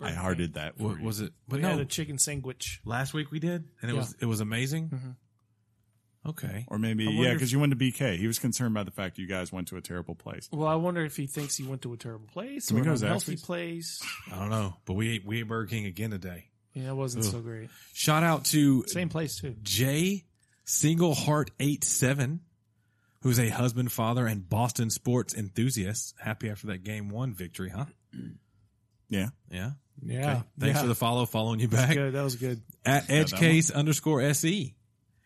Speaker 1: I hearted that. For
Speaker 2: What
Speaker 1: you.
Speaker 2: was it? But
Speaker 3: We
Speaker 2: no,
Speaker 3: had a chicken sandwich.
Speaker 2: last week we did, and it
Speaker 3: Yeah. Mm-hmm.
Speaker 2: was it was amazing.
Speaker 3: Mhm.
Speaker 2: Okay,
Speaker 1: Or maybe,
Speaker 2: I
Speaker 1: yeah, 'cause
Speaker 2: wonder
Speaker 1: yeah,
Speaker 2: if-
Speaker 1: because you went to BK. He was concerned by the fact you guys went to a terrible place.
Speaker 3: Well, I wonder if he thinks he went to a terrible place
Speaker 1: Can
Speaker 3: or
Speaker 1: we
Speaker 3: an
Speaker 1: go to
Speaker 3: unhealthy
Speaker 1: Zaxby's?
Speaker 3: place.
Speaker 2: I don't know, but we ate we ate Burger King again today.
Speaker 3: Yeah, it wasn't so great.
Speaker 2: Shout out to
Speaker 3: Same place too.
Speaker 2: J Single Heart Eight Seven, who's a husband, father, and Boston sports enthusiast. Happy after that game one victory, huh?
Speaker 1: Yeah.
Speaker 2: Yeah.
Speaker 3: Yeah,
Speaker 2: Okay. Thanks for the follow. Following you back
Speaker 3: Good, that was good.
Speaker 2: at
Speaker 1: that one.
Speaker 2: EdgeCase underscore se.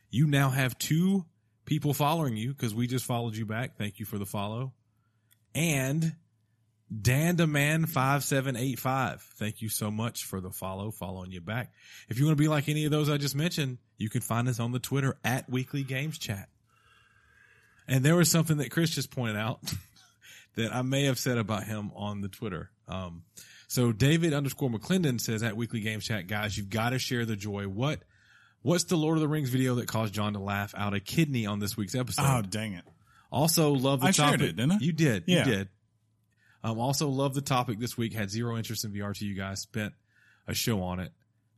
Speaker 2: You now have two people following you because we just followed you back. Thank you for the follow. And Dandaman five seven eight five. Thank you so much for the follow, following you back. If you want to be like any of those I just mentioned, you can find us on the Twitter at Weekly Games Chat. And there was something that Chris just pointed out that I may have said about him on the Twitter. Um, so David underscore McClendon says at Weekly Games Chat, guys, you've got to share the joy. What what's the Lord of the Rings video that caused John to laugh out a kidney on this week's episode?
Speaker 1: Oh, dang it.
Speaker 2: Also, love the
Speaker 1: I shared
Speaker 2: topic.
Speaker 1: it, didn't I?
Speaker 2: You did.
Speaker 1: Yeah.
Speaker 2: You did. Um, also, love the topic this week. Had zero interest in VR to you guys. Spent a show on it.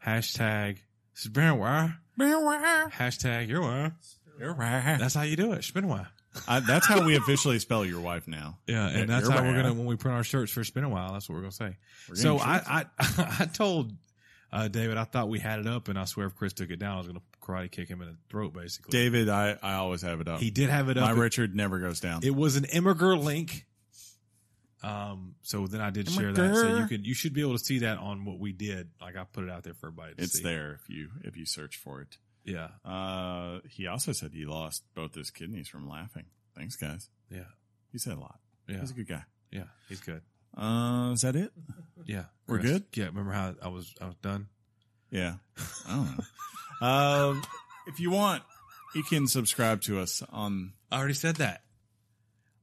Speaker 2: Hashtag spinwire. Hashtag your wire.
Speaker 1: That's,
Speaker 2: That's how you do it. Spinwire.
Speaker 1: I, that's how we officially spell your wife now.
Speaker 2: Yeah, and
Speaker 1: Yeah,
Speaker 2: that's
Speaker 1: your
Speaker 2: how we're
Speaker 1: wire.
Speaker 2: gonna when we print our shirts for spin a while. That's what we're gonna say.
Speaker 1: We're
Speaker 2: So
Speaker 1: getting shit.
Speaker 2: I, I I told uh, David I thought we had it up, and I swear if Chris took it down, I was gonna karate kick him in the throat. Basically,
Speaker 1: David, I, I always have it up.
Speaker 2: he did have it
Speaker 1: My
Speaker 2: up.
Speaker 1: Richard never goes down.
Speaker 2: It was an Immigrant link. Um. So then I did share that. So you
Speaker 1: Immigrant.
Speaker 2: can you should be able to see that on what we did. Like I put it out there for everybody. To
Speaker 1: it's
Speaker 2: see.
Speaker 1: there if you if you search for it.
Speaker 2: Yeah.
Speaker 1: Uh, he also said he lost both his kidneys from laughing. Thanks, guys.
Speaker 2: Yeah.
Speaker 1: He said a lot.
Speaker 2: Yeah.
Speaker 1: He's a good guy.
Speaker 2: Yeah. He's good.
Speaker 1: Uh, is that it?
Speaker 2: Yeah.
Speaker 1: We're
Speaker 2: Chris.
Speaker 1: good?
Speaker 2: Yeah. Remember how I was I was done.
Speaker 1: Yeah. I don't know. um, if you want, you can subscribe to us on.
Speaker 2: I already said that.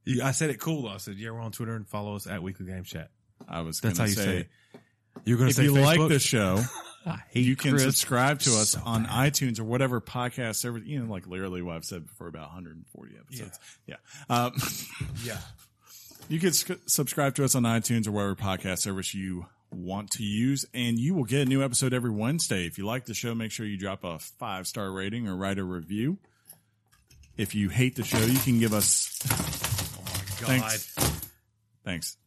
Speaker 2: You, I said it cool though. I said, yeah, we're on Twitter and follow us at Weekly Games Chat.
Speaker 1: I was going
Speaker 2: That's
Speaker 1: to
Speaker 2: how you
Speaker 1: say,
Speaker 2: say, it. You're going to
Speaker 1: if
Speaker 2: say
Speaker 1: you like
Speaker 2: Facebook?
Speaker 1: the show,
Speaker 2: I hate
Speaker 1: you can
Speaker 2: Chris.
Speaker 1: subscribe to us
Speaker 2: so
Speaker 1: on
Speaker 2: bad.
Speaker 1: iTunes or whatever podcast service. You know, like literally what I've said before about 140 episodes. Yeah. Um,
Speaker 2: Yeah.
Speaker 1: you can sc- subscribe to us on iTunes or whatever podcast service you want to use, and you will get a new episode every Wednesday. If you like the show, make sure you drop a five star rating or write a review. If you hate the show, you can give us
Speaker 2: God.
Speaker 1: Thanks. thanks.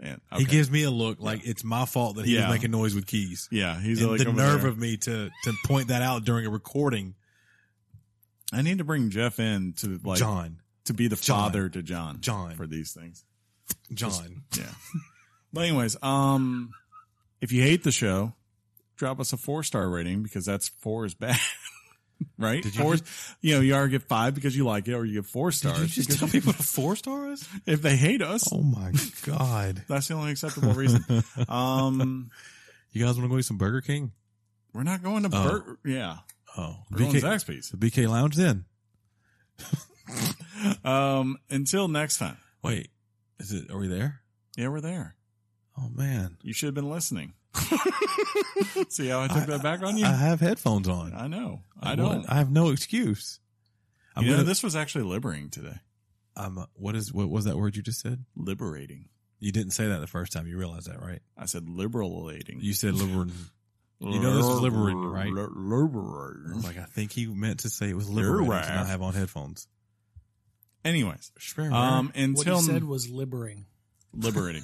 Speaker 1: Man, okay.
Speaker 2: He gives me a look like it's my fault that he
Speaker 1: Yeah.
Speaker 2: was making noise with keys.
Speaker 1: yeah, he's
Speaker 2: and
Speaker 1: like
Speaker 2: the
Speaker 1: over
Speaker 2: nerve
Speaker 1: there.
Speaker 2: of me to to point that out during a recording,
Speaker 1: I need to bring Jeff in to like
Speaker 2: John.
Speaker 1: to be the
Speaker 2: John.
Speaker 1: father to John.
Speaker 2: John.
Speaker 1: for these things.
Speaker 2: John.
Speaker 1: Yeah. but anyways, um, if you hate the show, drop us a four star rating because that's four is bad. Right,
Speaker 2: Did you
Speaker 1: four. is- You know, you either get five because you like it, or you get four stars. because-
Speaker 2: people to four stars?
Speaker 1: if they hate us,
Speaker 2: Oh my god!
Speaker 1: that's the only acceptable reason. um,
Speaker 2: You guys want to go eat some Burger King?
Speaker 1: we're not going to
Speaker 2: Oh.
Speaker 1: Bur- Yeah,
Speaker 2: Oh,
Speaker 1: we're going
Speaker 2: BK,
Speaker 1: Zaxby's.
Speaker 2: the BK Lounge. Then
Speaker 1: Um, until next time.
Speaker 2: wait, is it? Are we there?
Speaker 1: Yeah, we're there.
Speaker 2: Oh man,
Speaker 1: You should have been listening. See how I took that back on you?
Speaker 2: I
Speaker 1: I,
Speaker 2: have headphones on.
Speaker 1: know. I don't.
Speaker 2: I have no excuse. I'm
Speaker 1: you know,
Speaker 2: gonna.
Speaker 1: this was actually liberating today.
Speaker 2: I'm, uh, what is? What was that word you just said?
Speaker 1: Liberating.
Speaker 2: You didn't say that the first time. You realized that, right?
Speaker 1: I said liberalating.
Speaker 2: You said liberating. you know this is liberating, right? I was
Speaker 1: Liberating.
Speaker 2: like, I think he meant to say it was liberating.
Speaker 1: right.
Speaker 2: And I have on headphones.
Speaker 1: Anyways,
Speaker 2: Um,
Speaker 1: um,
Speaker 3: What he
Speaker 1: until
Speaker 3: said was liberating.
Speaker 1: liberating,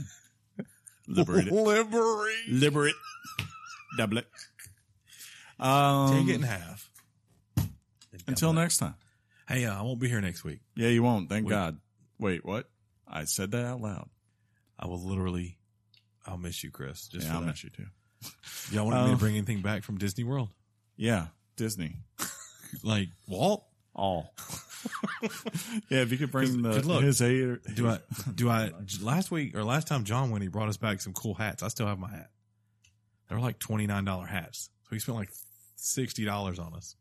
Speaker 1: liberating,
Speaker 2: liberate.
Speaker 1: liberate, double it. Um,
Speaker 2: Take it in half.
Speaker 1: until next time.
Speaker 2: Hey, uh, I won't be here next week.
Speaker 1: Yeah, you won't. Thank
Speaker 2: Wait.
Speaker 1: God. Wait, what? I said that out loud.
Speaker 2: I will literally. I'll miss you, Chris. Just
Speaker 1: yeah,
Speaker 2: for
Speaker 1: I'll
Speaker 2: that. Uh,
Speaker 1: miss you too.
Speaker 2: Y'all want
Speaker 1: Um,
Speaker 2: me to bring anything back from Disney World?
Speaker 1: Yeah, Disney.
Speaker 2: Like Walt?
Speaker 1: All. yeah, if you could bring
Speaker 2: 'Cause-
Speaker 1: the
Speaker 2: 'cause look,
Speaker 1: his hater-
Speaker 2: Do I? Do I? Last week or last time John went, he brought us back some cool hats. I still have my hat. They were like twenty nine dollar hats. So he spent like sixty dollars on us.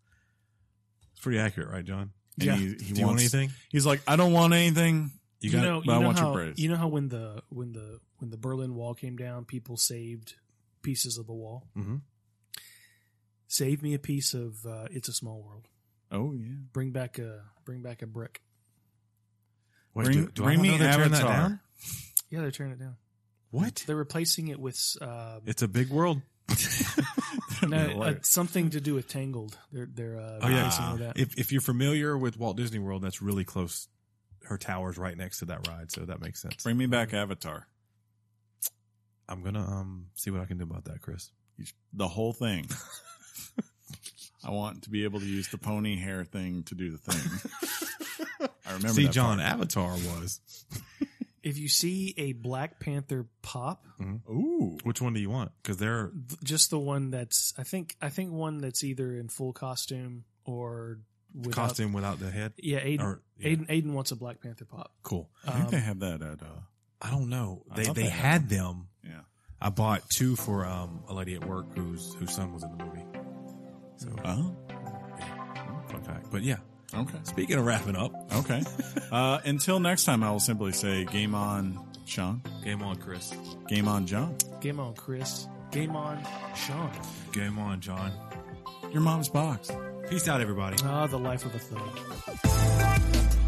Speaker 2: It's pretty accurate, right, John?
Speaker 1: And
Speaker 3: Yeah.
Speaker 1: he, he
Speaker 2: Do you want
Speaker 1: wants-
Speaker 2: anything?
Speaker 1: He's like, I don't want anything.
Speaker 2: You got?
Speaker 1: but I want your
Speaker 3: how,
Speaker 1: praise.
Speaker 3: You know how when the when the when the Berlin Wall came down, people saved pieces of the wall.
Speaker 1: Mm-hmm.
Speaker 2: Mhm.
Speaker 3: Save me a piece of uh, "It's a Small World."
Speaker 1: Oh yeah.
Speaker 3: Bring back a bring back a brick.
Speaker 2: Wait,
Speaker 1: bring-
Speaker 2: do, do
Speaker 1: bring
Speaker 2: I
Speaker 1: me
Speaker 2: not know they're tearing that
Speaker 1: Avatar.
Speaker 2: down?
Speaker 3: Yeah, they're tearing it down.
Speaker 2: What?
Speaker 3: They're replacing it with um,
Speaker 2: It's a big world.
Speaker 3: no, uh, something to do with Tangled. They're they're uh,
Speaker 2: Oh yeah.
Speaker 3: replacing it with that.
Speaker 2: If if you're familiar with Walt Disney World, that's really close. Her tower's right next to that ride, so that makes sense.
Speaker 1: Bring me back Avatar.
Speaker 2: I'm gonna um see what I can do about that, Chris.
Speaker 1: You sh- The whole thing. I want to be able to use the pony hair thing to do the thing. I remember.
Speaker 2: see,
Speaker 1: that
Speaker 2: John, Avatar was.
Speaker 3: If you see a Black Panther pop,
Speaker 1: part. Ooh.
Speaker 2: Which one do you want? Because they're
Speaker 3: th- just the one that's I think I think one that's either in full costume or without,
Speaker 2: costume without the head.
Speaker 3: Yeah, Aiden,
Speaker 2: Or- yeah.
Speaker 3: Aiden Aiden wants a Black Panther pop.
Speaker 2: Cool.
Speaker 1: I think
Speaker 3: Um,
Speaker 1: they have that at. Uh,
Speaker 2: I don't know.
Speaker 1: I
Speaker 2: They
Speaker 1: thought
Speaker 2: they
Speaker 1: they had
Speaker 2: had them.
Speaker 1: yeah.
Speaker 2: I bought two for um a lady at work whose whose son was in the movie. So
Speaker 1: Oh.
Speaker 2: fun fact. But yeah.
Speaker 1: Okay.
Speaker 2: Speaking of wrapping up,
Speaker 1: Okay. uh, until next time, I will simply say, "Game on, Sean.
Speaker 2: game on, Chris.
Speaker 1: Game on, John.
Speaker 3: Game on, Chris. Game on, Sean.
Speaker 2: Game on, John.
Speaker 1: Your mom's box."
Speaker 2: Peace out, everybody.
Speaker 3: Ah, the life of a thug.